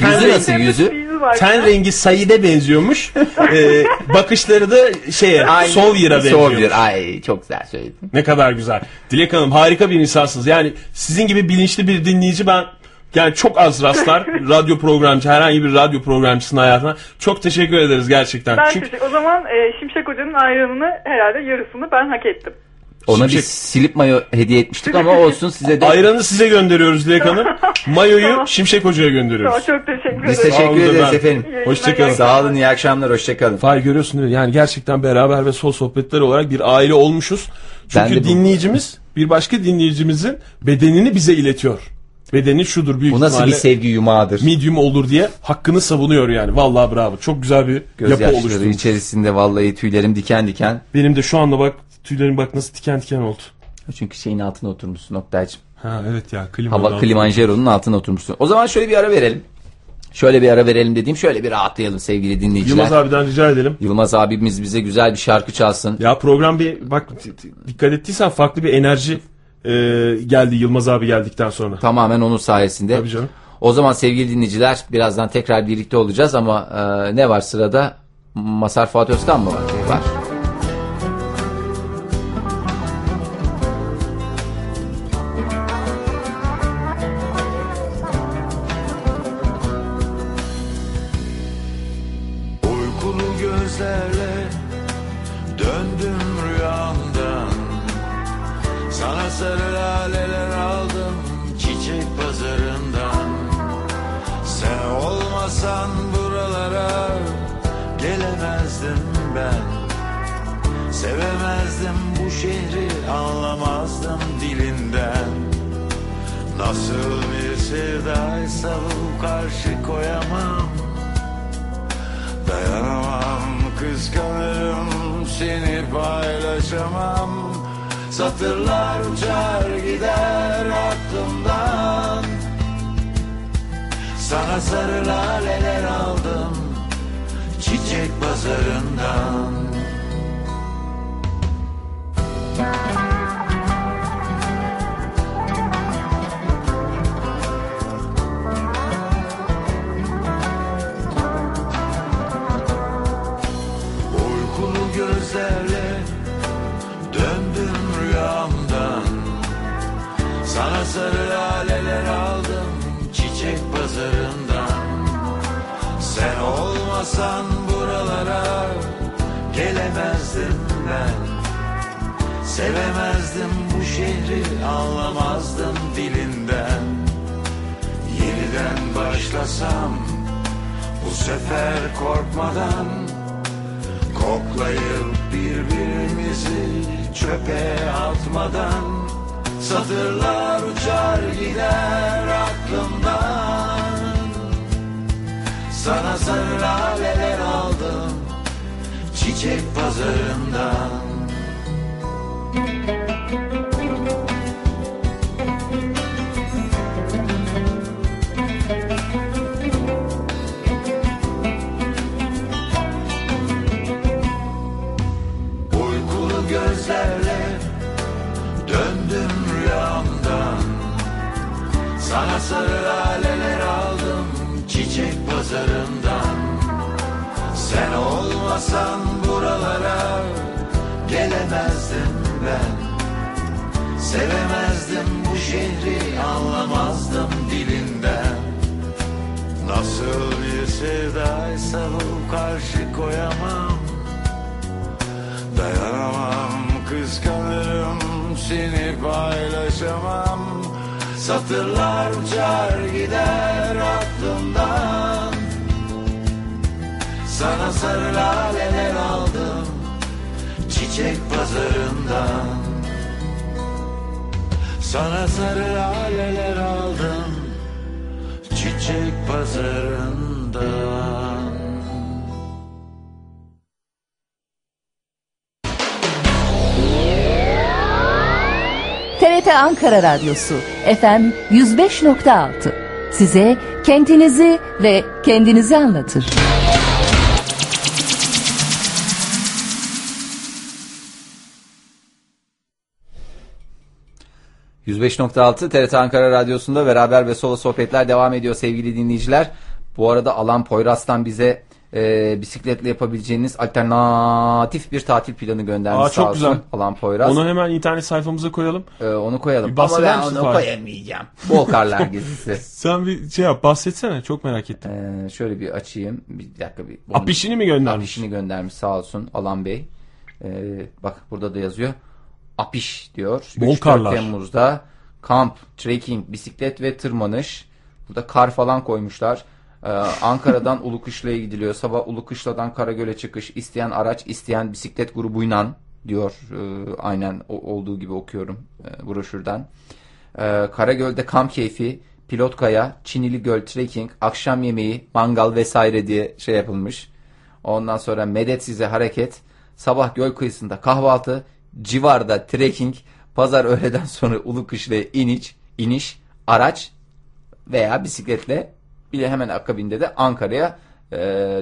[SPEAKER 1] Yüzü nasıl
[SPEAKER 8] Hem de bir
[SPEAKER 1] yüzü?
[SPEAKER 8] var.
[SPEAKER 2] Ten rengi Said'e benziyormuş. Ee, bakışları da şeye Sawyer'a benziyor.
[SPEAKER 1] Sovyer'a. Ay çok güzel söyledin.
[SPEAKER 2] Ne kadar güzel. Dilek Hanım harika bir insansınız. Yani sizin gibi bilinçli bir dinleyici ben yani çok az rastlar radyo programcı herhangi bir radyo programcısının hayatına. Çok teşekkür ederiz gerçekten.
[SPEAKER 8] Ben
[SPEAKER 2] Çünkü
[SPEAKER 8] çocuk- o zaman e, Şimşek Hoca'nın ayranını herhalde yarısını ben hak ettim.
[SPEAKER 1] Ona bir
[SPEAKER 2] Şimşek-
[SPEAKER 1] silip mayo hediye etmiştik ama olsun size de
[SPEAKER 2] ayranı size gönderiyoruz Dilek Hanım. Mayoyu Şimşek Hoca'ya
[SPEAKER 8] Tamam,
[SPEAKER 2] gönderiyoruz.
[SPEAKER 8] çok teşekkür
[SPEAKER 1] biz
[SPEAKER 8] ederim.
[SPEAKER 1] teşekkür
[SPEAKER 2] Sağ olun
[SPEAKER 1] ederiz
[SPEAKER 2] efendim.
[SPEAKER 1] efendim.
[SPEAKER 8] İyi
[SPEAKER 2] Hoşçakalın.
[SPEAKER 8] yayınlar.
[SPEAKER 1] Sağ olun iyi akşamlar hoşçakalın.
[SPEAKER 2] Fahir görüyorsun değil mi? Yani gerçekten beraber ve sol sohbetler olarak bir aile olmuşuz.
[SPEAKER 1] Ben de
[SPEAKER 2] Çünkü
[SPEAKER 1] bu-
[SPEAKER 2] dinleyicimiz bir başka dinleyicimizin bedenini bize iletiyor. Bedeni şudur büyük
[SPEAKER 1] Bu nasıl bir
[SPEAKER 2] ihtimalle
[SPEAKER 1] sevgi yumağıdır?
[SPEAKER 2] medium olur diye hakkını savunuyor yani. Vallahi bravo. Çok güzel bir
[SPEAKER 1] Göz
[SPEAKER 2] yapı
[SPEAKER 1] yaşları
[SPEAKER 2] oluşturmuş.
[SPEAKER 1] içerisinde vallahi tüylerim diken diken.
[SPEAKER 2] Benim de şu anda bak tüylerim bak nasıl diken diken oldu.
[SPEAKER 1] Çünkü şeyin altına oturmuşsun Oktay'cığım.
[SPEAKER 2] Ha evet ya klima.
[SPEAKER 1] Hava klimanjeronun altına oturmuşsun. O zaman şöyle bir ara verelim. Şöyle bir ara verelim dediğim şöyle bir rahatlayalım sevgili dinleyiciler.
[SPEAKER 2] Yılmaz
[SPEAKER 1] Yılmaz,
[SPEAKER 2] abiden rica edelim.
[SPEAKER 1] abimiz bize güzel bir şarkı çalsın.
[SPEAKER 2] Ya program bir bak t- t- dikkat ettiysen farklı bir enerji e, geldi Yılmaz abi geldikten sonra.
[SPEAKER 1] Tamamen onun sayesinde.
[SPEAKER 2] Tabii canım.
[SPEAKER 1] O zaman sevgili dinleyiciler birazdan tekrar birlikte olacağız ama e, ne var sırada? Masar Fuat Özkan mı var? Var.
[SPEAKER 9] Uykulu gözlerle döndüm rüyamdan Sana sarı laleler aldım çiçek pazarından Sen olmasan buralara gelemezdim ben Sevemezdim bu şehri anlamazdım dilinden Nasıl bir sevdaysa bu karşı koyamam Dayanamam kıskanırım seni paylaşamam Satırlar uçar gider aklımdan Sana sarı laleler aldım çiçek pazarından Uykulu gözlerle döndüm rüyamdan Sana sarı laleler aldım çiçek pazarından Sen olmasan buralara gelemezdim ben Sevemezdim bu şehri anlamazdım dilinden Yeniden başlasam bu sefer korkmadan Koklayıp birbirimizi çöpe atmadan Satırlar uçar gider aklımdan gerçek pazarından Uykulu gözlerle döndüm rüyamdan Sana sarı laleler aldım çiçek pazarından Sen olmasan buralara gelemezdim ben Sevemezdim bu şehri anlamazdım dilinden Nasıl bir sevdaysa bu karşı koyamam Dayanamam kıskanırım seni paylaşamam Satırlar uçar gider aklımdan Sana sarı laleler aldım çiçek pazarından Sana sarı laleler aldım çiçek pazarından
[SPEAKER 10] TRT Ankara Radyosu FM 105.6 size kentinizi ve kendinizi anlatır.
[SPEAKER 1] Ee, 105.6 TRT Ankara Radyosu'nda beraber ve solo sohbetler devam ediyor sevgili dinleyiciler. Bu arada Alan Poyraz'tan bize e, bisikletle yapabileceğiniz alternatif bir tatil planı göndermiş.
[SPEAKER 2] Aa, çok
[SPEAKER 1] sağ olsun
[SPEAKER 2] güzel.
[SPEAKER 1] Alan Poyraz.
[SPEAKER 2] Onu hemen internet sayfamıza koyalım.
[SPEAKER 1] Ee, onu koyalım.
[SPEAKER 2] Bir bahseder
[SPEAKER 1] Ama ben
[SPEAKER 2] misin
[SPEAKER 1] onu
[SPEAKER 2] Fahri?
[SPEAKER 1] koyamayacağım. Bol karlar gezisi.
[SPEAKER 2] Sen bir şey yap bahsetsene çok merak ettim.
[SPEAKER 1] Ee, şöyle bir açayım. Bir, bir dakika bir. Onu-
[SPEAKER 2] Apişini mi göndermiş?
[SPEAKER 1] Apişini göndermiş sağ olsun Alan Bey. Ee, bak burada da yazıyor. Apiş diyor.
[SPEAKER 2] Bol
[SPEAKER 1] 3-4
[SPEAKER 2] karlar.
[SPEAKER 1] Temmuz'da kamp, trekking, bisiklet ve tırmanış. Burada kar falan koymuşlar. Ee, Ankara'dan Ulukışla'ya gidiliyor. Sabah Ulukışla'dan Karagöl'e çıkış. İsteyen araç, isteyen bisiklet grubuyla diyor. Ee, aynen o- olduğu gibi okuyorum e, broşürden. Ee, Karagöl'de kamp keyfi, Pilotkaya, Çinili Göl trekking, akşam yemeği, mangal vesaire diye şey yapılmış. Ondan sonra medet size hareket, sabah göl kıyısında kahvaltı, civarda trekking, pazar öğleden sonra Ulukışla'ya iniş, iniş, araç veya bisikletle bile hemen akabinde de Ankara'ya e,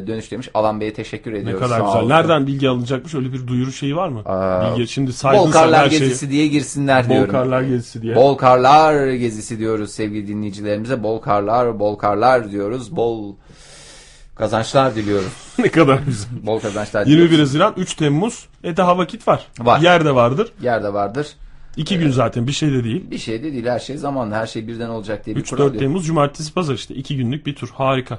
[SPEAKER 1] dönüş demiş. Alan Bey'e teşekkür
[SPEAKER 2] Ne
[SPEAKER 1] ediyoruz.
[SPEAKER 2] kadar
[SPEAKER 1] Sağ
[SPEAKER 2] güzel.
[SPEAKER 1] olun.
[SPEAKER 2] Nereden bilgi alınacakmış? Öyle bir duyuru şeyi var mı?
[SPEAKER 1] Aa,
[SPEAKER 2] bilgi şimdi
[SPEAKER 1] Bol
[SPEAKER 2] saydın sen
[SPEAKER 1] karlar
[SPEAKER 2] her şeyi.
[SPEAKER 1] gezisi diye girsinler
[SPEAKER 2] Bol
[SPEAKER 1] diyorum.
[SPEAKER 2] karlar gezisi diye.
[SPEAKER 1] Bol karlar gezisi diyoruz sevgili dinleyicilerimize. Bol karlar, bol karlar diyoruz. Bol kazançlar diliyoruz.
[SPEAKER 2] ne kadar güzel.
[SPEAKER 1] Bol kazançlar diliyoruz.
[SPEAKER 2] 21 Haziran 3 Temmuz. E daha vakit var.
[SPEAKER 1] Var.
[SPEAKER 2] Yer de vardır.
[SPEAKER 1] Yerde vardır.
[SPEAKER 2] İki gün zaten bir şey de değil.
[SPEAKER 1] Bir şey de değil her şey zamanla her şey birden olacak diye bir kural
[SPEAKER 2] 3-4
[SPEAKER 1] yok.
[SPEAKER 2] Temmuz cumartesi pazar işte. iki günlük bir tur. Harika.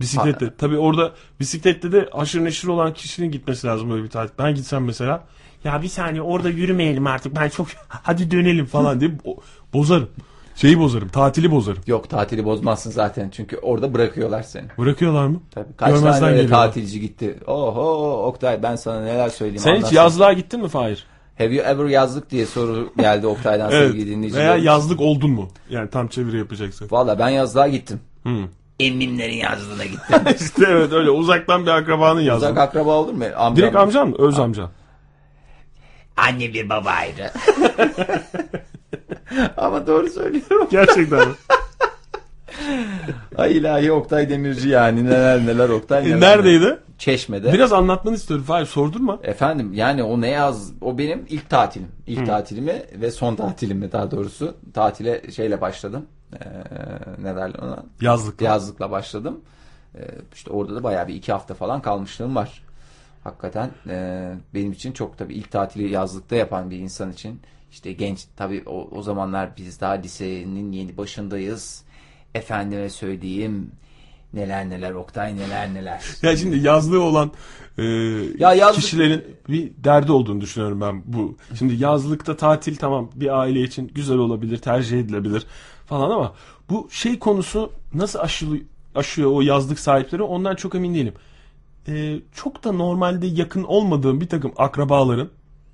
[SPEAKER 2] Bisikletle. Tabii orada bisiklette de aşırı neşir olan kişinin gitmesi lazım böyle bir tatil. Ben gitsem mesela ya bir saniye orada yürümeyelim artık ben çok hadi dönelim falan diye bo- bozarım. Şeyi bozarım. Tatili bozarım.
[SPEAKER 1] Yok tatili bozmazsın zaten çünkü orada bırakıyorlar seni.
[SPEAKER 2] Bırakıyorlar mı?
[SPEAKER 1] Tabii. Kaç
[SPEAKER 2] Görmezden
[SPEAKER 1] tane öyle
[SPEAKER 2] geliyorlar.
[SPEAKER 1] tatilci gitti. Oho Oktay ben sana neler söyleyeyim.
[SPEAKER 2] Sen hiç
[SPEAKER 1] anlatsın.
[SPEAKER 2] yazlığa gittin mi Fahir?
[SPEAKER 1] Have you ever yazlık diye soru geldi Oktay'dan sevgili
[SPEAKER 2] Veya
[SPEAKER 1] dinleyicilerimiz.
[SPEAKER 2] yazlık oldun mu? Yani tam çeviri yapacaksın.
[SPEAKER 1] Valla ben yazlığa gittim.
[SPEAKER 4] Emmimlerin yazlığına gittim.
[SPEAKER 2] işte evet öyle uzaktan bir akrabanın yazlığı.
[SPEAKER 1] Uzak akraba olur mu? Amcam.
[SPEAKER 2] Direkt amcan mı? Öz amcan.
[SPEAKER 4] Anne bir baba ayrı.
[SPEAKER 1] Ama doğru söylüyorum.
[SPEAKER 2] Gerçekten. mi?
[SPEAKER 1] Ay ilahi Oktay Demirci yani neler neler Oktay neler.
[SPEAKER 2] E,
[SPEAKER 1] neler.
[SPEAKER 2] Neredeydi?
[SPEAKER 1] Çeşme'de.
[SPEAKER 2] Biraz anlatmanı istiyorum. Fahir sordurma.
[SPEAKER 1] Efendim yani o ne yaz o benim ilk tatilim. İlk tatilimi ve son tatilimi daha doğrusu. Tatile şeyle başladım. Ee, ne derler ona?
[SPEAKER 2] Yazlık.
[SPEAKER 1] Yazlıkla başladım. Ee, işte orada da bayağı bir iki hafta falan kalmışlığım var. Hakikaten e, benim için çok tabii ilk tatili yazlıkta yapan bir insan için işte genç tabii o, o zamanlar biz daha lisenin yeni başındayız. Efendime söyleyeyim neler neler Oktay neler neler.
[SPEAKER 2] Ya şimdi yazlığı olan e,
[SPEAKER 1] Ya yazlık-
[SPEAKER 2] kişilerin bir derdi olduğunu düşünüyorum ben bu. Şimdi yazlıkta tatil tamam bir aile için güzel olabilir, tercih edilebilir falan ama bu şey konusu nasıl aşılı, aşıyor o yazlık sahipleri ondan çok emin değilim. E, çok da normalde yakın olmadığım bir takım akrabaların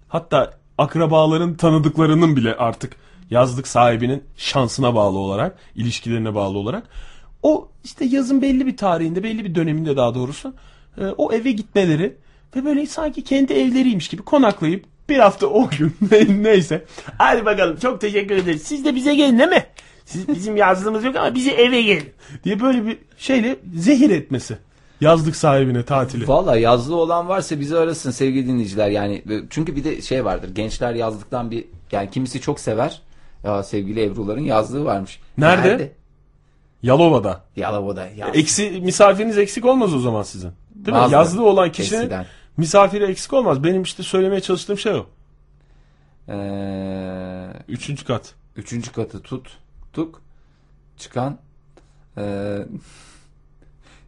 [SPEAKER 2] hatta akrabaların tanıdıklarının bile artık yazlık sahibinin şansına bağlı olarak, ilişkilerine bağlı olarak o işte yazın belli bir tarihinde, belli bir döneminde daha doğrusu e, o eve gitmeleri Ve böyle sanki kendi evleriymiş gibi konaklayıp bir hafta o gün neyse. Hadi bakalım çok teşekkür ederiz. Siz de bize gelin değil mi? Siz, bizim yazlığımız yok ama bize eve gelin. Diye böyle bir şeyle zehir etmesi. Yazlık sahibine tatili.
[SPEAKER 1] Valla yazlı olan varsa bizi arasın sevgili dinleyiciler. Yani e, çünkü bir de şey vardır. Gençler yazlıktan bir yani kimisi çok sever. Ya sevgili Ebru'ların yazlığı varmış.
[SPEAKER 2] Nerede? Yalova'da.
[SPEAKER 1] Yalova'da. Yaz.
[SPEAKER 2] Eksi misafiriniz eksik olmaz o zaman sizin. Değil mi?
[SPEAKER 1] Bazıları.
[SPEAKER 2] Yazlığı olan kişinin
[SPEAKER 1] Eskiden.
[SPEAKER 2] misafiri eksik olmaz. Benim işte söylemeye çalıştığım şey o.
[SPEAKER 1] Ee,
[SPEAKER 2] Üçüncü kat.
[SPEAKER 1] üçüncü katı tut tuk çıkan ee,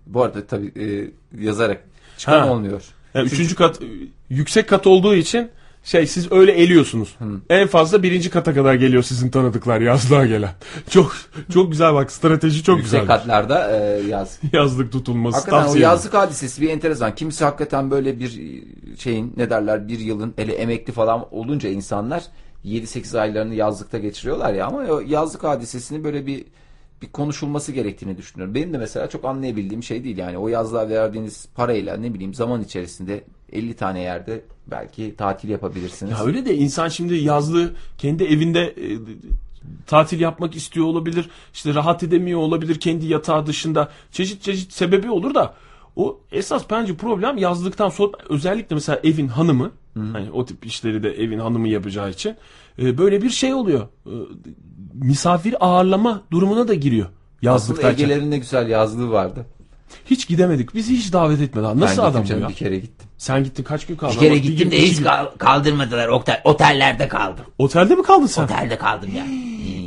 [SPEAKER 1] bu arada tabii ee, yazarak çıkan
[SPEAKER 2] Ha.
[SPEAKER 1] olmuyor.
[SPEAKER 2] Yani üçüncü kat e, yüksek kat olduğu için şey siz öyle eliyorsunuz. En fazla birinci kata kadar geliyor sizin tanıdıklar yazlığa gelen. Çok çok güzel bak strateji çok
[SPEAKER 1] Yüksek
[SPEAKER 2] güzel.
[SPEAKER 1] katlarda ee, yaz.
[SPEAKER 2] Yazlık tutulması
[SPEAKER 1] Hakikaten o
[SPEAKER 2] tavsiye ederim.
[SPEAKER 1] yazlık hadisesi bir enteresan. Kimisi hakikaten böyle bir e, şeyin ne derler bir yılın hele emekli falan olunca insanlar 7-8 aylarını yazlıkta geçiriyorlar ya ama o yazlık hadisesini böyle bir bir konuşulması gerektiğini düşünüyorum. Benim de mesela çok anlayabildiğim şey değil yani o yazlığa verdiğiniz parayla ne bileyim zaman içerisinde 50 tane yerde belki tatil yapabilirsiniz.
[SPEAKER 2] Ya öyle de insan şimdi yazlığı kendi evinde e, tatil yapmak istiyor olabilir. İşte rahat edemiyor olabilir kendi yatağı dışında. Çeşit çeşit sebebi olur da o esas bence problem yazlıktan sonra özellikle mesela evin hanımı hani o tip işleri de evin hanımı yapacağı için e, böyle bir şey oluyor. E, misafir ağırlama durumuna da giriyor
[SPEAKER 1] Aslında
[SPEAKER 2] yazlıktayken.
[SPEAKER 1] Ege'lerin ne güzel yazlığı vardı.
[SPEAKER 2] Hiç gidemedik. Bizi hiç davet etmediler. Nasıl
[SPEAKER 1] ben gittim
[SPEAKER 2] adam bu
[SPEAKER 1] canım,
[SPEAKER 2] ya?
[SPEAKER 1] bir kere gittim.
[SPEAKER 2] Sen gittin kaç gün kaldın?
[SPEAKER 3] Bir kere
[SPEAKER 2] Bak,
[SPEAKER 3] gittim
[SPEAKER 2] gün,
[SPEAKER 3] de
[SPEAKER 2] iki
[SPEAKER 3] hiç
[SPEAKER 2] gün.
[SPEAKER 3] kal- kaldırmadılar Oktay. Otellerde kaldım.
[SPEAKER 2] Otelde mi kaldın sen?
[SPEAKER 3] Otelde kaldım ya.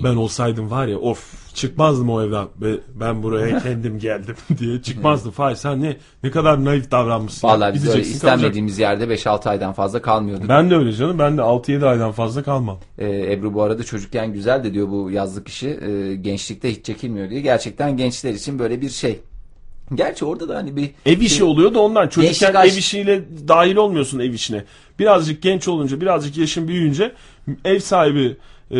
[SPEAKER 2] Ben olsaydım var ya of çıkmazdım o evden. Be- Ben buraya kendim geldim diye çıkmazdım. Fahir sen ne ne kadar naif davranmışsın.
[SPEAKER 1] Vallahi biz öyle
[SPEAKER 2] Gideceksin, kalacaksın.
[SPEAKER 1] istenmediğimiz yerde 5-6 aydan fazla kalmıyorduk.
[SPEAKER 2] Ben de öyle canım. Ben de 6-7 aydan fazla kalmam.
[SPEAKER 1] Ee, Ebru bu arada çocukken güzel de diyor bu yazlık işi e, gençlikte hiç çekilmiyor diye. Gerçekten gençler için böyle bir şey. Gerçi orada da hani bir
[SPEAKER 2] Ev işi oluyor da ondan. Çocukken
[SPEAKER 1] Gençlik aş-
[SPEAKER 2] ev işiyle dahil olmuyorsun ev işine. Birazcık genç olunca, birazcık yaşın büyüyünce ev sahibi e,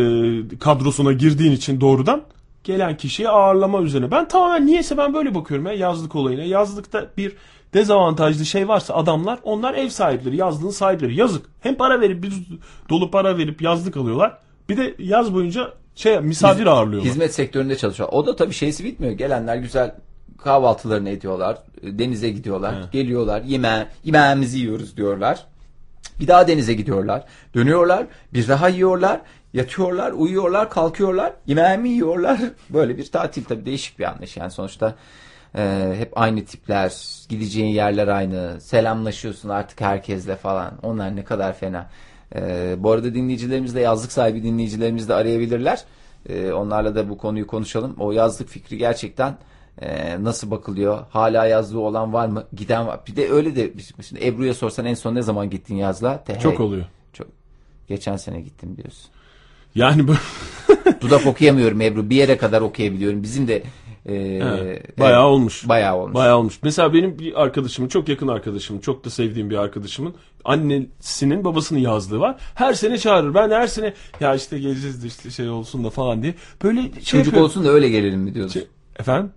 [SPEAKER 2] kadrosuna girdiğin için doğrudan gelen kişiyi ağırlama üzerine. Ben tamamen niyeyse ben böyle bakıyorum ya yazlık olayına. Yazlıkta bir dezavantajlı şey varsa adamlar onlar ev sahipleri, yazlığın sahipleri. Yazık. Hem para verip bir dolu para verip yazlık alıyorlar. Bir de yaz boyunca şey misafir ağırlıyorlar.
[SPEAKER 1] hizmet sektöründe çalışıyor. O da tabii şeysi bitmiyor. Gelenler güzel kahvaltılarını ediyorlar. e, Denize gidiyorlar. Geliyorlar. Yeme yemeğimizi yiyoruz diyorlar. Bir daha denize gidiyorlar. Dönüyorlar. Bir daha yiyorlar. Yatıyorlar, uyuyorlar, kalkıyorlar. Yemeğimi yiyorlar. Böyle bir tatil tabii değişik bir anlayış. Yani sonuçta e, hep aynı tipler. Gideceğin yerler aynı. Selamlaşıyorsun artık herkesle falan. Onlar ne kadar fena. E, bu arada dinleyicilerimiz de yazlık sahibi dinleyicilerimiz de arayabilirler. E, onlarla da bu konuyu konuşalım. O yazlık fikri gerçekten ee, nasıl bakılıyor? Hala yazlığı olan var mı? Giden var. Bir de öyle de şimdi Ebru'ya sorsan en son ne zaman gittin yazla?
[SPEAKER 2] Çok oluyor.
[SPEAKER 1] Çok. Geçen sene gittim diyorsun.
[SPEAKER 2] Yani bu
[SPEAKER 1] Dudak okuyamıyorum Ebru. Bir yere kadar okuyabiliyorum. Bizim de e,
[SPEAKER 2] Evet, bayağı olmuş.
[SPEAKER 1] Bayağı olmuş.
[SPEAKER 2] Bayağı olmuş. Mesela benim bir arkadaşımın, çok yakın arkadaşımın, çok da sevdiğim bir arkadaşımın annesinin babasının yazlığı var. Her sene çağırır. Ben her sene ya işte geleceğiz de işte şey olsun da falan diye. Böyle şey
[SPEAKER 1] Çocuk
[SPEAKER 2] yapıyorum.
[SPEAKER 1] olsun da öyle gelelim mi diyorsun?
[SPEAKER 2] Şey- Efendim?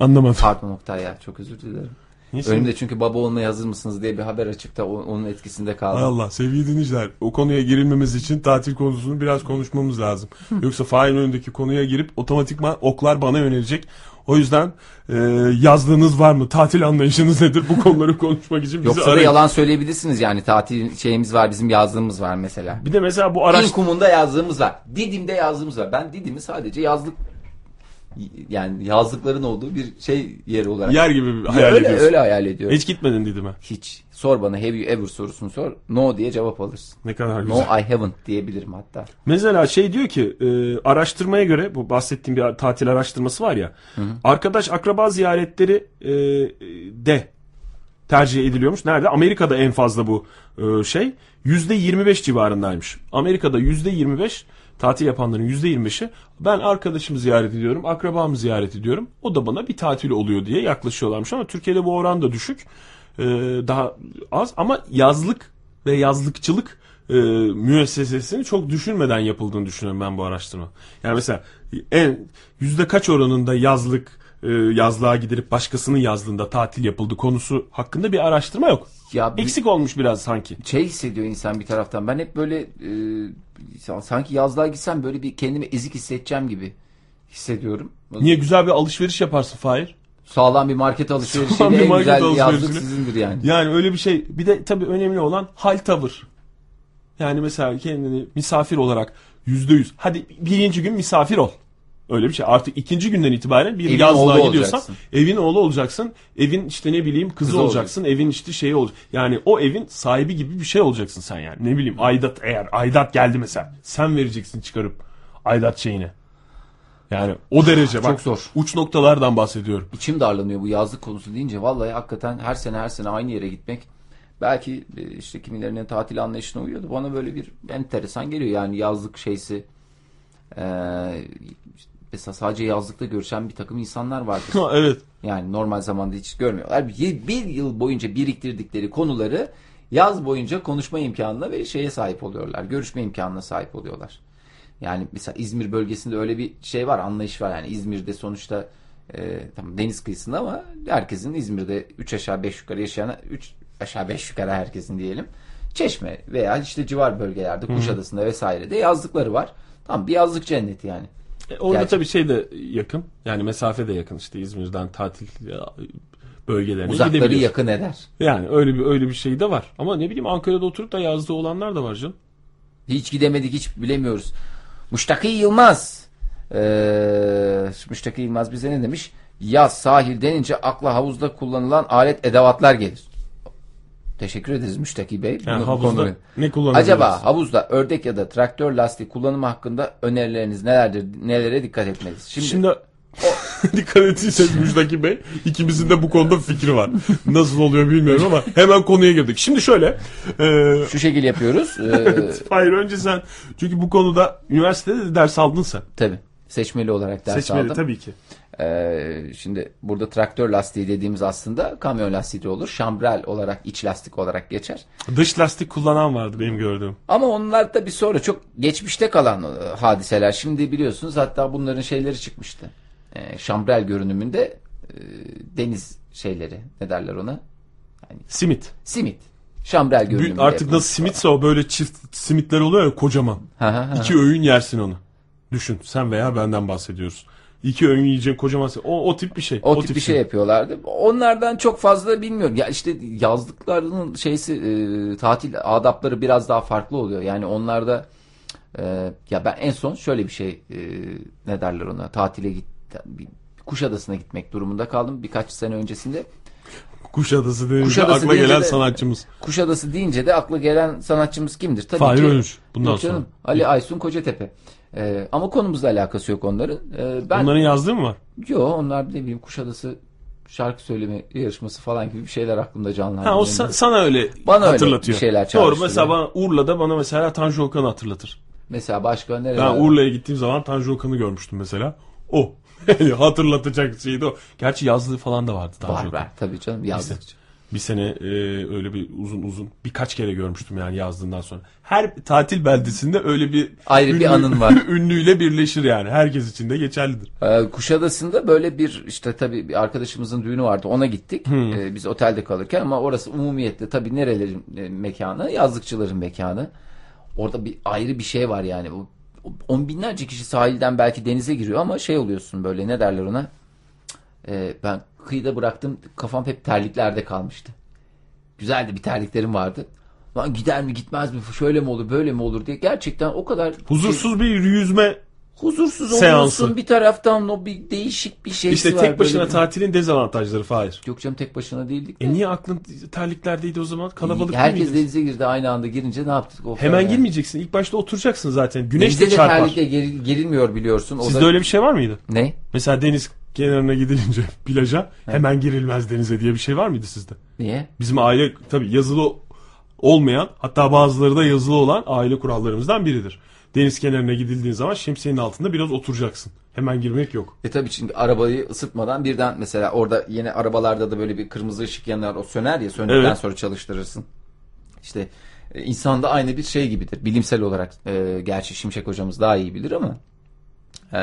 [SPEAKER 2] Anlamadım.
[SPEAKER 1] Pardon Oktay ya çok özür dilerim.
[SPEAKER 2] Neyse.
[SPEAKER 1] Önümde çünkü baba olmaya hazır mısınız diye bir haber açıkta onun etkisinde
[SPEAKER 2] Hay
[SPEAKER 1] kaldım.
[SPEAKER 2] Allah sevgili dinleyiciler o konuya girilmemiz için tatil konusunu biraz konuşmamız lazım. Yoksa fail önündeki konuya girip otomatikman oklar bana yönelecek. O yüzden e, yazlığınız var mı? Tatil anlayışınız nedir? Bu konuları konuşmak için bizi
[SPEAKER 1] Yoksa da
[SPEAKER 2] arayın.
[SPEAKER 1] yalan söyleyebilirsiniz yani tatil şeyimiz var bizim yazlığımız var mesela.
[SPEAKER 2] Bir de mesela bu araç
[SPEAKER 1] İlkumunda yazdığımız var. Didim'de yazdığımız var. Ben Didim'i sadece yazlık yani yazlıkların olduğu bir şey yeri olarak.
[SPEAKER 2] yer gibi bir
[SPEAKER 1] Ya
[SPEAKER 2] hayal
[SPEAKER 1] öyle,
[SPEAKER 2] ediyorsun.
[SPEAKER 1] öyle hayal ediyorum. Hiç.
[SPEAKER 2] Hiç gitmedin Didim'e.
[SPEAKER 1] Sor bana have you ever sorusunu sor. No diye cevap alırsın.
[SPEAKER 2] Ne kadar
[SPEAKER 1] No
[SPEAKER 2] güzel.
[SPEAKER 1] I haven't diyebilirim hatta.
[SPEAKER 2] Mesela şey diyor ki e, araştırmaya göre bu bahsettiğim bir tatil araştırması var ya. Arkadaş akraba ziyaretleri e, de tercih ediliyormuş. Nerede? Amerika'da en fazla bu e, şey. %25 civarındaymış. Amerika'da %25 tatil yapanların %25'i ben arkadaşımı ziyaret ediyorum, akrabamı ziyaret ediyorum. O da bana bir tatil oluyor diye yaklaşıyorlarmış ama Türkiye'de bu oran da düşük. E, daha az ama yazlık ve yazlıkçılık e, müessesesini çok düşünmeden yapıldığını düşünüyorum ben bu araştırma. Yani mesela en yüzde kaç oranında yazlık e, yazlığa gidilip başkasının yazlığında tatil yapıldı konusu hakkında bir araştırma yok.
[SPEAKER 1] Ya bir
[SPEAKER 2] Eksik olmuş biraz sanki.
[SPEAKER 1] şey hissediyor insan bir taraftan. Ben hep böyle e, sanki yazlığa gitsem böyle bir kendimi ezik hissedeceğim gibi hissediyorum.
[SPEAKER 2] Niye güzel bir alışveriş yaparsın Fahir?
[SPEAKER 1] Sağlam bir market
[SPEAKER 2] Sağlam bir
[SPEAKER 1] alışverişiyle en
[SPEAKER 2] market
[SPEAKER 1] güzel yazlık
[SPEAKER 2] alışverişiyle.
[SPEAKER 1] sizindir yani.
[SPEAKER 2] Yani öyle bir şey. Bir de tabii önemli olan hal tavır. Yani mesela kendini misafir olarak yüzde yüz. Hadi birinci gün misafir ol. Öyle bir şey. Artık ikinci günden itibaren bir
[SPEAKER 1] Evin
[SPEAKER 2] yazlığa
[SPEAKER 1] oğlu
[SPEAKER 2] gidiyorsan
[SPEAKER 1] olacaksın.
[SPEAKER 2] evin oğlu olacaksın. Evin işte ne bileyim kızı,
[SPEAKER 1] Kızı
[SPEAKER 2] olacaksın. Evin işte şeyi olacak. Yani o evin sahibi gibi bir şey olacaksın sen yani. Ne bileyim aidat eğer aidat geldi mesela. Sen vereceksin çıkarıp aidat şeyini. Yani o derece bak.
[SPEAKER 1] Çok zor.
[SPEAKER 2] Uç noktalardan bahsediyorum.
[SPEAKER 1] İçim darlanıyor bu yazlık konusu deyince. Vallahi hakikaten her sene her sene aynı yere gitmek. Belki e, işte kimilerinin tatil anlayışına uyuyordu. Bana böyle bir enteresan geliyor. Yani yazlık şeysi. E, mesela sadece yazlıkta görüşen bir takım insanlar vardır.
[SPEAKER 2] Ha, evet.
[SPEAKER 1] Yani normal zamanda hiç görmüyorlar. Bir, bir yıl boyunca biriktirdikleri konuları yaz boyunca konuşma imkanına ve şeye sahip oluyorlar. Görüşme imkanına sahip oluyorlar. Yani mesela İzmir bölgesinde öyle bir şey var, anlayış var. Yani İzmir'de sonuçta e, tamam deniz kıyısında ama herkesin İzmir'de 3 aşağı 5 yukarı yaşayan 3 aşağı 5 yukarı herkesin diyelim. Çeşme veya işte civar bölgelerde Kuşadası'nda vesairede yazlıkları var. Tamam bir yazlık cenneti yani.
[SPEAKER 2] E, Orada
[SPEAKER 1] Gerçi-
[SPEAKER 2] tabii şey de yakın. Yani mesafe de yakın işte İzmir'den tatil ya, bölgelerine
[SPEAKER 1] Uzakları
[SPEAKER 2] gidebiliyorsun.
[SPEAKER 1] yakın eder.
[SPEAKER 2] Yani öyle bir öyle bir şey de var. Ama ne bileyim Ankara'da oturup da yazdığı olanlar da var canım.
[SPEAKER 1] Hiç gidemedik hiç bilemiyoruz. Müştaki Yılmaz. Ee, Müştaki Yılmaz bize ne demiş? Yaz sahil denince akla havuzda kullanılan alet edevatlar gelir. Teşekkür ederiz Müştaki Bey.
[SPEAKER 2] Yani
[SPEAKER 1] Bunu- bu
[SPEAKER 2] havuzda
[SPEAKER 1] konuyu-
[SPEAKER 2] ne kullanabiliriz?
[SPEAKER 1] Acaba havuzda ördek ya da traktör lastiği kullanımı hakkında önerileriniz nelerdir? Nelere dikkat etmeliyiz? Şimdi,
[SPEAKER 2] Şimdi dikkat ettiyseniz Müjdaki Bey ikimizin de bu konuda fikri var. Nasıl oluyor bilmiyorum ama hemen konuya girdik. Şimdi şöyle e,
[SPEAKER 1] şu şekil yapıyoruz. Ee,
[SPEAKER 2] hayır önce sen çünkü bu konuda üniversitede de ders aldın sen.
[SPEAKER 1] tabii. Seçmeli olarak ders
[SPEAKER 2] Seçmeli
[SPEAKER 1] aldım.
[SPEAKER 2] tabii ki.
[SPEAKER 1] Ee, şimdi burada traktör lastiği dediğimiz aslında kamyon lastiği de olur. Şambrel olarak iç lastik olarak geçer.
[SPEAKER 2] Dış lastik kullanan vardı benim gördüğüm.
[SPEAKER 1] Ama onlar da bir sonra çok geçmişte kalan e, hadiseler. Şimdi biliyorsunuz hatta bunların şeyleri çıkmıştı. E, şambrel görünümünde e, deniz şeyleri ne derler ona?
[SPEAKER 2] Simit.
[SPEAKER 1] Simit. Şambrel
[SPEAKER 2] Büyük-
[SPEAKER 1] görünümünde.
[SPEAKER 2] artık nasıl simitse o böyle çift simitler oluyor ya kocaman.
[SPEAKER 1] nasıl?
[SPEAKER 2] İki öğün yersin onu. Düşün sen veya benden bahsediyoruz. İki öğün yiyecek kocaman simit. O, o tip bir şey.
[SPEAKER 1] O, tip, bir şey yapıyorlardı. Onlardan çok fazla bilmiyorum. Ya işte yazlıklarının şeysi e, tatil adapları biraz daha farklı oluyor. Yani onlarda e, ya ben en son şöyle bir şey e, ne derler ona tatile git bir- Kuşadası'na gitmek durumunda kaldım birkaç sene öncesinde.
[SPEAKER 2] Kuşadası deyince
[SPEAKER 1] Kuşadası
[SPEAKER 2] akla
[SPEAKER 1] deyince
[SPEAKER 2] gelen
[SPEAKER 1] de-
[SPEAKER 2] sanatçımız.
[SPEAKER 1] Kuşadası deyince de akla gelen sanatçımız kimdir? Tabii
[SPEAKER 2] Fahir
[SPEAKER 1] ki
[SPEAKER 2] Önür. Bundan
[SPEAKER 1] Yok canım,
[SPEAKER 2] sonra.
[SPEAKER 1] Ali Aysun Kocatepe. E, ama konumuzla alakası yok onların. E, ben
[SPEAKER 2] Onların yazdığı mı var?
[SPEAKER 1] Yo onlar ne bileyim Kuşadası şarkı söyleme yarışması falan gibi bir şeyler aklımda canlandı.
[SPEAKER 2] Ha, o
[SPEAKER 1] Benim.
[SPEAKER 2] sa- sana öyle
[SPEAKER 1] Bana öyle
[SPEAKER 2] hatırlatıyor.
[SPEAKER 1] bir şeyler
[SPEAKER 2] Doğru
[SPEAKER 1] çağrıştırıyor.
[SPEAKER 2] mesela bana, Urla'da bana mesela Tanju Okan'ı hatırlatır.
[SPEAKER 1] Mesela başka nereye?
[SPEAKER 2] Ben Urla'ya gittiğim zaman Tanju Okan'ı görmüştüm mesela. O. Yani Hatırlatacak şeydi o. Gerçi yazlığı falan da vardı Tanju
[SPEAKER 1] var
[SPEAKER 2] Okan.
[SPEAKER 1] var tabii canım yazdıkça.
[SPEAKER 2] Bir sene e, öyle bir uzun uzun birkaç kere görmüştüm yani yazdığından sonra. Her tatil beldesinde öyle bir
[SPEAKER 1] Ayrı bir anın var.
[SPEAKER 2] Ünlüyle birleşir yani. Herkes için de geçerlidir.
[SPEAKER 1] Ee, Kuşadası'nda böyle bir işte tabii bir arkadaşımızın düğünü vardı ona gittik. Ee, biz otelde kalırken ama orası umumiyetle tabii nerelerin e, mekanı? Yazlıkçıların mekanı. Orada bir ayrı bir şey var yani. O, o- on binlerce kişi sahilden belki denize giriyor ama şey oluyorsun böyle ne derler ona? Cık, e, ben kıyıda bıraktım kafam hep terliklerde kalmıştı. Güzeldi bir terliklerim vardı. Lan gider mi gitmez mi şöyle mi olur böyle mi olur diye gerçekten o kadar
[SPEAKER 2] Huzursuz bir yüzme
[SPEAKER 1] huzursuz
[SPEAKER 2] Seansı.
[SPEAKER 1] oluyorsun bir taraftan o bir değişik bir şey
[SPEAKER 2] işte
[SPEAKER 1] var.
[SPEAKER 2] tek başına
[SPEAKER 1] böyle bir-
[SPEAKER 2] tatilin dezavantajları Fahir.
[SPEAKER 1] Yok canım tek başına değildik de.
[SPEAKER 2] E niye aklın terliklerdeydi o zaman? Kalabalık
[SPEAKER 1] Herkes
[SPEAKER 2] değil miydiniz?
[SPEAKER 1] denize girdi aynı anda girince ne yaptık? O
[SPEAKER 2] Hemen
[SPEAKER 1] yani.
[SPEAKER 2] girmeyeceksin. İlk başta oturacaksın zaten. Güneş
[SPEAKER 1] Denize
[SPEAKER 2] de
[SPEAKER 1] de
[SPEAKER 2] çarpar.
[SPEAKER 1] terlikle geril- gerilmiyor biliyorsun. O
[SPEAKER 2] Sizde
[SPEAKER 1] da...
[SPEAKER 2] öyle bir şey var mıydı?
[SPEAKER 1] Ne?
[SPEAKER 2] Mesela deniz kenarına gidilince plaja hemen girilmez denize diye bir şey var mıydı sizde?
[SPEAKER 1] Niye?
[SPEAKER 2] Bizim aile tabii yazılı olmayan hatta bazıları da yazılı olan aile kurallarımızdan biridir. Deniz kenarına gidildiğin zaman şemsiyenin altında biraz oturacaksın. Hemen girmek yok.
[SPEAKER 1] E tabii şimdi arabayı ısıtmadan birden mesela orada yeni arabalarda da böyle bir kırmızı ışık yanar o söner ya söndükten
[SPEAKER 2] Evet.
[SPEAKER 1] sonra çalıştırırsın. İşte e, insanda aynı bir şey gibidir. Bilimsel olarak e, gerçi Şimşek hocamız daha iyi bilir ama e,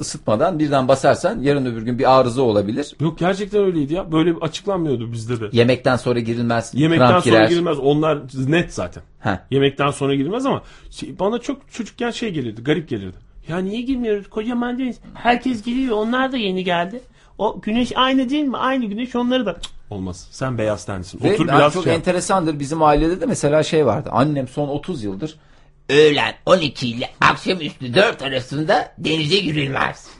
[SPEAKER 1] ısıtmadan birden basarsan yarın öbür gün bir arıza olabilir.
[SPEAKER 2] Yok gerçekten öyleydi ya. Böyle bir açıklanmıyordu bizde de.
[SPEAKER 1] Yemekten sonra girilmez.
[SPEAKER 2] Yemekten
[SPEAKER 1] kramp
[SPEAKER 2] sonra
[SPEAKER 1] girer.
[SPEAKER 2] girilmez. Onlar net zaten.
[SPEAKER 1] Heh.
[SPEAKER 2] Yemekten sonra girilmez ama şey- bana çok çocukken şey gelirdi. Garip gelirdi. Ya niye girmiyoruz? Kocaman deniz. Herkes giriyor. Onlar da yeni geldi. O güneş aynı değil mi? Aynı güneş onları da. Cık, Olmaz. Sen beyaz tenlisin.
[SPEAKER 1] Ve
[SPEAKER 2] Otur
[SPEAKER 1] ben
[SPEAKER 2] biraz
[SPEAKER 1] çok
[SPEAKER 2] şey. yap.
[SPEAKER 1] enteresandır bizim ailede de mesela şey vardı. Annem son 30 yıldır
[SPEAKER 3] Öğlen 12 ile akşamüstü 4 arasında denize girilmez.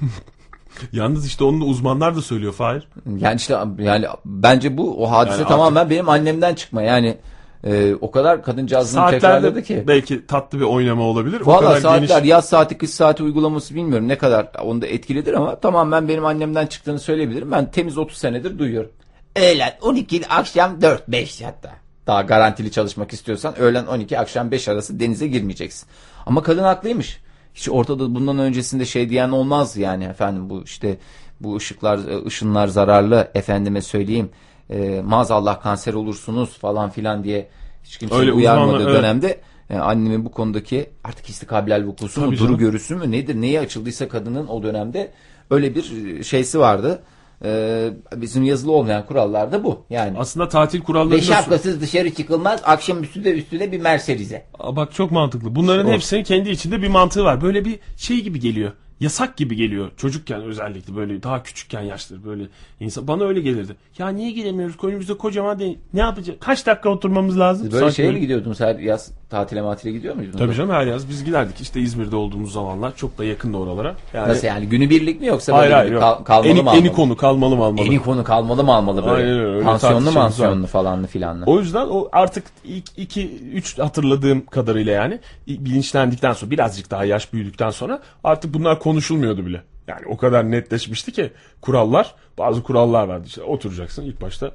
[SPEAKER 2] Yalnız işte onu da uzmanlar da söylüyor Fahir.
[SPEAKER 1] yani işte yani bence bu o hadise
[SPEAKER 2] Yani artık-
[SPEAKER 1] tamamen benim annemden çıkma. Yani e, o kadar kadıncağızını tekrarladı
[SPEAKER 2] Saatlerde
[SPEAKER 1] ki.
[SPEAKER 2] belki tatlı bir oynama olabilir. o
[SPEAKER 1] Valla
[SPEAKER 2] kadar
[SPEAKER 1] saatler
[SPEAKER 2] geniş.
[SPEAKER 1] yaz saati kış saati uygulaması bilmiyorum ne kadar onu da etkilidir ama tamamen benim annemden çıktığını söyleyebilirim. Ben temiz 30 senedir duyuyorum.
[SPEAKER 3] Öğlen 12 ile akşam 4-5 hatta.
[SPEAKER 1] Daha garantili çalışmak istiyorsan öğlen 12 akşam 5 arası denize girmeyeceksin. Ama kadın haklıymış. Hiç ortada bundan öncesinde şey diyen olmaz yani efendim bu işte bu ışıklar e, ışınlar zararlı efendime söyleyeyim e, maazallah kanser olursunuz falan filan diye hiç kimse
[SPEAKER 2] Öyle
[SPEAKER 1] uyarmadığı
[SPEAKER 2] uzmanlar, evet.
[SPEAKER 1] dönemde yani annemin bu konudaki artık istikabilal vukusu
[SPEAKER 2] Tabii
[SPEAKER 1] mu
[SPEAKER 2] canım.
[SPEAKER 1] duru görüsü mü nedir neye açıldıysa kadının o dönemde öyle bir şeysi vardı. E, bizim yazılı olmayan kurallar da bu yani.
[SPEAKER 2] Aslında tatil
[SPEAKER 3] Ve
[SPEAKER 2] kurallarını da
[SPEAKER 3] şapkasız dışarı çıkılmaz. Akşamüstü de üstüne bir Mercedes'e.
[SPEAKER 2] Aa, bak çok mantıklı. Bunların
[SPEAKER 1] Of.
[SPEAKER 2] hepsinin kendi içinde bir mantığı var. Böyle bir şey gibi geliyor. Yasak gibi geliyor çocukken özellikle böyle daha küçükken yaşları böyle insan bana öyle gelirdi. Ya niye giremiyoruz? Önümüzde kocaman değil. Ne yapacağız? Kaç dakika oturmamız lazım?
[SPEAKER 1] Siz böyle
[SPEAKER 2] Sanki
[SPEAKER 1] şeye mi gidiyordunuz her yaz tatile matile gidiyor muydunuz?
[SPEAKER 2] Tabii canım her yaz biz giderdik işte İzmir'de olduğumuz zamanlar çok da yakın da oralara. Yani
[SPEAKER 1] Nasıl yani günü birlik mi yoksa
[SPEAKER 2] Hayır
[SPEAKER 1] böyle
[SPEAKER 2] hayır.
[SPEAKER 1] bir
[SPEAKER 2] yok.
[SPEAKER 1] kal- kalmalı
[SPEAKER 2] Eni-
[SPEAKER 1] mı almalı?
[SPEAKER 2] eni konu kalmalı mı almalı?
[SPEAKER 1] Eni konu kalmalı mı almalı böyle?
[SPEAKER 2] Aynen öyle, öyle
[SPEAKER 1] Pansiyonlu
[SPEAKER 2] tartışmamız
[SPEAKER 1] mansiyonlu falanlı filanlı.
[SPEAKER 2] O yüzden o artık ilk iki üç hatırladığım kadarıyla yani i- bilinçlendikten sonra birazcık daha yaş büyüdükten sonra artık bunlar konuşulmuyordu bile. Yani o kadar netleşmişti ki kurallar bazı kurallar vardı işte oturacaksın ilk başta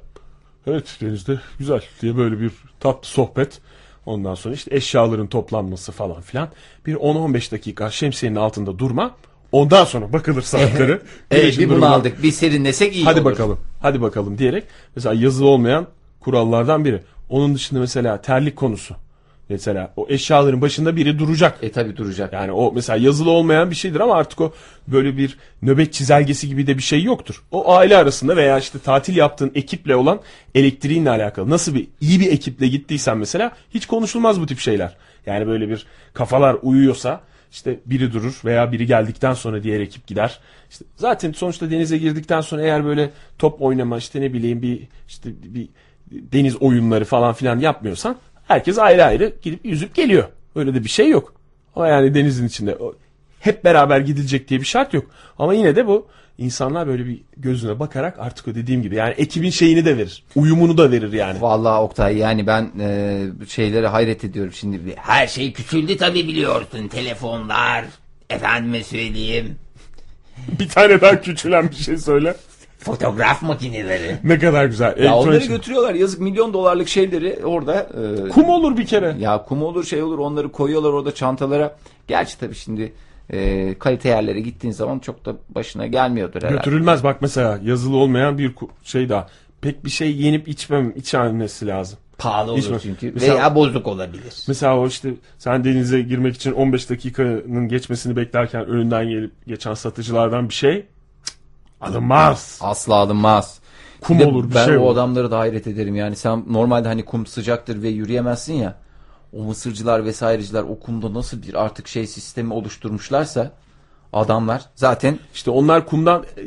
[SPEAKER 2] evet denizde güzel diye böyle bir tatlı sohbet ondan sonra işte eşyaların toplanması falan filan bir 10-15 dakika şemsiyenin altında durma ondan sonra bakılır saatleri.
[SPEAKER 1] Evet
[SPEAKER 2] Güneşin
[SPEAKER 1] bir bunu
[SPEAKER 2] durumuna-
[SPEAKER 1] aldık bir serinlesek iyi
[SPEAKER 2] Hadi
[SPEAKER 1] olur.
[SPEAKER 2] bakalım. Hadi bakalım diyerek mesela yazılı olmayan kurallardan biri. Onun dışında mesela terlik konusu. Mesela o eşyaların başında biri duracak.
[SPEAKER 1] E tabi duracak.
[SPEAKER 2] Yani o mesela yazılı olmayan bir şeydir ama artık o böyle bir nöbet çizelgesi gibi de bir şey yoktur. O aile arasında veya işte tatil yaptığın ekiple olan elektriğinle alakalı. Nasıl bir iyi bir ekiple gittiysen mesela hiç konuşulmaz bu tip şeyler. Yani böyle bir kafalar uyuyorsa işte biri durur veya biri geldikten sonra diğer ekip gider. İşte zaten sonuçta denize girdikten sonra eğer böyle top oynama işte ne bileyim bir işte bir deniz oyunları falan filan yapmıyorsan herkes ayrı ayrı gidip yüzüp geliyor. Öyle de bir şey yok. Ama yani denizin içinde o- hep beraber gidilecek diye bir şart yok. Ama yine de bu insanlar böyle bir gözüne bakarak artık o dediğim gibi yani ekibin şeyini de verir. Uyumunu da verir yani.
[SPEAKER 1] Vallahi Oktay yani ben e, şeylere hayret ediyorum şimdi. Bir-
[SPEAKER 3] Her şey küçüldü tabii biliyorsun. Telefonlar, efendime söyleyeyim,
[SPEAKER 2] bir tane daha küçülen bir şey söyle.
[SPEAKER 3] fotoğraf makineleri.
[SPEAKER 2] Ne kadar güzel.
[SPEAKER 1] Ya
[SPEAKER 2] Elektronik
[SPEAKER 1] onları
[SPEAKER 2] şey.
[SPEAKER 1] götürüyorlar yazık milyon dolarlık şeyleri orada. e,
[SPEAKER 2] Kum olur bir kere.
[SPEAKER 1] Ya kum olur şey olur onları koyuyorlar orada çantalara. Gerçi tabii şimdi e, kalite yerlere gittiğin zaman çok da başına gelmiyordur herhalde.
[SPEAKER 2] Götürülmez bak mesela yazılı olmayan bir ku- şey daha. Pek bir şey yenip içmem, içmemesi lazım.
[SPEAKER 3] Pahalı olur
[SPEAKER 2] Hiç-
[SPEAKER 3] çünkü.
[SPEAKER 2] Mesela-
[SPEAKER 3] Veya bozuk olabilir.
[SPEAKER 2] Mesela o işte sen denize girmek için 15 dakikanın geçmesini beklerken önünden gelip geçen satıcılardan bir şey cık, alınmaz.
[SPEAKER 1] Asla alınmaz.
[SPEAKER 2] Kum
[SPEAKER 1] Bir de
[SPEAKER 2] olur, bir
[SPEAKER 1] ben
[SPEAKER 2] şey
[SPEAKER 1] o
[SPEAKER 2] olur.
[SPEAKER 1] adamları da hayret ederim yani sen normalde hani kum sıcaktır ve yürüyemezsin ya. O mısırcılar vesaireciler o kumda nasıl bir artık şey sistemi oluşturmuşlarsa adamlar zaten
[SPEAKER 2] İşte onlar kumdan e,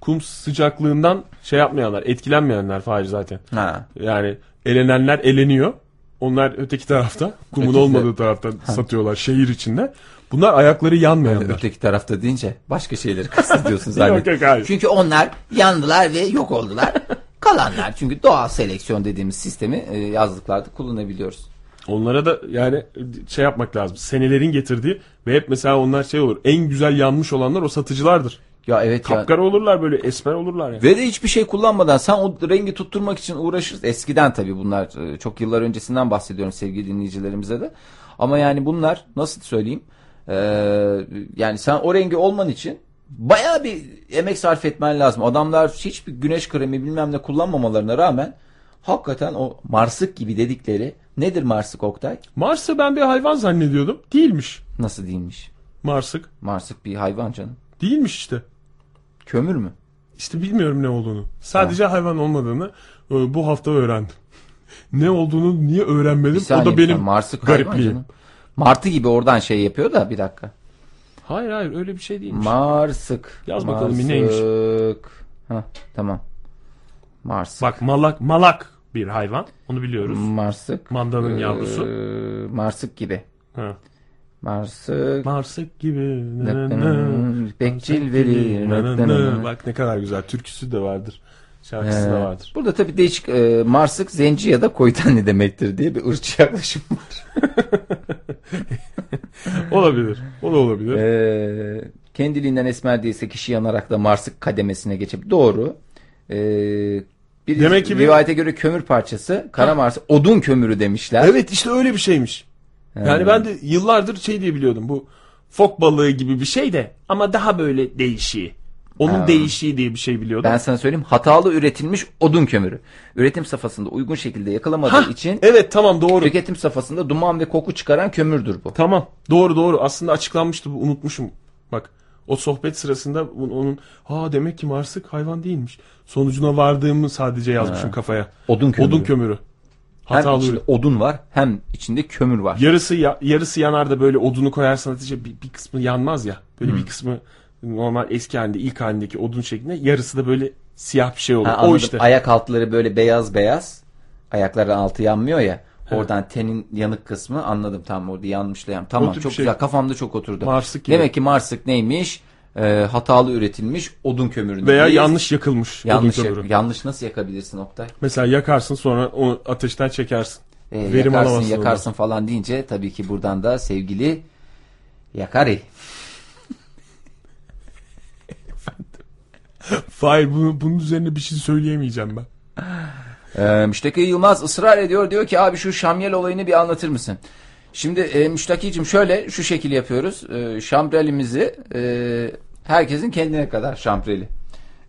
[SPEAKER 2] kum sıcaklığından şey yapmayanlar, etkilenmeyenler Fahir zaten.
[SPEAKER 1] ha,
[SPEAKER 2] Yani elenenler eleniyor. Onlar öteki tarafta, kumun
[SPEAKER 1] Öteki
[SPEAKER 2] olmadığı taraftan satıyorlar şehir içinde. Bunlar ayakları yanmayanlar.
[SPEAKER 1] öteki tarafta deyince başka şeyleri kastediyorsun
[SPEAKER 2] Yok
[SPEAKER 1] zannediyorum.
[SPEAKER 2] yok hayır.
[SPEAKER 3] Çünkü onlar yandılar ve yok oldular.
[SPEAKER 1] Kalanlar çünkü doğal seleksiyon dediğimiz sistemi e, yazlıklarda kullanabiliyoruz.
[SPEAKER 2] Onlara da yani şey yapmak lazım. Senelerin getirdiği ve hep mesela onlar şey olur. En güzel yanmış olanlar o satıcılardır.
[SPEAKER 1] Ya evet ya.
[SPEAKER 2] Kapkara olurlar böyle esmer olurlar yani.
[SPEAKER 1] Ve de hiçbir şey kullanmadan sen o rengi tutturmak için uğraşırsın. Eskiden tabii bunlar e, çok yıllar öncesinden bahsediyorum sevgili dinleyicilerimize de. Ama yani bunlar nasıl söyleyeyim? Ee, yani sen o rengi olman için bayağı bir emek sarf etmen lazım. Adamlar hiçbir güneş kremi bilmem ne kullanmamalarına rağmen hakikaten o marsık gibi dedikleri nedir marsık Oktay?
[SPEAKER 2] Mars'ı ben bir hayvan zannediyordum. Değilmiş.
[SPEAKER 1] Nasıl değilmiş?
[SPEAKER 2] Marsık.
[SPEAKER 1] Marsık bir hayvan canım.
[SPEAKER 2] Değilmiş işte.
[SPEAKER 1] Kömür mü?
[SPEAKER 2] İşte bilmiyorum ne olduğunu. Sadece hayvan olmadığını e, bu hafta öğrendim. ne olduğunu niye öğrenmedim?
[SPEAKER 1] Bir saniye,
[SPEAKER 2] o da
[SPEAKER 1] bir
[SPEAKER 2] benim
[SPEAKER 1] saniye. Marsık hayvan
[SPEAKER 2] garipliğim.
[SPEAKER 1] canım. Martı gibi oradan şey yapıyor da bir dakika.
[SPEAKER 2] Hayır hayır öyle bir şey değilmiş.
[SPEAKER 1] Marsık.
[SPEAKER 2] Yaz bakalım bir neymiş.
[SPEAKER 1] Marsık. Hah, tamam. Marsık.
[SPEAKER 2] Bak malak malak bir hayvan. Onu biliyoruz.
[SPEAKER 1] Marsık.
[SPEAKER 2] Mandanın
[SPEAKER 1] Ee,
[SPEAKER 2] yavrusu.
[SPEAKER 1] Marsık gibi.
[SPEAKER 2] Ha.
[SPEAKER 1] Marsık.
[SPEAKER 2] Marsık gibi.
[SPEAKER 1] Bekçil verir.
[SPEAKER 2] Bak ne kadar güzel. Türküsü de vardır. Şarkısı da
[SPEAKER 1] Evet.
[SPEAKER 2] vardır.
[SPEAKER 1] Burada tabii değişik e, Marsık zenci ya da koytani demektir diye bir ırkçı yaklaşım var.
[SPEAKER 2] Olabilir. O da olabilir.
[SPEAKER 1] E, kendiliğinden esmer değilse kişi yanarak da Marsık kademesine geçip doğru. E, bir
[SPEAKER 2] Demek ki bir-
[SPEAKER 1] rivayete göre kömür parçası kara Marsık odun kömürü demişler.
[SPEAKER 2] Evet işte öyle bir şeymiş. Yani ben de yıllardır şey diye biliyordum bu fok balığı gibi bir şey de ama daha böyle değişiği. Onun değişiği diye bir şey biliyordum.
[SPEAKER 1] Ben sana söyleyeyim hatalı üretilmiş odun kömürü. Üretim safhasında uygun şekilde yakalamadığı
[SPEAKER 2] Hah,
[SPEAKER 1] için
[SPEAKER 2] Evet tamam doğru.
[SPEAKER 1] tüketim safhasında duman ve koku çıkaran kömürdür bu.
[SPEAKER 2] Tamam doğru doğru aslında açıklanmıştı bu unutmuşum. Bak o sohbet sırasında on- onun ha demek ki Marsık hayvan değilmiş. Sonucuna vardığımı sadece yazmışım kafaya.
[SPEAKER 1] Odun kömürü.
[SPEAKER 2] Odun kömürü.
[SPEAKER 1] hem
[SPEAKER 2] Hatalı
[SPEAKER 1] içinde
[SPEAKER 2] üret-
[SPEAKER 1] odun var hem içinde kömür var.
[SPEAKER 2] Yarısı ya- yarısı yanar da böyle odunu koyarsan ateşe bir, bir kısmı yanmaz ya. Böyle bir kısmı normal eski halinde ilk halindeki odun şeklinde yarısı da böyle siyah bir şey olur.
[SPEAKER 1] Ha,
[SPEAKER 2] o
[SPEAKER 1] anladım.
[SPEAKER 2] işte.
[SPEAKER 1] Ayak altları böyle beyaz beyaz. Ayakların altı yanmıyor ya. Oradan tenin yanık kısmı anladım tam orada yanmışla yan. Tamam
[SPEAKER 2] O tür
[SPEAKER 1] çok
[SPEAKER 2] bir şey.
[SPEAKER 1] güzel kafamda çok oturdu.
[SPEAKER 2] Marsık gibi.
[SPEAKER 1] Demek ki Marsık neymiş? Ee, hatalı üretilmiş odun kömürünü.
[SPEAKER 2] Veya
[SPEAKER 1] Biz-
[SPEAKER 2] yanlış yakılmış
[SPEAKER 1] yanlış
[SPEAKER 2] odun
[SPEAKER 1] yak-
[SPEAKER 2] kömürü.
[SPEAKER 1] yanlış nasıl yakabilirsin Oktay?
[SPEAKER 2] Mesela yakarsın sonra onu ateşten çekersin.
[SPEAKER 1] Ee,
[SPEAKER 2] Verim
[SPEAKER 1] yakarsın
[SPEAKER 2] alamazsın
[SPEAKER 1] yakarsın falan deyince tabii ki buradan da sevgili Yakari. E,
[SPEAKER 2] Hayır bunu, bunun üzerine bir şey söyleyemeyeceğim ben.
[SPEAKER 1] Ee, Müştaki Yılmaz ısrar ediyor. Diyor ki abi şu Şamyel olayını bir anlatır mısın? Şimdi e, Müştakicim şöyle şu şekil yapıyoruz. E, şambrelimizi e, herkesin kendine kadar şambreli.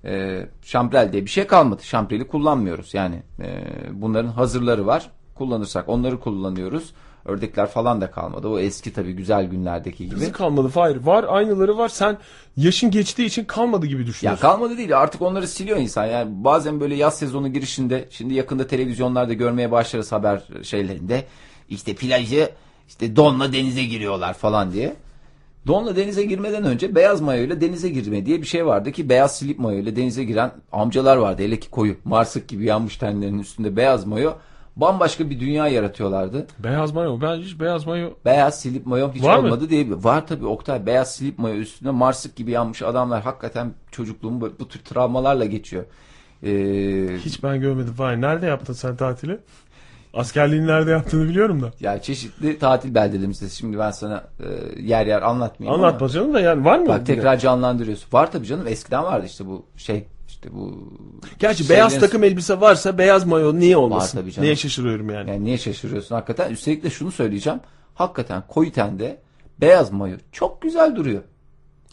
[SPEAKER 1] E, şambrel diye bir şey kalmadı. Şambreli kullanmıyoruz. Yani e, bunların hazırları var. Kullanırsak onları kullanıyoruz. Ördekler falan da kalmadı. O eski tabii güzel günlerdeki gibi.
[SPEAKER 2] Bizi kalmadı Fahir. Var aynıları var. Sen yaşın geçtiği için kalmadı gibi
[SPEAKER 1] Ya
[SPEAKER 2] düşünüyorsun.
[SPEAKER 1] kalmadı değil artık onları siliyor insan. Yani bazen böyle yaz sezonu girişinde şimdi yakında televizyonlarda görmeye başlarız haber şeylerinde.
[SPEAKER 4] İşte plajı işte donla denize giriyorlar falan diye.
[SPEAKER 1] Donla denize girmeden önce beyaz mayoyla denize girme diye bir şey vardı ki beyaz slip mayoyla denize giren amcalar vardı. Hele ki koyu marsık gibi yanmış tenlerinin üstünde beyaz mayo bambaşka bir dünya yaratıyorlardı.
[SPEAKER 2] beyaz mayo. Ben hiç beyaz mayo.
[SPEAKER 1] Beyaz slip mayo hiç
[SPEAKER 2] Var mı?
[SPEAKER 1] olmadı diye. Var tabii Oktay beyaz slip mayo üstünde marsık gibi yanmış adamlar hakikaten çocukluğum bu, bu tür travmalarla geçiyor. Ee,
[SPEAKER 2] Hiç ben görmedim Fahir. Nerede yaptın sen tatili? Askerliğini nerede yaptığını biliyorum da.
[SPEAKER 1] Ya çeşitli tatil beldelerimizde. Şimdi ben sana e, yer yer anlatmayayım.
[SPEAKER 2] Anlatma canım da yani var mı?
[SPEAKER 1] Ama bak tekrar canlandırıyorsun. Var tabii canım eskiden vardı işte bu şey işte bu
[SPEAKER 2] Gerçi
[SPEAKER 1] Şey
[SPEAKER 2] beyaz
[SPEAKER 1] deniz-
[SPEAKER 2] takım elbise varsa beyaz mayo niye olmasın?
[SPEAKER 1] tabii canım.
[SPEAKER 2] Niye şaşırıyorum yani?
[SPEAKER 1] yani niye şaşırıyorsun hakikaten? Üstelik de şunu söyleyeceğim. Hakikaten koyu tende beyaz mayo çok güzel duruyor.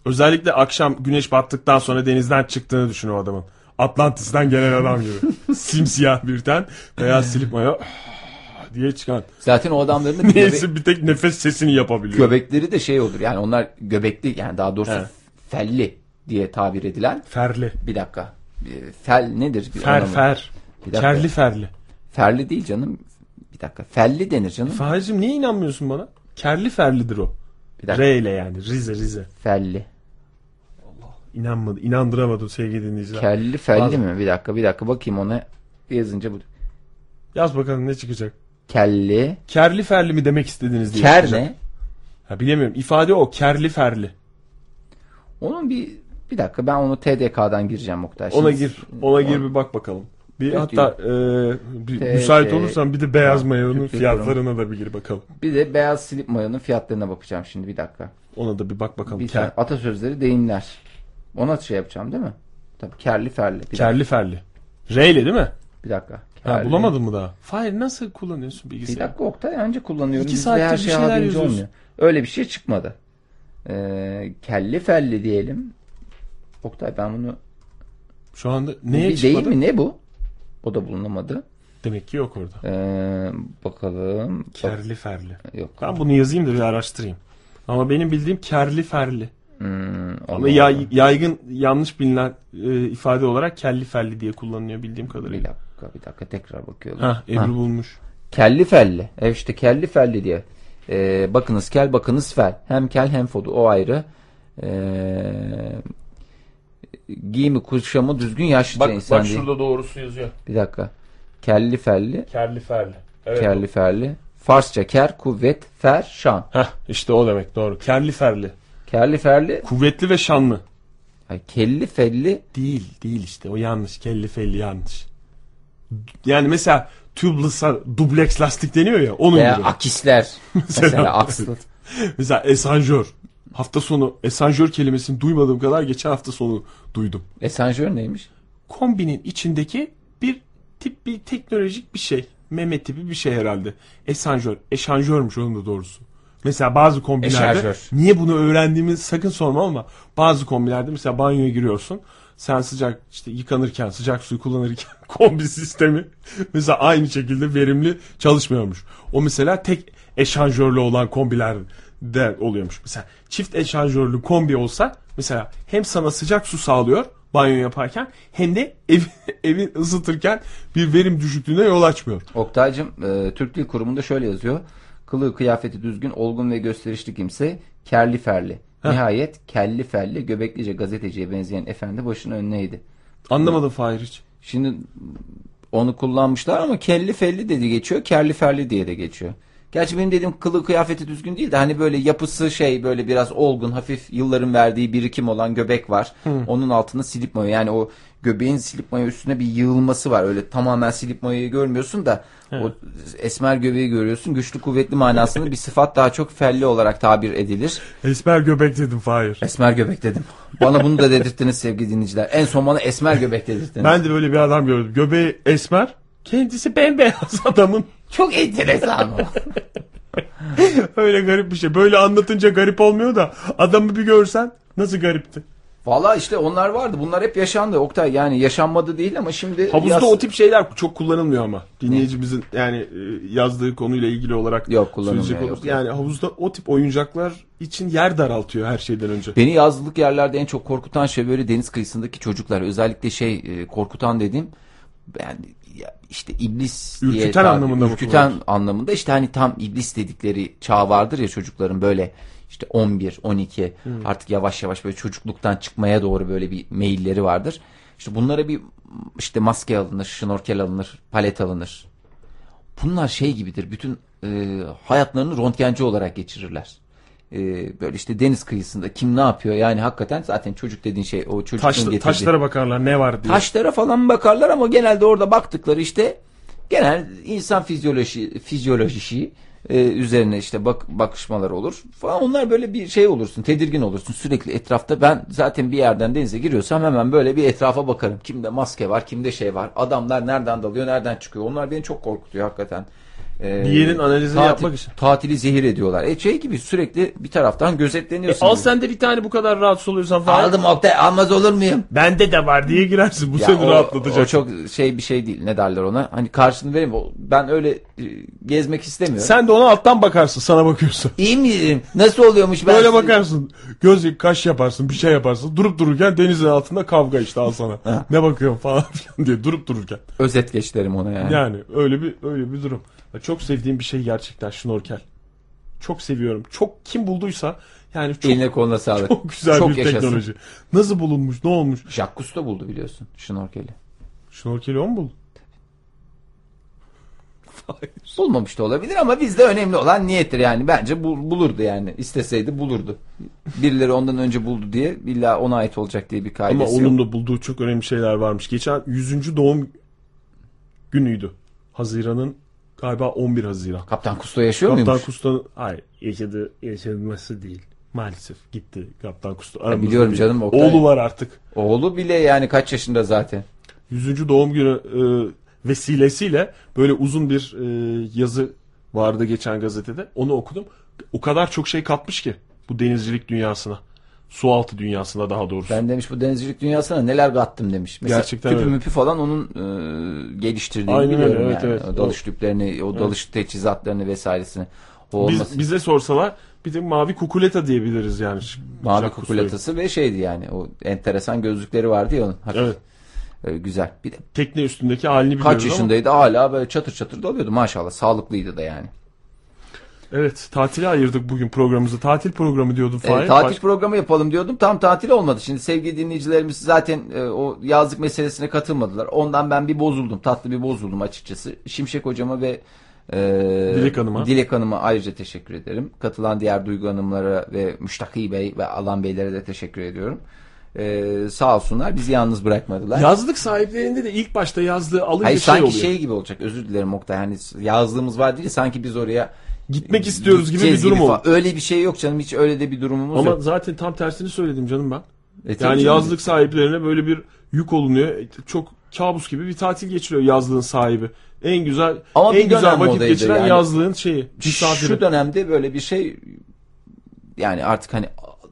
[SPEAKER 2] Özellikle akşam güneş battıktan sonra denizden çıktığını düşün o adamın. Atlantis'ten gelen adam gibi. Simsiyah bir ten, beyaz silip mayo "Ah!" diye çıkan.
[SPEAKER 1] Zaten o adamların da bir göbe-
[SPEAKER 2] Neyse bir tek nefes sesini yapabiliyor.
[SPEAKER 1] göbekleri de şey olur. Yani onlar göbekli yani daha doğrusu
[SPEAKER 2] Evet.
[SPEAKER 1] felli diye tabir edilen.
[SPEAKER 2] Ferli.
[SPEAKER 1] Bir dakika. E, Fel nedir? Bir
[SPEAKER 2] Fer
[SPEAKER 1] anlamı-
[SPEAKER 2] fer.
[SPEAKER 1] Bir dakika.
[SPEAKER 2] Kerli ferli.
[SPEAKER 1] Ferli değil canım. Bir dakika. Felli denir canım.
[SPEAKER 2] Fahir'cim niye inanmıyorsun bana? Kerli ferlidir o.
[SPEAKER 1] Bir dakika.
[SPEAKER 2] R ile yani. Rize Rize.
[SPEAKER 1] Felli.
[SPEAKER 2] İnanmadı. inandıramadım sevgili dinleyiciler.
[SPEAKER 1] Kelli felli
[SPEAKER 2] Bazı-
[SPEAKER 1] mi? Bir dakika bir dakika bakayım ona. Yazınca bu.
[SPEAKER 2] Yaz bakalım ne çıkacak.
[SPEAKER 1] Kelli.
[SPEAKER 2] Kerli ferli mi demek istediniz diye.
[SPEAKER 1] Ker
[SPEAKER 2] çıkacak.
[SPEAKER 1] ne?
[SPEAKER 2] Ha, bilemiyorum. İfade o. Kerli ferli.
[SPEAKER 1] Onun bir bir dakika ben onu TDK'dan gireceğim Oktay. Şimdi
[SPEAKER 2] Ona gir. Ona gir bir bak bakalım. Bir
[SPEAKER 1] Evet,
[SPEAKER 2] hatta e, bir
[SPEAKER 1] Te-
[SPEAKER 2] müsait
[SPEAKER 1] te-
[SPEAKER 2] olursan bir de beyaz mayonun
[SPEAKER 1] Türk
[SPEAKER 2] fiyatlarına da bir gir bakalım.
[SPEAKER 1] Bir de beyaz slip mayonun fiyatlarına bakacağım şimdi bir dakika.
[SPEAKER 2] Ona da bir bak bakalım.
[SPEAKER 1] Bir
[SPEAKER 2] Ker,
[SPEAKER 1] tane atasözleri deyimler. Ona şey yapacağım değil mi? Tabii kerli ferli. Bir, dakika,
[SPEAKER 2] kerli ferli. R ile değil mi?
[SPEAKER 1] bir dakika.
[SPEAKER 2] Ha,
[SPEAKER 1] Kerli.
[SPEAKER 2] bulamadın mı daha? Fahir nasıl kullanıyorsun
[SPEAKER 1] Bir
[SPEAKER 2] bilgisayarı?
[SPEAKER 1] dakika Oktay önce kullanıyorum.
[SPEAKER 2] İki
[SPEAKER 1] Bizde
[SPEAKER 2] saattir
[SPEAKER 1] her
[SPEAKER 2] bir
[SPEAKER 1] şey
[SPEAKER 2] şeyler
[SPEAKER 1] haberince
[SPEAKER 2] yazıyorsun.
[SPEAKER 1] olmuyor. Öyle bir şey çıkmadı. Ee, kelli felli diyelim. Oktay ben bunu
[SPEAKER 2] Şu anda
[SPEAKER 1] bir
[SPEAKER 2] neye
[SPEAKER 1] değil
[SPEAKER 2] çıkmadı?
[SPEAKER 1] mi ne bu? O da bulunamadı.
[SPEAKER 2] Demek ki yok orada.
[SPEAKER 1] Ee, bakalım. Bak-
[SPEAKER 2] Kerli ferli.
[SPEAKER 1] yok.
[SPEAKER 2] Ben bunu yazayım da bir araştırayım. Ama benim bildiğim kerli ferli.
[SPEAKER 1] Hmm,
[SPEAKER 2] Ama yay- yaygın yanlış bilinen e, ifade olarak kelli ferli diye kullanılıyor bildiğim
[SPEAKER 1] Bir
[SPEAKER 2] kadarıyla.
[SPEAKER 1] dakika bir dakika tekrar bakıyorum.
[SPEAKER 2] Ha, Ebru
[SPEAKER 1] Ha.
[SPEAKER 2] bulmuş.
[SPEAKER 1] Kelli felli. E işte kelli felli diye. Ee, bakınız kel bakınız fel. Hem kel hem fodu o ayrı. Ee, giyimi kuşamı düzgün yaşlıca
[SPEAKER 11] Bak,
[SPEAKER 1] insan
[SPEAKER 11] bak
[SPEAKER 1] değil.
[SPEAKER 11] şurada doğrusu yazıyor.
[SPEAKER 1] Bir dakika. Kelli felli.
[SPEAKER 11] Kerli ferli. Evet.
[SPEAKER 1] Kelli ferli. Farsça ker kuvvet fer şan.
[SPEAKER 2] Heh, işte o demek doğru. Kerli ferli.
[SPEAKER 1] Kelli ferli.
[SPEAKER 2] Kuvvetli ve şanlı.
[SPEAKER 1] Ay, kelli felli.
[SPEAKER 2] Değil değil işte o yanlış. Kelli felli yanlış. Yani mesela tubeless'a dubleks lastik deniyor ya onun
[SPEAKER 1] Veya
[SPEAKER 2] gibi.
[SPEAKER 1] akisler. Mesela akslı.
[SPEAKER 2] Mesela esanjör. Hafta sonu esanjör kelimesini duymadığım kadar geçen hafta sonu duydum.
[SPEAKER 1] Esanjör neymiş?
[SPEAKER 2] Kombinin içindeki bir tip bir teknolojik bir şey. Meme tipi bir şey herhalde. Esanjör. Eşanjörmüş onun da doğrusu. Mesela bazı kombilerde
[SPEAKER 1] Eşarjör.
[SPEAKER 2] niye bunu öğrendiğimi sakın sorma ama bazı kombilerde mesela banyoya giriyorsun. Sen sıcak işte yıkanırken sıcak suyu kullanırken kombi sistemi mesela aynı şekilde verimli çalışmıyormuş. O mesela tek eşanjörlü olan kombilerde oluyormuş. Mesela çift eşanjörlü kombi olsa mesela hem sana sıcak su sağlıyor banyo yaparken hem de ev, evi ısıtırken bir verim düşüklüğüne yol açmıyor.
[SPEAKER 1] Oktay'cım e, Türk Dil Kurumu'nda şöyle yazıyor. Kılığı kıyafeti düzgün, olgun ve gösterişli kimse kerli ferli. Nihayet kelli felli göbeklice gazeteciye benzeyen efendi başını önüneydi.
[SPEAKER 2] Anlamadım Fahir hiç.
[SPEAKER 1] Şimdi onu kullanmışlar ama kelli felli dedi geçiyor, kerli ferli diye de geçiyor. Gerçi benim dediğim kılığı kıyafeti düzgün değil de hani böyle yapısı şey böyle biraz olgun hafif yılların verdiği birikim olan göbek var. Onun altında silip mayo yani o göbeğin silip mayo üstüne bir yığılması var. Öyle tamamen silip mayoyu görmüyorsun da o esmer göbeği görüyorsun. Güçlü kuvvetli manasında bir sıfat daha çok felli olarak tabir edilir.
[SPEAKER 2] Esmer göbek dedim Fahir.
[SPEAKER 1] Esmer göbek dedim. Bana bunu da dedirttiniz sevgili dinleyiciler. En son bana esmer göbek dedirttiniz.
[SPEAKER 2] Ben de böyle bir adam gördüm. Göbeği esmer, kendisi bembeyaz adamın.
[SPEAKER 1] Çok enteresan o.
[SPEAKER 2] Öyle garip bir şey. Böyle anlatınca garip olmuyor da adamı bir görsen nasıl garipti.
[SPEAKER 1] Valla işte onlar vardı. Bunlar hep yaşandı Oktay. Yani yaşanmadı değil ama şimdi...
[SPEAKER 2] Havuzda
[SPEAKER 1] yaz-
[SPEAKER 2] o tip şeyler çok kullanılmıyor ama. Dinleyicimizin yani e, yazdığı konuyla ilgili olarak
[SPEAKER 1] Yok, kullanılmıyor,
[SPEAKER 2] söyleyecek
[SPEAKER 1] yok,
[SPEAKER 2] olursa- Yani havuzda o tip oyuncaklar için yer daraltıyor her şeyden önce.
[SPEAKER 1] Beni yazlık yerlerde en çok korkutan şey böyle deniz kıyısındaki çocuklar. Özellikle şey e, korkutan dediğim yani ya işte iblis diye
[SPEAKER 2] Ürküten
[SPEAKER 1] tabir-
[SPEAKER 2] anlamında mı
[SPEAKER 1] ürküten anlamında işte hani tam iblis dedikleri çağ vardır ya çocukların böyle işte 11 12
[SPEAKER 2] Hmm.
[SPEAKER 1] artık yavaş yavaş böyle çocukluktan çıkmaya doğru böyle bir meyilleri vardır. İşte bunlara bir işte maske alınır, şnorkel alınır, palet alınır. Bunlar şey gibidir. Bütün e, hayatlarını röntgenci olarak geçirirler. E, böyle işte deniz kıyısında kim ne yapıyor yani hakikaten zaten çocuk dediğin şey o çocukluğun
[SPEAKER 2] Taş,
[SPEAKER 1] getirdiği.
[SPEAKER 2] taşlara bakarlar ne var diye.
[SPEAKER 1] Taşlara falan bakarlar ama genelde orada baktıkları işte genel insan fizyoloji fizyolojisi e, üzerine işte bak bakışmalar olur falan. Onlar böyle bir şey olursun, tedirgin olursun sürekli etrafta. Ben zaten bir yerden denize giriyorsam hemen böyle bir etrafa bakarım. Kimde maske var, kimde şey var. Adamlar nereden dalıyor, nereden çıkıyor. Onlar beni çok korkutuyor hakikaten. E,
[SPEAKER 2] Bir yerin analizini yapmak için.
[SPEAKER 1] Tatili zehir ediyorlar. E şey gibi sürekli bir taraftan gözetleniyorsun.
[SPEAKER 2] E, Al
[SPEAKER 1] gibi.
[SPEAKER 2] sen de bir tane bu kadar rahatsız oluyorsan falan.
[SPEAKER 1] Aldım Oktay, almaz olur muyum?
[SPEAKER 2] Bende de var diye girersin. Bu
[SPEAKER 1] Ya
[SPEAKER 2] seni
[SPEAKER 1] o,
[SPEAKER 2] rahatlatacak.
[SPEAKER 1] o çok şey bir şey değil. Ne derler ona? Hani karşını vereyim. O- Ben öyle e, gezmek istemiyorum.
[SPEAKER 2] Sen de ona alttan bakarsın sana bakıyorsa.
[SPEAKER 1] İyi miyim? Nasıl oluyormuş ben?
[SPEAKER 2] Böyle bakarsın. Göz kaş yaparsın bir şey yaparsın. Durup dururken denizin altında kavga işte al sana. ne bakıyorsun falan filan diye durup dururken.
[SPEAKER 1] Özet geç derim ona yani.
[SPEAKER 2] Yani öyle bir öyle bir durum. Ya Çok sevdiğim bir şey gerçekten şnorkel. Çok seviyorum. Çok kim bulduysa yani çok,
[SPEAKER 1] Eline koluna sağlık.
[SPEAKER 2] çok güzel
[SPEAKER 1] Çok
[SPEAKER 2] bir
[SPEAKER 1] yaşasın.
[SPEAKER 2] teknoloji. Nasıl bulunmuş ne olmuş?
[SPEAKER 1] Jacques Cousteau buldu biliyorsun şnorkeli.
[SPEAKER 2] Şnorkeli o mu buldu?
[SPEAKER 1] Bulmamış da olabilir ama bizde önemli olan niyettir yani. Bence bul- bulurdu yani. İsteseydi bulurdu. Birileri ondan önce buldu diye illa ona ait olacak diye bir
[SPEAKER 2] Ama
[SPEAKER 1] kaidesi
[SPEAKER 2] onun
[SPEAKER 1] yok.
[SPEAKER 2] da bulduğu çok önemli şeyler varmış. Geçen 100. doğum günüydü. Haziran'ın galiba 11 Haziran.
[SPEAKER 1] Kaptan Cousteau yaşıyor
[SPEAKER 2] Kaptan
[SPEAKER 1] muymuş?
[SPEAKER 2] Kusto'nun hayır yaşadı, yaşanması değil. Maalesef gitti Kaptan Kusto.
[SPEAKER 1] Ya biliyorum
[SPEAKER 2] değil.
[SPEAKER 1] canım, Oktay.
[SPEAKER 2] Oğlu var artık.
[SPEAKER 1] Oğlu bile yani kaç yaşında zaten.
[SPEAKER 2] 100. doğum günü e, vesilesiyle böyle uzun bir e, yazı vardı geçen gazetede. Onu okudum. O kadar çok şey katmış ki bu denizcilik dünyasına. Sualtı dünyasına daha doğrusu.
[SPEAKER 1] Ben demiş bu denizcilik dünyasına neler kattım demiş. Mesela
[SPEAKER 2] Gerçekten
[SPEAKER 1] tüpü
[SPEAKER 2] öyle.
[SPEAKER 1] müpü falan onun e, geliştirdiğini
[SPEAKER 2] Aynen öyle,
[SPEAKER 1] biliyorum
[SPEAKER 2] evet,
[SPEAKER 1] yani.
[SPEAKER 2] evet.
[SPEAKER 1] O dalış tüplerini, o dalış teçhizatlarını vesairesini. O olması.
[SPEAKER 2] Biz, bize sorsalar bir de mavi kukuleta diyebiliriz yani.
[SPEAKER 1] Mavi
[SPEAKER 2] Jacques
[SPEAKER 1] kukulatası ve şeydi yani o enteresan gözlükleri vardı ya onun. Hakikaten,
[SPEAKER 2] Evet.
[SPEAKER 1] e, güzel. Bir de
[SPEAKER 2] Tekne üstündeki halini biliyoruz
[SPEAKER 1] kaç
[SPEAKER 2] ama-
[SPEAKER 1] yaşındaydı hala böyle çatır çatır dalıyordu maşallah. Sağlıklıydı da yani.
[SPEAKER 2] Evet tatile ayırdık bugün programımızı. Tatil programı diyordun
[SPEAKER 1] E,
[SPEAKER 2] Fahir.
[SPEAKER 1] tatil
[SPEAKER 2] Baş-
[SPEAKER 1] programı yapalım diyordum. Tam tatil olmadı. Şimdi sevgili dinleyicilerimiz zaten e, o yazlık meselesine katılmadılar. Ondan ben bir bozuldum. Tatlı bir bozuldum açıkçası. Şimşek hocama ve e,
[SPEAKER 2] Dilek Hanım'a.
[SPEAKER 1] Dilek Hanım'a ayrıca teşekkür ederim. Katılan diğer Duygu Hanımlara ve Müştaki Bey ve Alan Beylere de teşekkür ediyorum. E, sağ olsunlar. Bizi yalnız bırakmadılar.
[SPEAKER 2] Yazlık sahiplerinde de ilk başta yazdığı alınca
[SPEAKER 1] Hayır
[SPEAKER 2] şey
[SPEAKER 1] sanki
[SPEAKER 2] oluyor.
[SPEAKER 1] şey gibi olacak. Özür dilerim Oktay. Hani yazdığımız var değil sanki biz oraya
[SPEAKER 2] Gitmek istiyoruz gibi bir
[SPEAKER 1] gideceğiz
[SPEAKER 2] durum
[SPEAKER 1] gibi
[SPEAKER 2] oldu.
[SPEAKER 1] falan. Öyle bir şey yok canım. Hiç öyle de bir durumumuz
[SPEAKER 2] Ama
[SPEAKER 1] yok.
[SPEAKER 2] zaten tam tersini söyledim canım ben.
[SPEAKER 1] E, tabii
[SPEAKER 2] Yani
[SPEAKER 1] canım.
[SPEAKER 2] yazlık sahiplerine böyle bir yük olunuyor. E, Çok kabus gibi bir tatil geçiriyor yazlığın sahibi. En güzel
[SPEAKER 1] Ama bir
[SPEAKER 2] en güzel
[SPEAKER 1] dönem
[SPEAKER 2] vakit
[SPEAKER 1] modaydı
[SPEAKER 2] geçiren
[SPEAKER 1] yani.
[SPEAKER 2] yazlığın şeyi.
[SPEAKER 1] şu
[SPEAKER 2] Misafiri.
[SPEAKER 1] dönemde böyle bir şey yani artık hani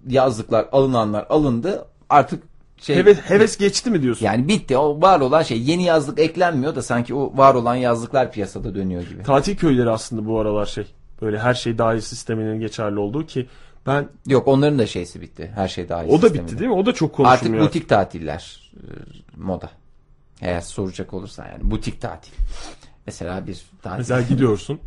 [SPEAKER 1] yazlıklar alınanlar alındı artık şey
[SPEAKER 2] Heves, heves geçti mi diyorsun?
[SPEAKER 1] yani bitti o var olan şey yeni yazlık eklenmiyor da sanki o var olan yazlıklar piyasada dönüyor gibi.
[SPEAKER 2] Tatil köyleri aslında bu aralar şey. Böyle her şey dahil sisteminin geçerli olduğu ki ben
[SPEAKER 1] Yok onların da şeysi bitti her şey dahil.
[SPEAKER 2] o da
[SPEAKER 1] sisteminde.
[SPEAKER 2] bitti değil mi? O da çok
[SPEAKER 1] Artık
[SPEAKER 2] konuşulmuyor.
[SPEAKER 1] butik tatiller e, moda. Eğer soracak olursan yani butik tatil. Mesela bir tatil.
[SPEAKER 2] Mesela gidiyorsun.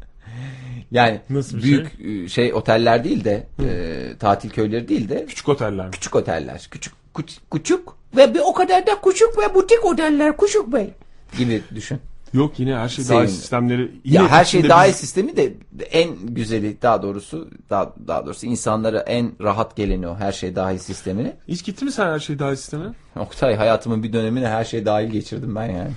[SPEAKER 1] yani
[SPEAKER 2] Nasıl bir
[SPEAKER 1] büyük e, şey? oteller değil de e, tatil köyleri değil de
[SPEAKER 2] Küçük oteller mi?
[SPEAKER 1] küçük oteller. Küçük kuç- küçük ve bir o kadar da küçük ve butik oteller küçük bey gibi düşün.
[SPEAKER 2] Yok yine her şey
[SPEAKER 1] Sevimli.
[SPEAKER 2] dahil sistemleri.
[SPEAKER 1] Ya
[SPEAKER 2] Yine
[SPEAKER 1] her şey
[SPEAKER 2] içinde
[SPEAKER 1] dahil
[SPEAKER 2] biz-
[SPEAKER 1] sistemi de en güzeli daha doğrusu daha, daha doğrusu insanlara en rahat geleni o her şey dahil sistemini.
[SPEAKER 2] Hiç gitti mi sen her şey dahil sistemine?
[SPEAKER 1] Oktay hayatımın bir dönemini her şey dahil geçirdim ben yani.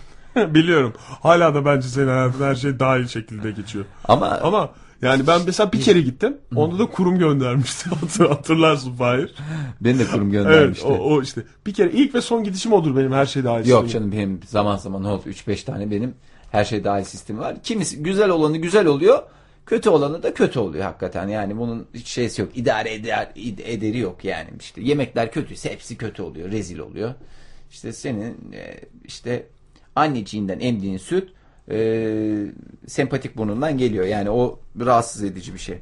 [SPEAKER 2] Biliyorum. Hala da bence senin hayatın her şey dahil şekilde geçiyor.
[SPEAKER 1] Ama,
[SPEAKER 2] Ama yani ben mesela bir kere gittim. Onda da kurum göndermişti. Hatır- Hatırlarsın Fahir.
[SPEAKER 1] beni de kurum
[SPEAKER 2] Evet
[SPEAKER 1] göndermişti.
[SPEAKER 2] o, o işte. Bir kere ilk ve son gidişim odur benim her şey dahil
[SPEAKER 1] Yok
[SPEAKER 2] sistemine.
[SPEAKER 1] canım benim zaman zaman ne oldu 3-5 tane benim her şey dahil sistemi var. Kimisi güzel olanı güzel oluyor. Kötü olanı da kötü oluyor hakikaten. Yani bunun hiç şeysi yok. İdare eder, id- ederi yok yani. işte yemekler kötüyse hepsi kötü oluyor. Rezil oluyor. İşte senin e, işte anneciğinden emdiğin süt e, sempatik burnundan geliyor. Yani o rahatsız edici bir şey.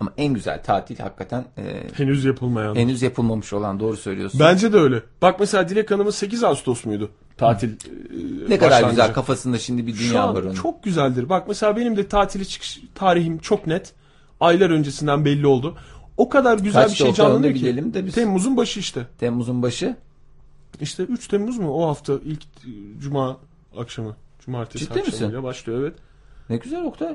[SPEAKER 1] Ama en güzel tatil hakikaten e,
[SPEAKER 2] Henüz yapılmayan.
[SPEAKER 1] henüz yapılmamış olan doğru söylüyorsun.
[SPEAKER 2] Bence de öyle. Bak mesela Dilek Hanım'ın 8 Ağustos muydu? Tatil e,
[SPEAKER 1] ne kadar
[SPEAKER 2] başlangıcı.
[SPEAKER 1] güzel kafasında şimdi bir
[SPEAKER 2] Şu
[SPEAKER 1] dünya var
[SPEAKER 2] an
[SPEAKER 1] onun.
[SPEAKER 2] çok güzeldir. Bak mesela benim de tatili çıkış tarihim çok net. Aylar öncesinden belli oldu. O kadar güzel
[SPEAKER 1] Kaçtı
[SPEAKER 2] bir şey
[SPEAKER 1] Oktay, onu da
[SPEAKER 2] canlanıyor
[SPEAKER 1] bilelim
[SPEAKER 2] ki.
[SPEAKER 1] de biz-
[SPEAKER 2] Temmuz'un başı işte.
[SPEAKER 1] Temmuz'un başı.
[SPEAKER 2] İşte 3 Temmuz mu? O hafta ilk e, cuma akşamı. Cumartesi
[SPEAKER 1] Ciddi misin?
[SPEAKER 2] akşamıyla başlıyor evet.
[SPEAKER 1] Ne güzel Oktay.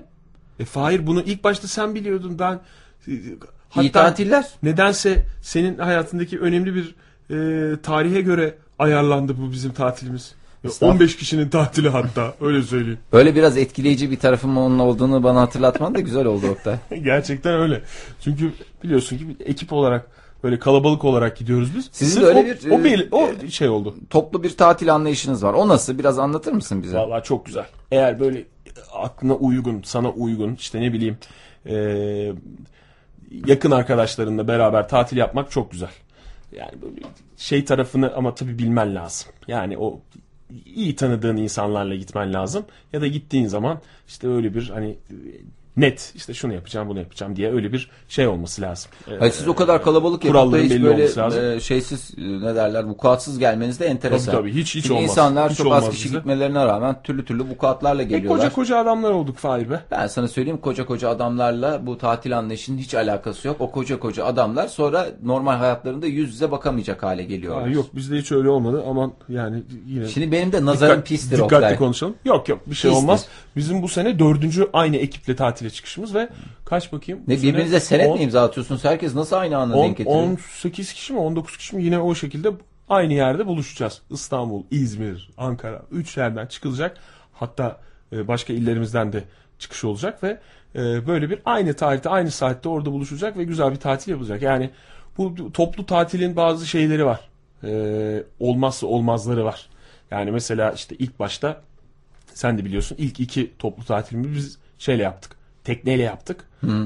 [SPEAKER 2] E Fahir bunu ilk başta sen biliyordun ben. e,
[SPEAKER 1] İyi
[SPEAKER 2] Hatta
[SPEAKER 1] tatiller.
[SPEAKER 2] nedense senin hayatındaki önemli bir e, tarihe göre ayarlandı bu bizim tatilimiz. E,
[SPEAKER 1] Estağfurullah.
[SPEAKER 2] 15 kişinin tatili hatta öyle söyleyeyim.
[SPEAKER 1] Böyle biraz etkileyici bir tarafım onun olduğunu bana hatırlatman da güzel oldu Oktay.
[SPEAKER 2] Gerçekten öyle. Çünkü biliyorsun ki bir ekip olarak böyle kalabalık olarak gidiyoruz biz.
[SPEAKER 1] Sizin
[SPEAKER 2] Sırf
[SPEAKER 1] de öyle
[SPEAKER 2] o-
[SPEAKER 1] bir,
[SPEAKER 2] o,
[SPEAKER 1] e,
[SPEAKER 2] bel- o şey oldu.
[SPEAKER 1] Toplu bir tatil anlayışınız var. O nasıl? Biraz anlatır mısın bize?
[SPEAKER 2] Vallahi çok güzel. Eğer böyle e, aklına uygun, sana uygun işte ne bileyim e, yakın arkadaşlarınla beraber tatil yapmak çok güzel. Yani böyle şey tarafını ama tabii bilmen lazım. Yani o iyi tanıdığın insanlarla gitmen lazım. Ya da gittiğin zaman işte öyle bir hani e, net işte şunu yapacağım bunu yapacağım diye öyle bir şey olması lazım. E,
[SPEAKER 1] Hayır, siz o kadar kalabalık yapıp da
[SPEAKER 2] kuralların
[SPEAKER 1] hiç
[SPEAKER 2] belli olması lazım.
[SPEAKER 1] böyle e, şeysiz e, ne derler vukuatsız gelmeniz de enteresan.
[SPEAKER 2] Tabii, tabii, hiç- hiç
[SPEAKER 1] Çünkü
[SPEAKER 2] olmaz.
[SPEAKER 1] insanlar
[SPEAKER 2] Hiç
[SPEAKER 1] çok
[SPEAKER 2] olmaz
[SPEAKER 1] az kişi
[SPEAKER 2] bize.
[SPEAKER 1] gitmelerine rağmen türlü türlü vukuatlarla
[SPEAKER 2] E,
[SPEAKER 1] geliyorlar.
[SPEAKER 2] koca koca adamlar olduk Fahir be.
[SPEAKER 1] Ben sana söyleyeyim koca koca adamlarla bu tatil anlayışının hiç alakası yok. O koca koca adamlar sonra normal hayatlarında yüz yüze bakamayacak hale geliyorlar.
[SPEAKER 2] Aa, yok bizde hiç öyle olmadı aman yani yine
[SPEAKER 1] Şimdi benim de nazarım
[SPEAKER 2] Dikkat-
[SPEAKER 1] pistir
[SPEAKER 2] dikkatli
[SPEAKER 1] Oktay.
[SPEAKER 2] konuşalım. Yok yok bir şey
[SPEAKER 1] Pistir.
[SPEAKER 2] olmaz. Bizim bu sene dördüncü aynı ekiple tatile çıkışımız ve kaç bakayım?
[SPEAKER 1] Ne
[SPEAKER 2] bu sene
[SPEAKER 1] birbirinize senet
[SPEAKER 2] on-
[SPEAKER 1] mi imza atıyorsunuz? Herkes nasıl aynı anda
[SPEAKER 2] on-
[SPEAKER 1] denk getiriyor?
[SPEAKER 2] 18 kişi mi 19 kişi mi yine o şekilde aynı yerde buluşacağız. İstanbul, İzmir, Ankara 3 yerden çıkılacak. Hatta e, başka illerimizden de çıkış olacak ve e, böyle bir aynı tarihte aynı saatte orada buluşacak ve güzel bir tatil yapılacak. Yani bu toplu tatilin bazı şeyleri var. E, olmazsa olmazları var. Yani mesela işte ilk başta sen de biliyorsun ilk iki toplu tatilimi biz şeyle yaptık. Tekneyle yaptık.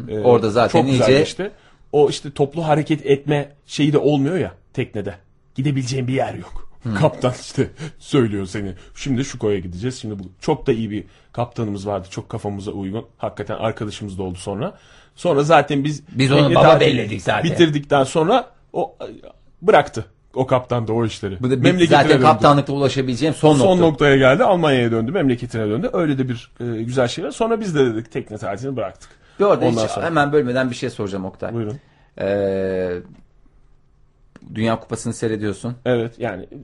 [SPEAKER 2] Ee,
[SPEAKER 1] orada zaten
[SPEAKER 2] çok güzel
[SPEAKER 1] iyice-
[SPEAKER 2] geçti. O işte toplu hareket etme şeyi de olmuyor ya teknede. Gidebileceğin bir yer yok. Kaptan işte söylüyor seni. Şimdi şu koya gideceğiz. Şimdi bu çok da iyi bir kaptanımız vardı. Çok kafamıza uygun. Hakikaten arkadaşımız da oldu sonra. Sonra zaten biz
[SPEAKER 4] Biz onu
[SPEAKER 2] tekne
[SPEAKER 4] baba
[SPEAKER 2] tatili
[SPEAKER 4] belledik zaten.
[SPEAKER 2] Bitirdikten sonra o e, bıraktı. O kaptan da o işleri.
[SPEAKER 1] Bu da bir-
[SPEAKER 2] Memleketine
[SPEAKER 1] zaten
[SPEAKER 2] döndü.
[SPEAKER 1] kaptanlıkta ulaşabileceğim son,
[SPEAKER 2] Son
[SPEAKER 1] nokta.
[SPEAKER 2] noktaya geldi. Almanya'ya döndü. Memleketine döndü. Öyle de bir e, güzel şey var. Sonra biz de dedik tekne tatilini bıraktık.
[SPEAKER 1] Bir orada
[SPEAKER 2] Ondan
[SPEAKER 1] hiç-
[SPEAKER 2] sonra.
[SPEAKER 1] hemen bölmeden bir şey soracağım Oktay.
[SPEAKER 2] Buyurun.
[SPEAKER 1] Ee, Dünya Kupası'nı seyrediyorsun.
[SPEAKER 2] Evet yani e,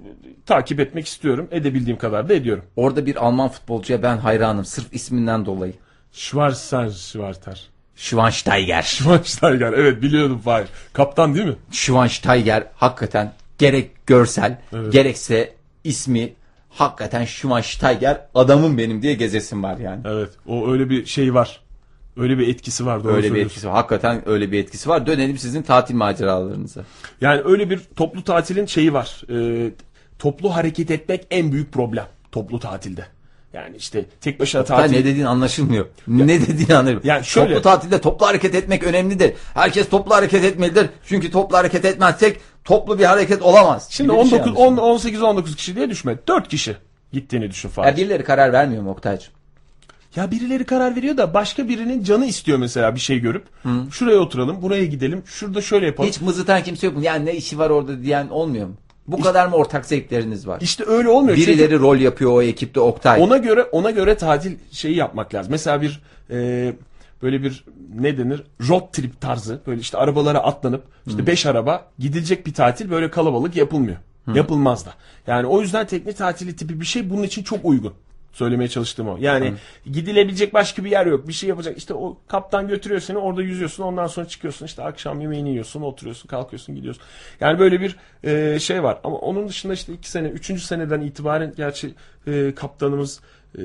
[SPEAKER 2] takip etmek istiyorum. Edebildiğim kadar da ediyorum.
[SPEAKER 1] Orada bir Alman futbolcuya ben hayranım. Sırf isminden dolayı.
[SPEAKER 2] Schwarzer Schwarter.
[SPEAKER 1] Schwansteiger.
[SPEAKER 2] Schwarzenegger evet biliyordum Fahir. Kaptan değil mi?
[SPEAKER 1] Schwansteiger hakikaten gerek görsel
[SPEAKER 2] Evet.
[SPEAKER 1] gerekse ismi hakikaten Schwansteiger adamım benim diye gezesin var yani.
[SPEAKER 2] Evet o öyle bir şey var. Öyle bir etkisi var doğru
[SPEAKER 1] Öyle bir
[SPEAKER 2] söylüyorsun.
[SPEAKER 1] etkisi var. Hakikaten öyle bir etkisi var. Dönelim sizin tatil maceralarınıza.
[SPEAKER 2] Yani öyle bir toplu tatilin şeyi var. Ee, toplu hareket etmek en büyük problem toplu tatilde. Yani işte tek başına
[SPEAKER 1] Hatta
[SPEAKER 2] tatil.
[SPEAKER 1] ne dediğin anlaşılmıyor. ne dediğin anlaşılmıyor.
[SPEAKER 2] Yani şöyle-
[SPEAKER 1] Toplu tatilde toplu hareket etmek önemlidir. Herkes toplu hareket etmelidir. Çünkü toplu hareket etmezsek toplu bir hareket olamaz.
[SPEAKER 2] Şimdi
[SPEAKER 1] Gibi bir şey
[SPEAKER 2] 19
[SPEAKER 1] anlaşılıyor.
[SPEAKER 2] 10 18 19 kişi diye düşme. 4 kişi gittiğini düşün Fahir.
[SPEAKER 1] Ya birileri karar vermiyor mu Oktay'cığım?
[SPEAKER 2] Ya birileri karar veriyor da başka birinin canı istiyor mesela bir şey görüp. Şuraya oturalım, buraya gidelim, şurada şöyle yapalım.
[SPEAKER 1] Hiç mızıtan kimse yok mu? Yani ne işi var orada diyen olmuyor mu? Bu kadar mı ortak zevkleriniz var?
[SPEAKER 2] İşte öyle olmuyor. Çünkü-
[SPEAKER 1] Birileri rol yapıyor o ekipte Oktay.
[SPEAKER 2] Ona göre ona göre tatil şeyi yapmak lazım. Mesela bir e, böyle bir ne denir? Road trip tarzı. Böyle işte arabalara atlanıp işte 5 araba gidilecek bir tatil böyle kalabalık yapılmıyor. Yapılmaz da. Yani o yüzden tekne tatili tipi bir şey bunun için çok uygun. Söylemeye çalıştığım o. Yani gidilebilecek başka bir yer yok. Bir şey yapacak. İşte o kaptan götürüyor seni orada yüzüyorsun. Ondan sonra çıkıyorsun. işte akşam yemeğini yiyorsun. Oturuyorsun. Kalkıyorsun. Gidiyorsun. Yani böyle bir e, şey var. Ama onun dışında işte iki sene. Üçüncü seneden itibaren gerçi e, kaptanımız e,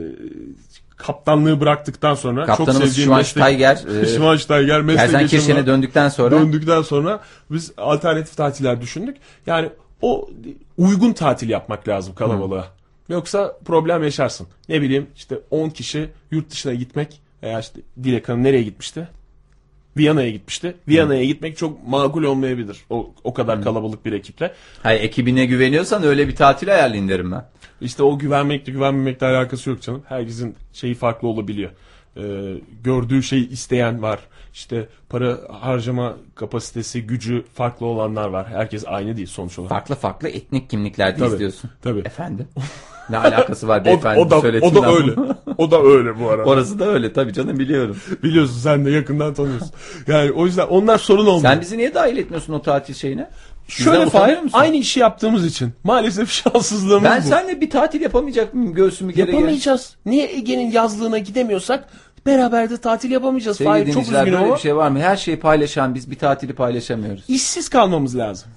[SPEAKER 2] kaptanlığı bıraktıktan sonra çok
[SPEAKER 1] Kaptanımız
[SPEAKER 2] sevdiğim
[SPEAKER 1] Schweinsteiger, e,
[SPEAKER 2] Schweinsteiger
[SPEAKER 1] Gelsenkirchen'e
[SPEAKER 2] mesleği
[SPEAKER 1] döndükten sonra
[SPEAKER 2] döndükten sonra biz alternatif tatiller düşündük. Yani o uygun tatil yapmak lazım kalabalığa. Yoksa problem yaşarsın. Ne bileyim işte 10 kişi yurt dışına gitmek veya işte Dilek Hanım nereye gitmişti? Viyana'ya gitmişti. Viyana'ya gitmek çok makul olmayabilir. O, o kadar kalabalık bir ekiple.
[SPEAKER 1] Hayır ekibine güveniyorsan öyle bir tatil ayarlayın derim ben.
[SPEAKER 2] İşte o güvenmekle güvenmemekle alakası yok canım. Herkesin şeyi farklı olabiliyor. Ee, gördüğü şeyi isteyen var. İşte para harcama kapasitesi, gücü farklı olanlar var. Herkes aynı değil sonuç olarak.
[SPEAKER 1] Farklı farklı etnik kimliklerde
[SPEAKER 2] Tabii,
[SPEAKER 1] izliyorsun.
[SPEAKER 2] tabii.
[SPEAKER 1] Efendim? Ne alakası var
[SPEAKER 2] O,
[SPEAKER 1] beyefendi
[SPEAKER 2] o da, o
[SPEAKER 1] söylediğinden?
[SPEAKER 2] da öyle. O da öyle bu arada.
[SPEAKER 1] Orası da öyle tabii canım biliyorum.
[SPEAKER 2] Biliyorsun sen de yakından tanıyorsun. Yani o yüzden onlar sorun olmuyor.
[SPEAKER 1] Sen bizi niye dahil etmiyorsun o tatil şeyine? Bizden
[SPEAKER 2] Şöyle
[SPEAKER 1] utanıyor
[SPEAKER 2] Fahir,
[SPEAKER 1] musun?
[SPEAKER 2] aynı işi yaptığımız için maalesef şanssızlığımız
[SPEAKER 1] Ben
[SPEAKER 2] bu.
[SPEAKER 1] seninle bir tatil yapamayacak mıyım göğsümü gere gere?
[SPEAKER 2] Yapamayacağız. Niye Ege'nin yazlığına gidemiyorsak beraber de tatil yapamayacağız.
[SPEAKER 1] Sevgili
[SPEAKER 2] Fahir çok
[SPEAKER 1] dinleyiciler,
[SPEAKER 2] üzgünüm
[SPEAKER 1] böyle
[SPEAKER 2] ama.
[SPEAKER 1] bir şey var mı? Her şeyi paylaşan biz bir tatili paylaşamıyoruz.
[SPEAKER 2] işsiz kalmamız lazım.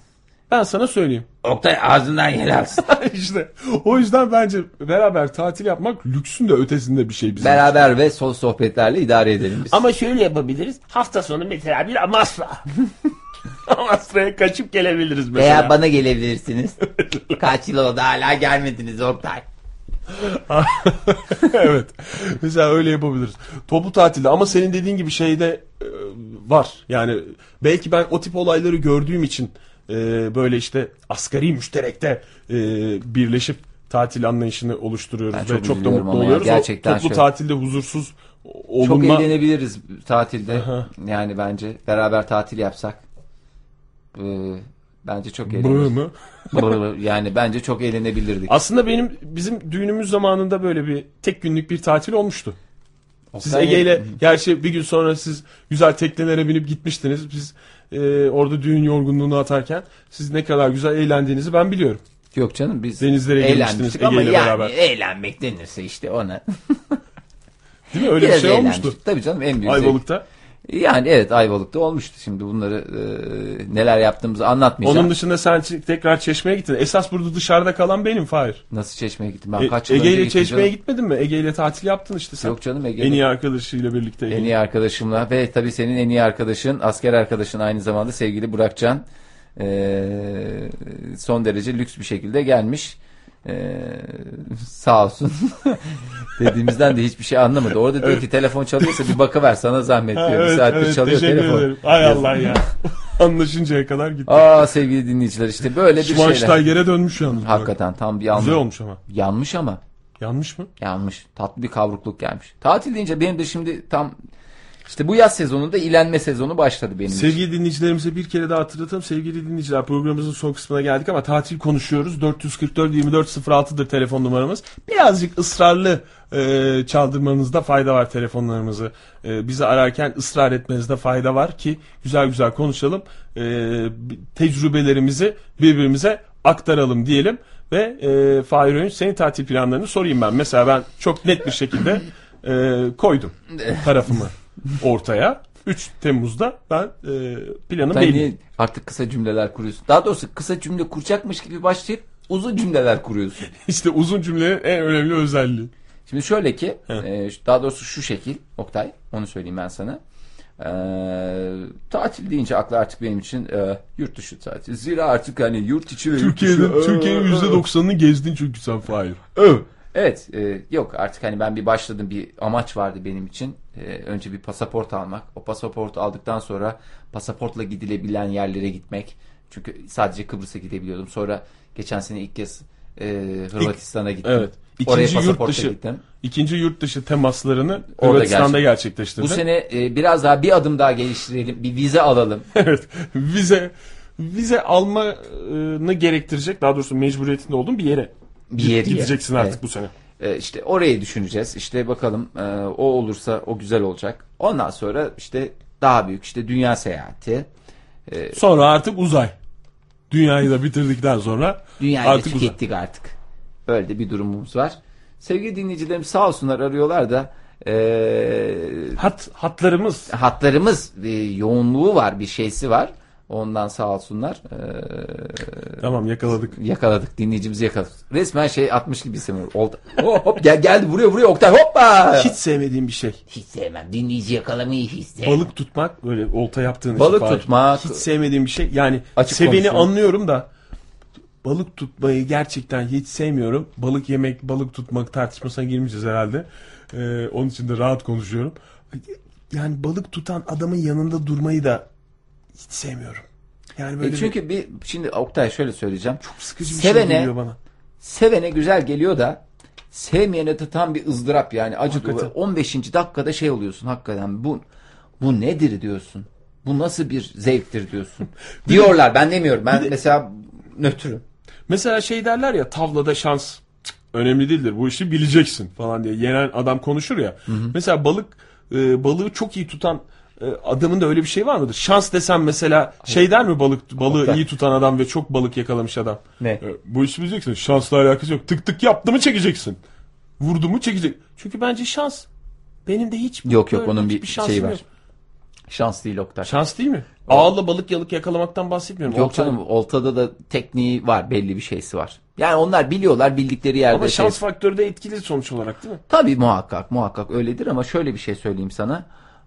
[SPEAKER 2] Ben sana söyleyeyim.
[SPEAKER 4] Oktay ağzından yel alsın.
[SPEAKER 2] işte o yüzden bence beraber tatil yapmak lüksün de ötesinde bir şey bizim.
[SPEAKER 1] Beraber ve sol sohbetlerle idare edelim biz.
[SPEAKER 11] Ama şöyle yapabiliriz. Hafta sonu mesela bir Amasra. Amasra'ya kaçıp gelebiliriz mesela.
[SPEAKER 4] Veya bana gelebilirsiniz. Kaç yıl oldu hala gelmediniz Oktay.
[SPEAKER 2] evet. Mesela öyle yapabiliriz. Toplu tatilde ama senin dediğin gibi şeyde e, var. Yani belki ben o tip olayları gördüğüm için e, böyle işte asgari müşterekte e, birleşip tatil anlayışını oluşturuyoruz
[SPEAKER 1] Ben çok
[SPEAKER 2] ve çok da
[SPEAKER 1] üzülüyorum
[SPEAKER 2] mutlu
[SPEAKER 1] ama ya,
[SPEAKER 2] oluyoruz. O
[SPEAKER 1] gerçekten
[SPEAKER 2] toplu
[SPEAKER 1] şey-
[SPEAKER 2] tatilde huzursuz
[SPEAKER 1] Çok
[SPEAKER 2] olunma
[SPEAKER 1] eğlenebiliriz tatilde. Yani bence beraber tatil yapsak. Ee, bence çok
[SPEAKER 2] Bığı
[SPEAKER 1] eğleniriz.
[SPEAKER 2] mı?
[SPEAKER 1] Bığı. yani bence çok eğlenebilirdik.
[SPEAKER 2] Aslında benim bizim düğünümüz zamanında böyle bir tek günlük bir tatil olmuştu. Siz
[SPEAKER 1] Oktay-
[SPEAKER 2] Ege'yle gerçi bir gün sonra siz güzel teknelere binip gitmiştiniz. Biz e, orada düğün yorgunluğunu atarken siz ne kadar güzel eğlendiğinizi ben biliyorum.
[SPEAKER 1] Yok canım biz
[SPEAKER 2] Denizlere girmiştiniz
[SPEAKER 1] eğlenmiştik ama
[SPEAKER 2] Ege'yle
[SPEAKER 1] yani
[SPEAKER 2] beraber.
[SPEAKER 1] eğlenmek denirse işte ona.
[SPEAKER 2] Değil mi? Öyle
[SPEAKER 1] Biraz
[SPEAKER 2] bir şey
[SPEAKER 1] eğlenmiştik.
[SPEAKER 2] olmuştu.
[SPEAKER 1] Tabii canım en büyük zevk.
[SPEAKER 2] Ayvalık'ta.
[SPEAKER 1] Yani evet Ayvalık'ta olmuştu. Şimdi bunları e, neler yaptığımızı anlatmayacağım.
[SPEAKER 2] Onun dışında sen çe- tekrar Çeşme'ye gittin. Esas burada dışarıda kalan benim Fahir.
[SPEAKER 1] Nasıl çeşmeye gittim ben?
[SPEAKER 2] E,
[SPEAKER 1] Kaç yıl
[SPEAKER 2] Ege'yle
[SPEAKER 1] önce gittim
[SPEAKER 2] Çeşme'ye
[SPEAKER 1] canım?
[SPEAKER 2] gitmedin mi? Ege'yle tatil yaptın işte sen.
[SPEAKER 1] Yok canım Ege'yle.
[SPEAKER 2] En iyi arkadaşıyla birlikte.
[SPEAKER 1] En
[SPEAKER 2] Ege'nin.
[SPEAKER 1] iyi arkadaşımla ve tabii senin en iyi arkadaşın, asker arkadaşın aynı zamanda e, sevgili Burakcan eee, son derece lüks bir şekilde gelmiş. Ee, sağ olsun. Dediğimizden de hiçbir şey anlamadı. Orada diyor ki telefon çalıyorsa bir bakıver sana zahmet diyor.
[SPEAKER 2] Ha,
[SPEAKER 1] bir
[SPEAKER 2] evet,
[SPEAKER 1] saattir
[SPEAKER 2] evet,
[SPEAKER 1] çalıyor
[SPEAKER 2] teşekkür
[SPEAKER 1] telefon.
[SPEAKER 2] ederim. Ay Allah ya. Anlaşıncaya kadar gitti.
[SPEAKER 1] Aa sevgili dinleyiciler işte böyle bir şeyler.
[SPEAKER 2] Schweinsteiger'e dönmüş yalnız. bak.
[SPEAKER 1] Hakikaten tam bir yanlış.
[SPEAKER 2] Güzel olmuş ama.
[SPEAKER 1] Yanmış ama.
[SPEAKER 2] Yanlış mı?
[SPEAKER 1] Yanmış. Tatlı bir kavrukluk gelmiş. Tatil deyince benim de şimdi tam işte bu yaz sezonunda ilenme sezonu başladı benim. için.
[SPEAKER 2] Sevgili dinleyicilerimize bir kere daha hatırlatalım. Sevgili dinleyiciler programımızın son kısmına geldik ama tatil konuşuyoruz. 444 2406'dır telefon numaramız. Birazcık ısrarlı e, çaldırmanızda fayda var telefonlarımızı. E, bizi ararken ısrar etmenizde fayda var ki güzel güzel konuşalım. E, bi- tecrübelerimizi birbirimize aktaralım diyelim. Ve e, Fahir Öğünç senin tatil planlarını sorayım ben. Mesela ben çok net bir şekilde e, koydum tarafımı ortaya. 3 Temmuz'da ben e, planım
[SPEAKER 1] Sen
[SPEAKER 2] belli.
[SPEAKER 1] niye artık kısa cümleler kuruyorsun? Daha doğrusu kısa cümle kuracakmış gibi başlayıp uzun cümleler kuruyorsun.
[SPEAKER 2] İşte uzun cümlenin en önemli özelliği.
[SPEAKER 1] Şimdi şöyle ki e, şu- daha doğrusu şu şekil Oktay onu söyleyeyim ben sana. E, tatil deyince akla artık benim için e, yurt dışı tatil. Zira artık hani yurt içi ve yurt dışı- Ee,
[SPEAKER 2] Türkiye'nin
[SPEAKER 1] Ö,
[SPEAKER 2] Türkiye'nin
[SPEAKER 1] ö, ö.
[SPEAKER 2] %90'ını gezdin çünkü sen Fahir.
[SPEAKER 1] Evet e, yok artık hani ben bir başladım bir amaç vardı benim için. E, önce bir pasaport almak. O pasaportu aldıktan sonra pasaportla gidilebilen yerlere gitmek. Çünkü sadece Kıbrıs'a gidebiliyordum. Sonra geçen sene ilk kez e, Hırvatistan'a gittim.
[SPEAKER 2] evet. İkinci
[SPEAKER 1] Oraya
[SPEAKER 2] yurt
[SPEAKER 1] pasaportla
[SPEAKER 2] dışı.
[SPEAKER 1] gittim.
[SPEAKER 2] İkinci yurt dışı temaslarını
[SPEAKER 1] Orada
[SPEAKER 2] Hırvatistan'da
[SPEAKER 1] gerçek-
[SPEAKER 2] gerçekleştirdin.
[SPEAKER 1] Bu sene e, biraz daha bir adım daha geliştirelim. Bir vize alalım.
[SPEAKER 2] evet. Vize vize almanı gerektirecek daha doğrusu mecburiyetinde olduğun bir yere
[SPEAKER 1] Bir yere.
[SPEAKER 2] gideceksin artık
[SPEAKER 1] Evet.
[SPEAKER 2] bu sene.
[SPEAKER 1] E, işte orayı düşüneceğiz. İşte bakalım e, o olursa o güzel olacak. Ondan sonra işte daha büyük işte dünya seyahati.
[SPEAKER 2] Sonra artık uzay. Dünyayı da bitirdikten sonra
[SPEAKER 1] Dünyayı
[SPEAKER 2] artık
[SPEAKER 1] da tükettik artık. Böyle de bir durumumuz var. Sevgili dinleyicilerim sağ olsunlar arıyorlar da e,
[SPEAKER 2] Hat, hatlarımız
[SPEAKER 1] hatlarımız e, yoğunluğu var bir şeysi var. Ondan sağ olsunlar. E,
[SPEAKER 2] tamam yakaladık.
[SPEAKER 1] Yakaladık dinleyicimizi yakaladık. Resmen şey 60 gibi isim. Oldu. Hop, hop gel geldi vuruyor vuruyor Oktay hoppa.
[SPEAKER 2] Hiç sevmediğim bir şey.
[SPEAKER 3] Hiç sevmem. Dinleyici yakalamayı hiç sevmem.
[SPEAKER 2] Balık tutmak böyle olta yaptığın için
[SPEAKER 1] Balık
[SPEAKER 2] Fahir.
[SPEAKER 1] tutmak. E,
[SPEAKER 2] Hiç sevmediğim bir şey. Yani
[SPEAKER 1] Açık
[SPEAKER 2] seveni
[SPEAKER 1] konuşuyorum.
[SPEAKER 2] anlıyorum da balık tutmayı gerçekten hiç sevmiyorum. Balık yemek, balık tutmak tartışmasına girmeyeceğiz herhalde. Ee, onun için de rahat konuşuyorum. Yani balık tutan adamın yanında durmayı da hiç sevmiyorum. Yani
[SPEAKER 1] E
[SPEAKER 2] böyle
[SPEAKER 1] çünkü bir şimdi Oktay şöyle söyleyeceğim. Çok
[SPEAKER 2] bir sıkıcı bir
[SPEAKER 1] sevene-
[SPEAKER 2] şey geliyor bana.
[SPEAKER 1] sevene güzel geliyor da sevmeyene tutan bir ızdırap yani acı dolu.
[SPEAKER 2] Hakikaten.
[SPEAKER 1] 15. dakikada şey oluyorsun hakikaten bu bu nedir diyorsun. Bu nasıl bir zevktir diyorsun. Diyorlar ben demiyorum. Ben mesela nötrüm.
[SPEAKER 2] Mesela şey derler ya tavlada şans cık, önemli değildir. Bu işi bileceksin falan diye. Yenen adam konuşur ya. Mesela balık e, balığı çok iyi tutan e, adamın da öyle bir şey var mıdır? Şans desem mesela şey der mi balık balığı
[SPEAKER 1] Hatta-
[SPEAKER 2] iyi tutan adam ve çok balık yakalamış adam?
[SPEAKER 1] Ne?
[SPEAKER 2] E, bu işi bileceksin. Şansla alakası yok. Tık tık yaptı mı çekeceksin. Vurdu mu çekecek. Çünkü bence şans benim de hiç
[SPEAKER 1] Yok, yok,
[SPEAKER 2] böyle
[SPEAKER 1] onun bir
[SPEAKER 2] hiçbir
[SPEAKER 1] şeyi
[SPEAKER 2] şansım
[SPEAKER 1] var.
[SPEAKER 2] yok.
[SPEAKER 1] Şans değil Oktay.
[SPEAKER 2] Şans değil mi? Ağla balık yalık yakalamaktan bahsetmiyorum.
[SPEAKER 1] Yok
[SPEAKER 2] Olta-
[SPEAKER 1] canım oltada da tekniği var belli bir şeysi var. Yani onlar biliyorlar bildikleri yerde
[SPEAKER 2] Ama
[SPEAKER 1] şey-
[SPEAKER 2] şans faktörü de etkili sonuç olarak değil mi?
[SPEAKER 1] Tabii muhakkak muhakkak öyledir ama şöyle bir şey söyleyeyim sana.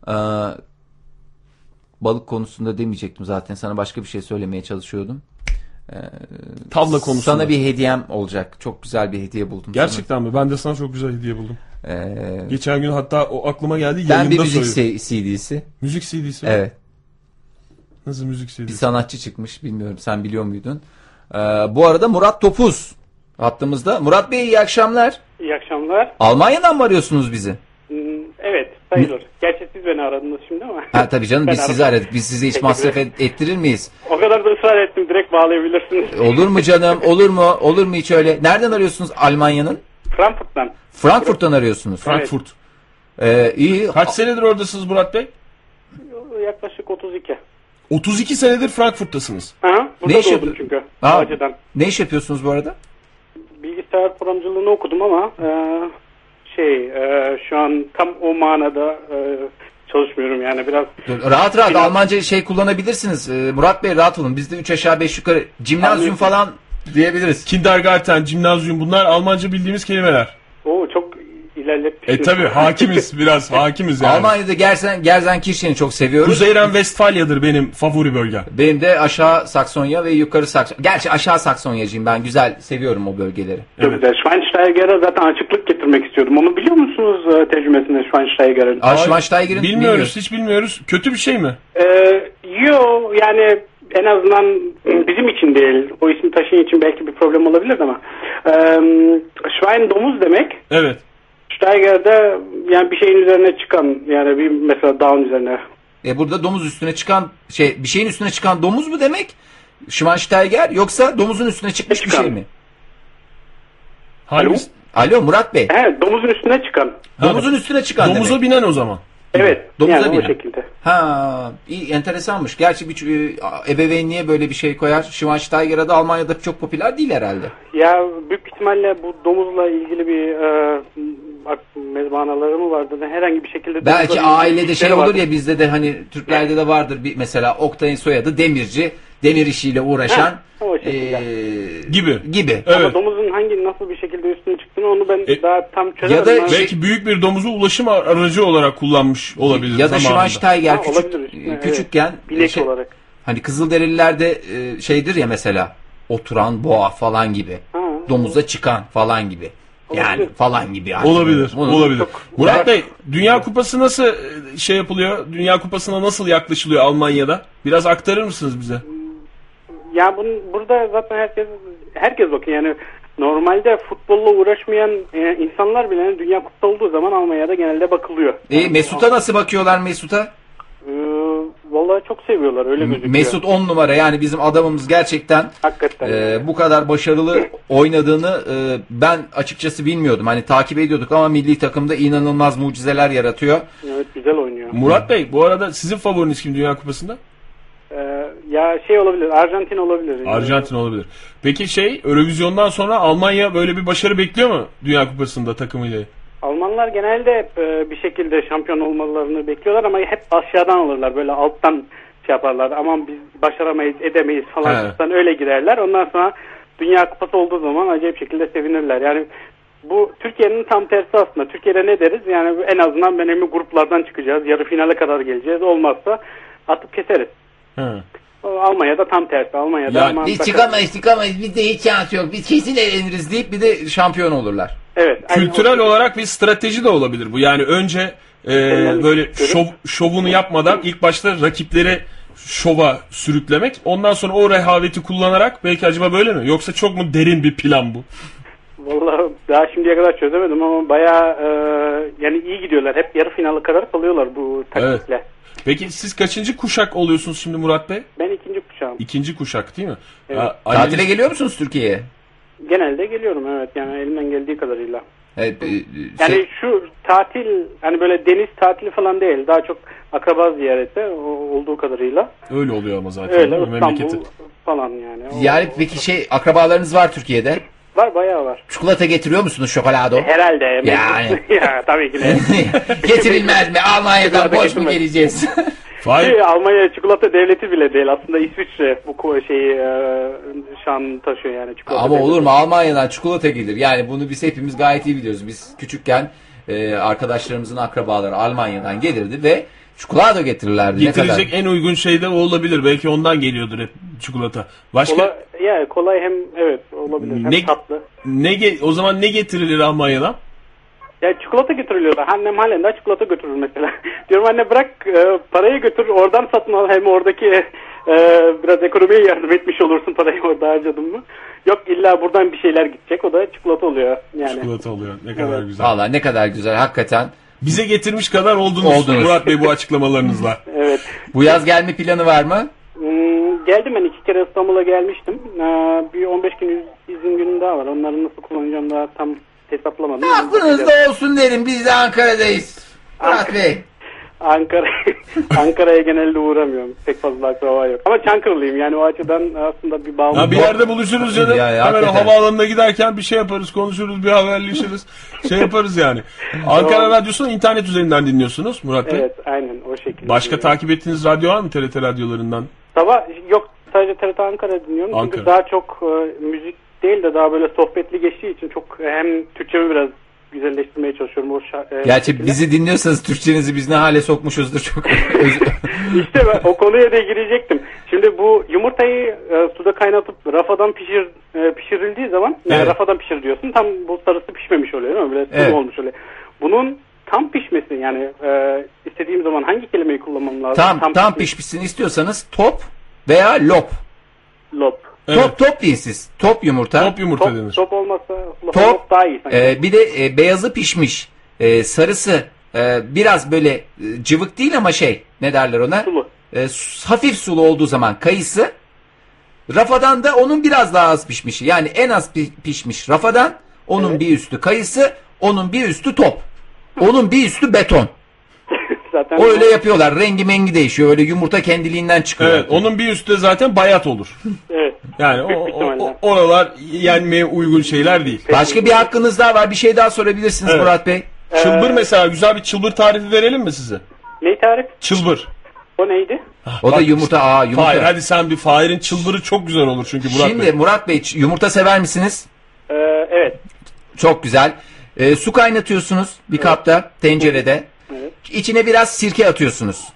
[SPEAKER 1] Ee, balık konusunda demeyecektim zaten sana başka bir şey söylemeye çalışıyordum.
[SPEAKER 2] Tavla konusunda.
[SPEAKER 1] Sana bir hediyem olacak. Çok güzel bir hediye buldum.
[SPEAKER 2] Gerçekten mi? Ben de sana çok güzel hediye buldum.
[SPEAKER 1] sana. Ee,
[SPEAKER 2] Geçen gün hatta o aklıma geldi
[SPEAKER 1] ben bir
[SPEAKER 2] yayında
[SPEAKER 1] müzik
[SPEAKER 2] söyledim.
[SPEAKER 1] se- CD'si.
[SPEAKER 2] Müzik CD'si. mi?
[SPEAKER 1] Evet.
[SPEAKER 2] Nasıl müzik
[SPEAKER 1] Bir
[SPEAKER 2] CD'si?
[SPEAKER 1] sanatçı çıkmış. Bilmiyorum sen biliyor muydun? Ee, bu arada Murat Topuz hattımızda. Murat Bey iyi akşamlar.
[SPEAKER 5] İyi akşamlar.
[SPEAKER 1] Almanya'dan mı arıyorsunuz bizi?
[SPEAKER 5] Hmm, Evet sayılır. Gerçi siz beni aradınız şimdi ama.
[SPEAKER 1] Ha tabii canım
[SPEAKER 5] Ben
[SPEAKER 1] biz sizi
[SPEAKER 5] aradım.
[SPEAKER 1] aradık. Biz sizi hiç
[SPEAKER 5] Teşekkür
[SPEAKER 1] masraf et- ettirir miyiz?
[SPEAKER 5] O kadar da ısrar ettim direkt bağlayabilirsiniz.
[SPEAKER 1] Olur mu canım? Olur mu? Olur mu hiç öyle? Nereden arıyorsunuz Almanya'nın?
[SPEAKER 5] Frankfurt'tan.
[SPEAKER 1] Frankfurt'tan arıyorsunuz.
[SPEAKER 2] Frankfurt.
[SPEAKER 1] Ee, iyi.
[SPEAKER 2] Kaç senedir oradasınız Murat Bey?
[SPEAKER 5] Yaklaşık 32.
[SPEAKER 2] 32 senedir Frankfurt'tasınız.
[SPEAKER 5] Aha, burada
[SPEAKER 1] Ne iş
[SPEAKER 5] doğdum
[SPEAKER 1] yapıyor-
[SPEAKER 5] çünkü.
[SPEAKER 1] Ha,
[SPEAKER 5] Acıdan.
[SPEAKER 1] ne iş yapıyorsunuz bu arada?
[SPEAKER 5] Bilgisayar programcılığını okudum ama e, şey e, şu an tam o manada e, çalışmıyorum yani biraz.
[SPEAKER 1] Dur, Rahat rahat
[SPEAKER 5] Biraz-
[SPEAKER 1] Almanca şey kullanabilirsiniz. Ee, Murat Bey rahat olun. Bizde 3 aşağı 5 yukarı jimnazyum
[SPEAKER 5] Anlıyorum.
[SPEAKER 1] falan diyebiliriz.
[SPEAKER 2] Kindergarten, Gymnasium bunlar Almanca bildiğimiz kelimeler.
[SPEAKER 5] Oo çok şey. ileri
[SPEAKER 2] E
[SPEAKER 5] şeylerle
[SPEAKER 2] tabi hakimiz biraz hakimiz yani.
[SPEAKER 1] Almanya'da Gerzen, Gerzenkirchen'i çok seviyoruz.
[SPEAKER 2] Kuzeyren Westfalya'dır benim favori bölgem.
[SPEAKER 1] Benim de aşağı Saksonya ve yukarı Saksonya. Gerçi aşağı Saksonyacıyım ben. Güzel seviyorum o bölgeleri.
[SPEAKER 5] Çok güzel. Schweinsteiger'e zaten açıklık getirmek istiyordum. Onu biliyor musunuz e, tecrübesinde Schweinsteiger'in?
[SPEAKER 2] Bilmiyoruz, hiç bilmiyoruz. Kötü bir şey mi?
[SPEAKER 5] Ee, yo yani en azından bizim için değil. O ismi taşıyan için belki bir problem olabilir ama. Ee, Schwein domuz demek.
[SPEAKER 2] Evet.
[SPEAKER 5] Steiger'de yani bir şeyin üzerine çıkan yani bir mesela dağın üzerine.
[SPEAKER 1] E burada domuz üstüne çıkan şey bir şeyin üstüne çıkan domuz mu demek? Schweinsteiger yoksa domuzun üstüne çıkmış bir şey mi?
[SPEAKER 2] Alo?
[SPEAKER 1] Alo Murat Bey.
[SPEAKER 5] He, domuzun üstüne çıkan.
[SPEAKER 1] Domuzun üstüne çıkan
[SPEAKER 2] Domuza
[SPEAKER 1] demek.
[SPEAKER 2] binen o zaman.
[SPEAKER 5] Evet.
[SPEAKER 1] Domuza
[SPEAKER 5] yani
[SPEAKER 1] binen.
[SPEAKER 5] o şekilde.
[SPEAKER 1] Ha, iyi, enteresanmış. Gerçi bir e, ebeveyn niye böyle bir şey koyar? Schweinsteiger adı Almanya'da çok popüler değil herhalde.
[SPEAKER 5] Ya büyük ihtimalle bu domuzla ilgili bir e, ak- mezbanaları mı vardı? Herhangi bir şekilde domuzla
[SPEAKER 1] Belki
[SPEAKER 5] ilgili
[SPEAKER 1] ailede şey
[SPEAKER 5] işleri
[SPEAKER 1] olur
[SPEAKER 5] vardı.
[SPEAKER 1] ya bizde de hani Türklerde de vardır bir mesela Oktay'ın soyadı demirci, demir işiyle uğraşan
[SPEAKER 5] Ha, o şekilde.
[SPEAKER 1] e,
[SPEAKER 2] Gibi.
[SPEAKER 1] gibi.
[SPEAKER 5] Ama
[SPEAKER 2] Evet.
[SPEAKER 5] domuzun hangi nasıl bir şekilde üstüne çıktığını onu ben
[SPEAKER 2] E,
[SPEAKER 5] daha tam çözemedim.
[SPEAKER 1] ya da
[SPEAKER 5] Yani-
[SPEAKER 1] şey-
[SPEAKER 2] Belki büyük bir domuzu ulaşım ar- aracı olarak kullanmış olabilir
[SPEAKER 1] Ya da
[SPEAKER 2] zamanında.
[SPEAKER 1] Schweinsteiger
[SPEAKER 5] Ha,
[SPEAKER 1] küçük,
[SPEAKER 5] olabilir işte,
[SPEAKER 1] e,
[SPEAKER 5] evet.
[SPEAKER 1] küçükken
[SPEAKER 5] Bilek
[SPEAKER 1] şey-
[SPEAKER 5] olarak.
[SPEAKER 1] hani Kızılderililerde e, şeydir ya mesela oturan boğa falan gibi. Domuza çıkan falan gibi. Yani falan gibi. artık.
[SPEAKER 2] Olabilir,
[SPEAKER 1] Bunu-
[SPEAKER 2] olabilir.
[SPEAKER 1] Ben-
[SPEAKER 2] Murat Bey, Dünya Kupası nasıl e, şey yapılıyor? Dünya Kupası'na nasıl yaklaşılıyor Almanya'da? Biraz aktarır mısınız bize?
[SPEAKER 5] Ya bunun, burada zaten herkes herkes bakın yani normalde futbolla uğraşmayan e, insanlar bile yani Dünya Kupası olduğu zaman Almanya'da genelde bakılıyor.
[SPEAKER 1] E, Mesut'a nasıl bakıyorlar Mesut'a?
[SPEAKER 5] Ee, vallahi çok seviyorlar öyle gözüküyor.
[SPEAKER 1] Mesut 10 numara yani bizim adamımız gerçekten
[SPEAKER 5] hakikaten.
[SPEAKER 1] e, bu kadar başarılı oynadığını e, ben açıkçası bilmiyordum. Hani takip ediyorduk ama milli takımda inanılmaz mucizeler yaratıyor.
[SPEAKER 5] Evet güzel oynuyor.
[SPEAKER 2] Murat Bey, bu arada sizin favoriniz kim Dünya Kupası'nda?
[SPEAKER 5] Ee, ya şey olabilir Arjantin olabilir.
[SPEAKER 2] Arjantin olabilir. Peki şey, Eurovizyon'dan sonra Almanya böyle bir başarı bekliyor mu Dünya Kupası'nda takımıyla?
[SPEAKER 5] Almanlar genelde hep e, bir şekilde şampiyon olmalarını bekliyorlar ama hep aşağıdan olurlar. Böyle alttan şey yaparlar. Aman biz başaramayız, edemeyiz falan
[SPEAKER 2] He.
[SPEAKER 5] filan öyle girerler. Ondan sonra Dünya Kupası olduğu zaman acayip şekilde sevinirler. Yani bu Türkiye'nin tam tersi aslında. Türkiye'de ne deriz? Yani en azından önemli gruplardan çıkacağız. Yarı finale kadar geleceğiz. Olmazsa atıp keseriz.
[SPEAKER 2] He.
[SPEAKER 5] O Almanya'da tam tersi. Almanya'da
[SPEAKER 2] Yani
[SPEAKER 5] aman
[SPEAKER 3] Biz
[SPEAKER 5] sakın-
[SPEAKER 3] çıkamayız çıkamayız bizde hiç şans yok. Biz kesin eleniriz deyip
[SPEAKER 1] Bir de şampiyon olurlar.
[SPEAKER 5] Evet. aynı
[SPEAKER 2] Kültürel
[SPEAKER 5] o-
[SPEAKER 2] olarak bir strateji de olabilir bu. Yani önce e, böyle şov, şovunu yapmadan ilk başta rakipleri şova sürüklemek. Ondan sonra o rehaveti kullanarak belki acaba böyle mi? Yoksa çok mu derin bir plan bu?
[SPEAKER 5] Vallahi daha şimdiye kadar çözemedim ama bayağı e, yani iyi gidiyorlar. Hep yarı finale kadar kalıyorlar bu taktikle.
[SPEAKER 2] Peki siz kaçıncı kuşak oluyorsunuz şimdi Murat Bey?
[SPEAKER 5] Ben ikinci kuşağım.
[SPEAKER 2] İkinci kuşak değil mi?
[SPEAKER 5] Evet.
[SPEAKER 2] Ya,
[SPEAKER 1] Tatile
[SPEAKER 2] anneniz-
[SPEAKER 1] geliyor musunuz Türkiye'ye?
[SPEAKER 5] Genelde geliyorum evet yani elimden geldiği kadarıyla.
[SPEAKER 1] E, e, e,
[SPEAKER 5] Yani
[SPEAKER 1] şey-
[SPEAKER 5] şu tatil hani böyle deniz tatili falan değil. Daha çok akraba ziyareti o- olduğu kadarıyla.
[SPEAKER 2] Öyle oluyor ama zaten.
[SPEAKER 5] Öyle
[SPEAKER 2] bu memleketi.
[SPEAKER 5] İstanbul falan yani. O-
[SPEAKER 1] Yani peki şey akrabalarınız var Türkiye'de.
[SPEAKER 5] var bayağı var.
[SPEAKER 1] Çikolata getiriyor musunuz şokolado?
[SPEAKER 5] Herhalde.
[SPEAKER 1] Yani.
[SPEAKER 5] ya tabii ki de.
[SPEAKER 1] Getirilmez mi? Almanya'dan boş mu geleceğiz?
[SPEAKER 2] Fahir,
[SPEAKER 5] Şey, Almanya çikolata devleti bile değil. Aslında İsviçre bu ko- şeyi e, şan taşıyor yani çikolata.
[SPEAKER 1] Ama
[SPEAKER 5] devleti.
[SPEAKER 1] olur mu? Almanya'dan çikolata gelir. Yani bunu biz hepimiz gayet iyi biliyoruz. Biz küçükken e, arkadaşlarımızın akrabaları Almanya'dan gelirdi ve çikolata getirirlerdi. Ne kadar?
[SPEAKER 2] getirecek en uygun şey de o olabilir. Belki ondan geliyordur hep çikolata. Başka
[SPEAKER 5] Kola, ya kolay hem evet olabilir hem
[SPEAKER 2] Ne-
[SPEAKER 5] tatlı.
[SPEAKER 2] ne ge- o zaman ne getirilir Almanya'dan?
[SPEAKER 5] Ya çikolata götürülüyor. Annem halen daha çikolata götürür mesela. Diyorum anne bırak e, parayı götür oradan satın al hem oradaki e, biraz ekonomiye yardım etmiş olursun parayı orada harcadın mı? Yok illa buradan bir şeyler gidecek o da çikolata oluyor yani.
[SPEAKER 2] Çikolata oluyor. Ne kadar
[SPEAKER 5] Evet.
[SPEAKER 2] güzel.
[SPEAKER 1] Valla ne kadar güzel hakikaten.
[SPEAKER 2] Bize getirmiş kadar oldunuz,
[SPEAKER 1] Oldunuz.
[SPEAKER 2] Murat Bey bu açıklamalarınızla.
[SPEAKER 5] Evet.
[SPEAKER 1] Bu yaz gelme planı var mı?
[SPEAKER 5] Hmm, geldim ben iki kere İstanbul'a gelmiştim. Ee, bir 15 gün izin günüm daha var. Onları nasıl kullanacağım daha tam hesaplamadım.
[SPEAKER 1] Aklınızda olsun derim. Biz de Ankara'dayız. Murat Bey.
[SPEAKER 5] Ankara Ankara'ya genelde uğramıyorum. Pek fazla akraba yok. Ama Çankırılıyım yani o açıdan aslında bir bağım.
[SPEAKER 2] Ya bir yerde buluşuruz canım.
[SPEAKER 1] Ya, ya,
[SPEAKER 2] Hemen o
[SPEAKER 1] hakikaten.
[SPEAKER 2] havaalanına giderken bir şey yaparız, konuşuruz, bir haberleşiriz. şey yaparız yani. Ankara Radyosu'nu internet üzerinden dinliyorsunuz Murat Bey.
[SPEAKER 5] Evet aynen o şekilde.
[SPEAKER 2] Başka
[SPEAKER 5] dinliyorum.
[SPEAKER 2] takip ettiğiniz radyo var mı TRT radyolarından?
[SPEAKER 5] Sabah yok sadece TRT Ankara dinliyorum.
[SPEAKER 2] Ankara.
[SPEAKER 5] Çünkü daha çok e, müzik değil de daha böyle sohbetli geçtiği için çok hem Türkçemi biraz güzelleştirmeye çalışıyorum. O şa- e,
[SPEAKER 1] Gerçi
[SPEAKER 5] şekilde.
[SPEAKER 1] bizi dinliyorsanız Türkçenizi biz ne hale sokmuşuzdur çok.
[SPEAKER 5] İşte ben o konuya da girecektim. Şimdi bu yumurtayı e, suda kaynatıp rafadan pişir e, pişirildiği zaman yani
[SPEAKER 1] Evet.
[SPEAKER 5] rafadan pişir diyorsun. Tam bu sarısı pişmemiş oluyor değil mi? Böyle sıvı
[SPEAKER 1] Evet.
[SPEAKER 5] olmuş oluyor. Bunun tam pişmesi yani e, istediğim zaman hangi kelimeyi kullanmam lazım?
[SPEAKER 1] tam tam, pişmişsini istiyorsanız top veya lop.
[SPEAKER 5] Lop.
[SPEAKER 1] Top top deyin siz. Top yumurta. Top
[SPEAKER 2] yumurta
[SPEAKER 5] Top olmazsa lop,
[SPEAKER 1] Top,
[SPEAKER 5] lop daha iyi sanki.
[SPEAKER 1] Ee, bir de e, beyazı pişmiş. e, sarısı e, biraz böyle e, cıvık değil ama şey ne derler ona? E, su- hafif sulu olduğu zaman kayısı. Rafadan da onun biraz daha az pişmişi. Yani en az pi- pişmiş rafadan. Onun bir üstü kayısı. Onun bir üstü top. Onun bir üstü beton.
[SPEAKER 5] Zaten
[SPEAKER 1] O öyle yapıyorlar. Rengi mengi değişiyor. Öyle yumurta kendiliğinden çıkıyor.
[SPEAKER 2] Evet, onun bir üstü de zaten bayat olur.
[SPEAKER 5] Evet.
[SPEAKER 2] Yani o, o- o- oralar yenmeye uygun şeyler değil.
[SPEAKER 1] Başka bir hakkınız daha var. Bir şey daha sorabilirsiniz
[SPEAKER 2] Evet.
[SPEAKER 1] Murat Bey.
[SPEAKER 2] Çılbır mesela güzel bir çılbır tarifi verelim mi size?
[SPEAKER 5] Ne tarif?
[SPEAKER 2] Çılbır.
[SPEAKER 5] O neydi?
[SPEAKER 1] O da yumurta. Aa yumurta.
[SPEAKER 2] Fahir hadi sen bir Fahir'in çılbırı çok güzel olur çünkü Murat
[SPEAKER 1] Şimdi
[SPEAKER 2] Bey.
[SPEAKER 1] Murat Bey ç- yumurta sever misiniz?
[SPEAKER 5] Ee, evet.
[SPEAKER 1] Çok güzel. Ee, su kaynatıyorsunuz bir kapta, tencerede.
[SPEAKER 5] Evet.
[SPEAKER 1] İçine biraz sirke atıyorsunuz.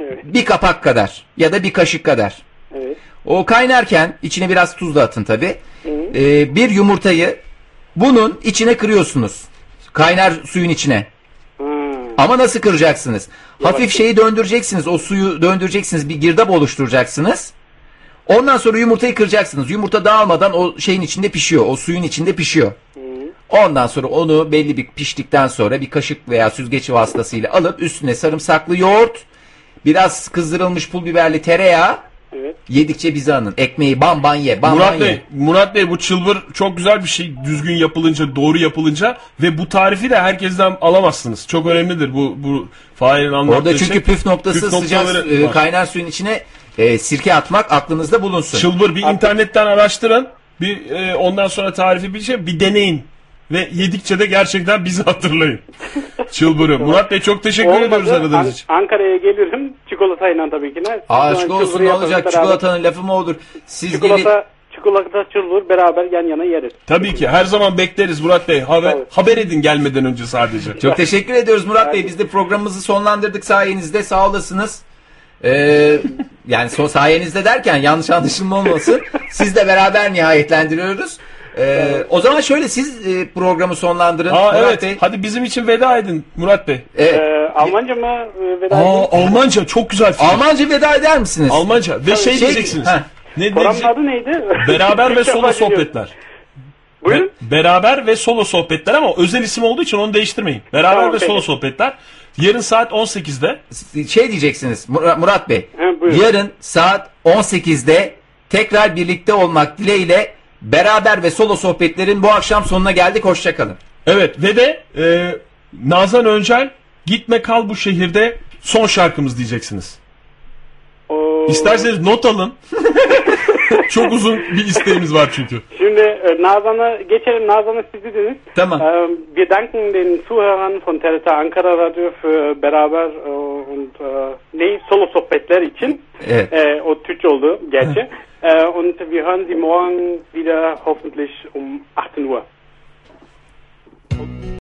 [SPEAKER 5] Evet.
[SPEAKER 1] Bir kapak kadar ya da bir kaşık kadar.
[SPEAKER 5] Evet.
[SPEAKER 1] O kaynarken içine biraz tuz da atın tabi. bir yumurtayı bunun içine kırıyorsunuz. Kaynar suyun içine. Ama nasıl kıracaksınız? Hafif şeyi döndüreceksiniz. O suyu döndüreceksiniz. Bir girdap oluşturacaksınız. Ondan sonra yumurtayı kıracaksınız. Yumurta dağılmadan o şeyin içinde pişiyor. O suyun içinde pişiyor. Ondan sonra onu belli bir piştikten sonra bir kaşık veya süzgeç vasıtasıyla alıp üstüne sarımsaklı yoğurt, biraz kızdırılmış pul biberli tereyağı. Yedikçe bizi anın. Ekmeği ban ban ye. Ban
[SPEAKER 2] Murat
[SPEAKER 1] ban
[SPEAKER 2] Bey,
[SPEAKER 1] ye.
[SPEAKER 2] Murat Bey bu çılbır çok güzel bir şey düzgün yapılınca, doğru yapılınca ve bu tarifi de herkesten alamazsınız. Çok önemlidir bu bu Fahir'in anlattığı
[SPEAKER 1] Orada çünkü
[SPEAKER 2] şey.
[SPEAKER 1] püf noktası sıcak
[SPEAKER 2] noktaları
[SPEAKER 1] e,
[SPEAKER 2] var.
[SPEAKER 1] kaynar suyun içine e, sirke atmak aklınızda bulunsun.
[SPEAKER 2] Çılbır bir internetten araştırın. Bir e, ondan sonra tarifi bir şey bir deneyin. Ve yedikçe de gerçekten bizi hatırlayın. Çılbırı. Murat Bey çok teşekkür
[SPEAKER 5] Olmadı,
[SPEAKER 2] ediyoruz aradığınız
[SPEAKER 5] An-
[SPEAKER 2] için.
[SPEAKER 5] Ankara'ya gelirim çikolatayla tabii ki. ne? Sonra
[SPEAKER 1] Aşk olsun
[SPEAKER 5] çılbırı
[SPEAKER 1] ne
[SPEAKER 5] yaparız
[SPEAKER 1] olacak
[SPEAKER 5] beraber.
[SPEAKER 1] çikolatanın lafı mı olur? Siz gelin.
[SPEAKER 5] Çikolata, çikolata çılbır beraber yan yana yeriz.
[SPEAKER 2] Tabii ki her zaman bekleriz Murat Bey. Haber, haber edin gelmeden önce sadece.
[SPEAKER 1] Çok teşekkür ediyoruz Murat Bey. Biz de programımızı sonlandırdık sayenizde. Sağ olasınız. Ee, yani son sayenizde derken yanlış anlaşılma olmasın. Sizle beraber nihayetlendiriyoruz. Ee, o zaman şöyle siz e, programı sonlandırın.
[SPEAKER 2] Aa,
[SPEAKER 1] Murat
[SPEAKER 2] evet.
[SPEAKER 1] Bey. E,
[SPEAKER 2] Hadi bizim için veda edin Murat Bey.
[SPEAKER 1] Evet.
[SPEAKER 5] Ee, Almanca mı e, veda
[SPEAKER 2] Aa,
[SPEAKER 5] edin?
[SPEAKER 2] Almanca çok güzel fikir.
[SPEAKER 1] Almanca veda eder misiniz?
[SPEAKER 2] Almanca ve
[SPEAKER 5] Tabii,
[SPEAKER 2] şey,
[SPEAKER 5] şey-
[SPEAKER 2] diyeceksiniz.
[SPEAKER 1] Heh.
[SPEAKER 2] Ne
[SPEAKER 5] Programın
[SPEAKER 2] diyecek-
[SPEAKER 5] adı neydi?
[SPEAKER 2] Beraber ve
[SPEAKER 5] İlk defa
[SPEAKER 2] solo
[SPEAKER 5] geliyorum.
[SPEAKER 2] sohbetler. Buyurun. beraber ve solo sohbetler ama özel isim olduğu için onu değiştirmeyin. Beraber
[SPEAKER 5] Tamam,
[SPEAKER 2] ve solo
[SPEAKER 5] peki.
[SPEAKER 2] sohbetler. Yarın saat 18'de
[SPEAKER 1] Şey diyeceksiniz Murat, Murat Bey.
[SPEAKER 5] He, buyurun.
[SPEAKER 1] Yarın saat 18'de tekrar birlikte olmak dileğiyle beraber ve solo sohbetlerin bu akşam sonuna geldik. Hoşçakalın.
[SPEAKER 2] Evet ve de e, Nazan Öncel gitme kal bu şehirde son şarkımız diyeceksiniz.
[SPEAKER 5] Oo,
[SPEAKER 2] İsterseniz not alın. Çok uzun bir isteğimiz var çünkü.
[SPEAKER 5] Şimdi e, Nazan'a geçelim. Nazan'a siz dediniz.
[SPEAKER 1] Tamam.
[SPEAKER 5] Ähm, wir danken den Zuhörern von TRT Ankara Radyo für beraber äh, und äh, nee, Solo Sohbetler için.
[SPEAKER 1] Evet.
[SPEAKER 5] Äh, o Türkçe oldu gerçi. Äh, und wir hören Sie morgen wieder hoffentlich um 18 Uhr.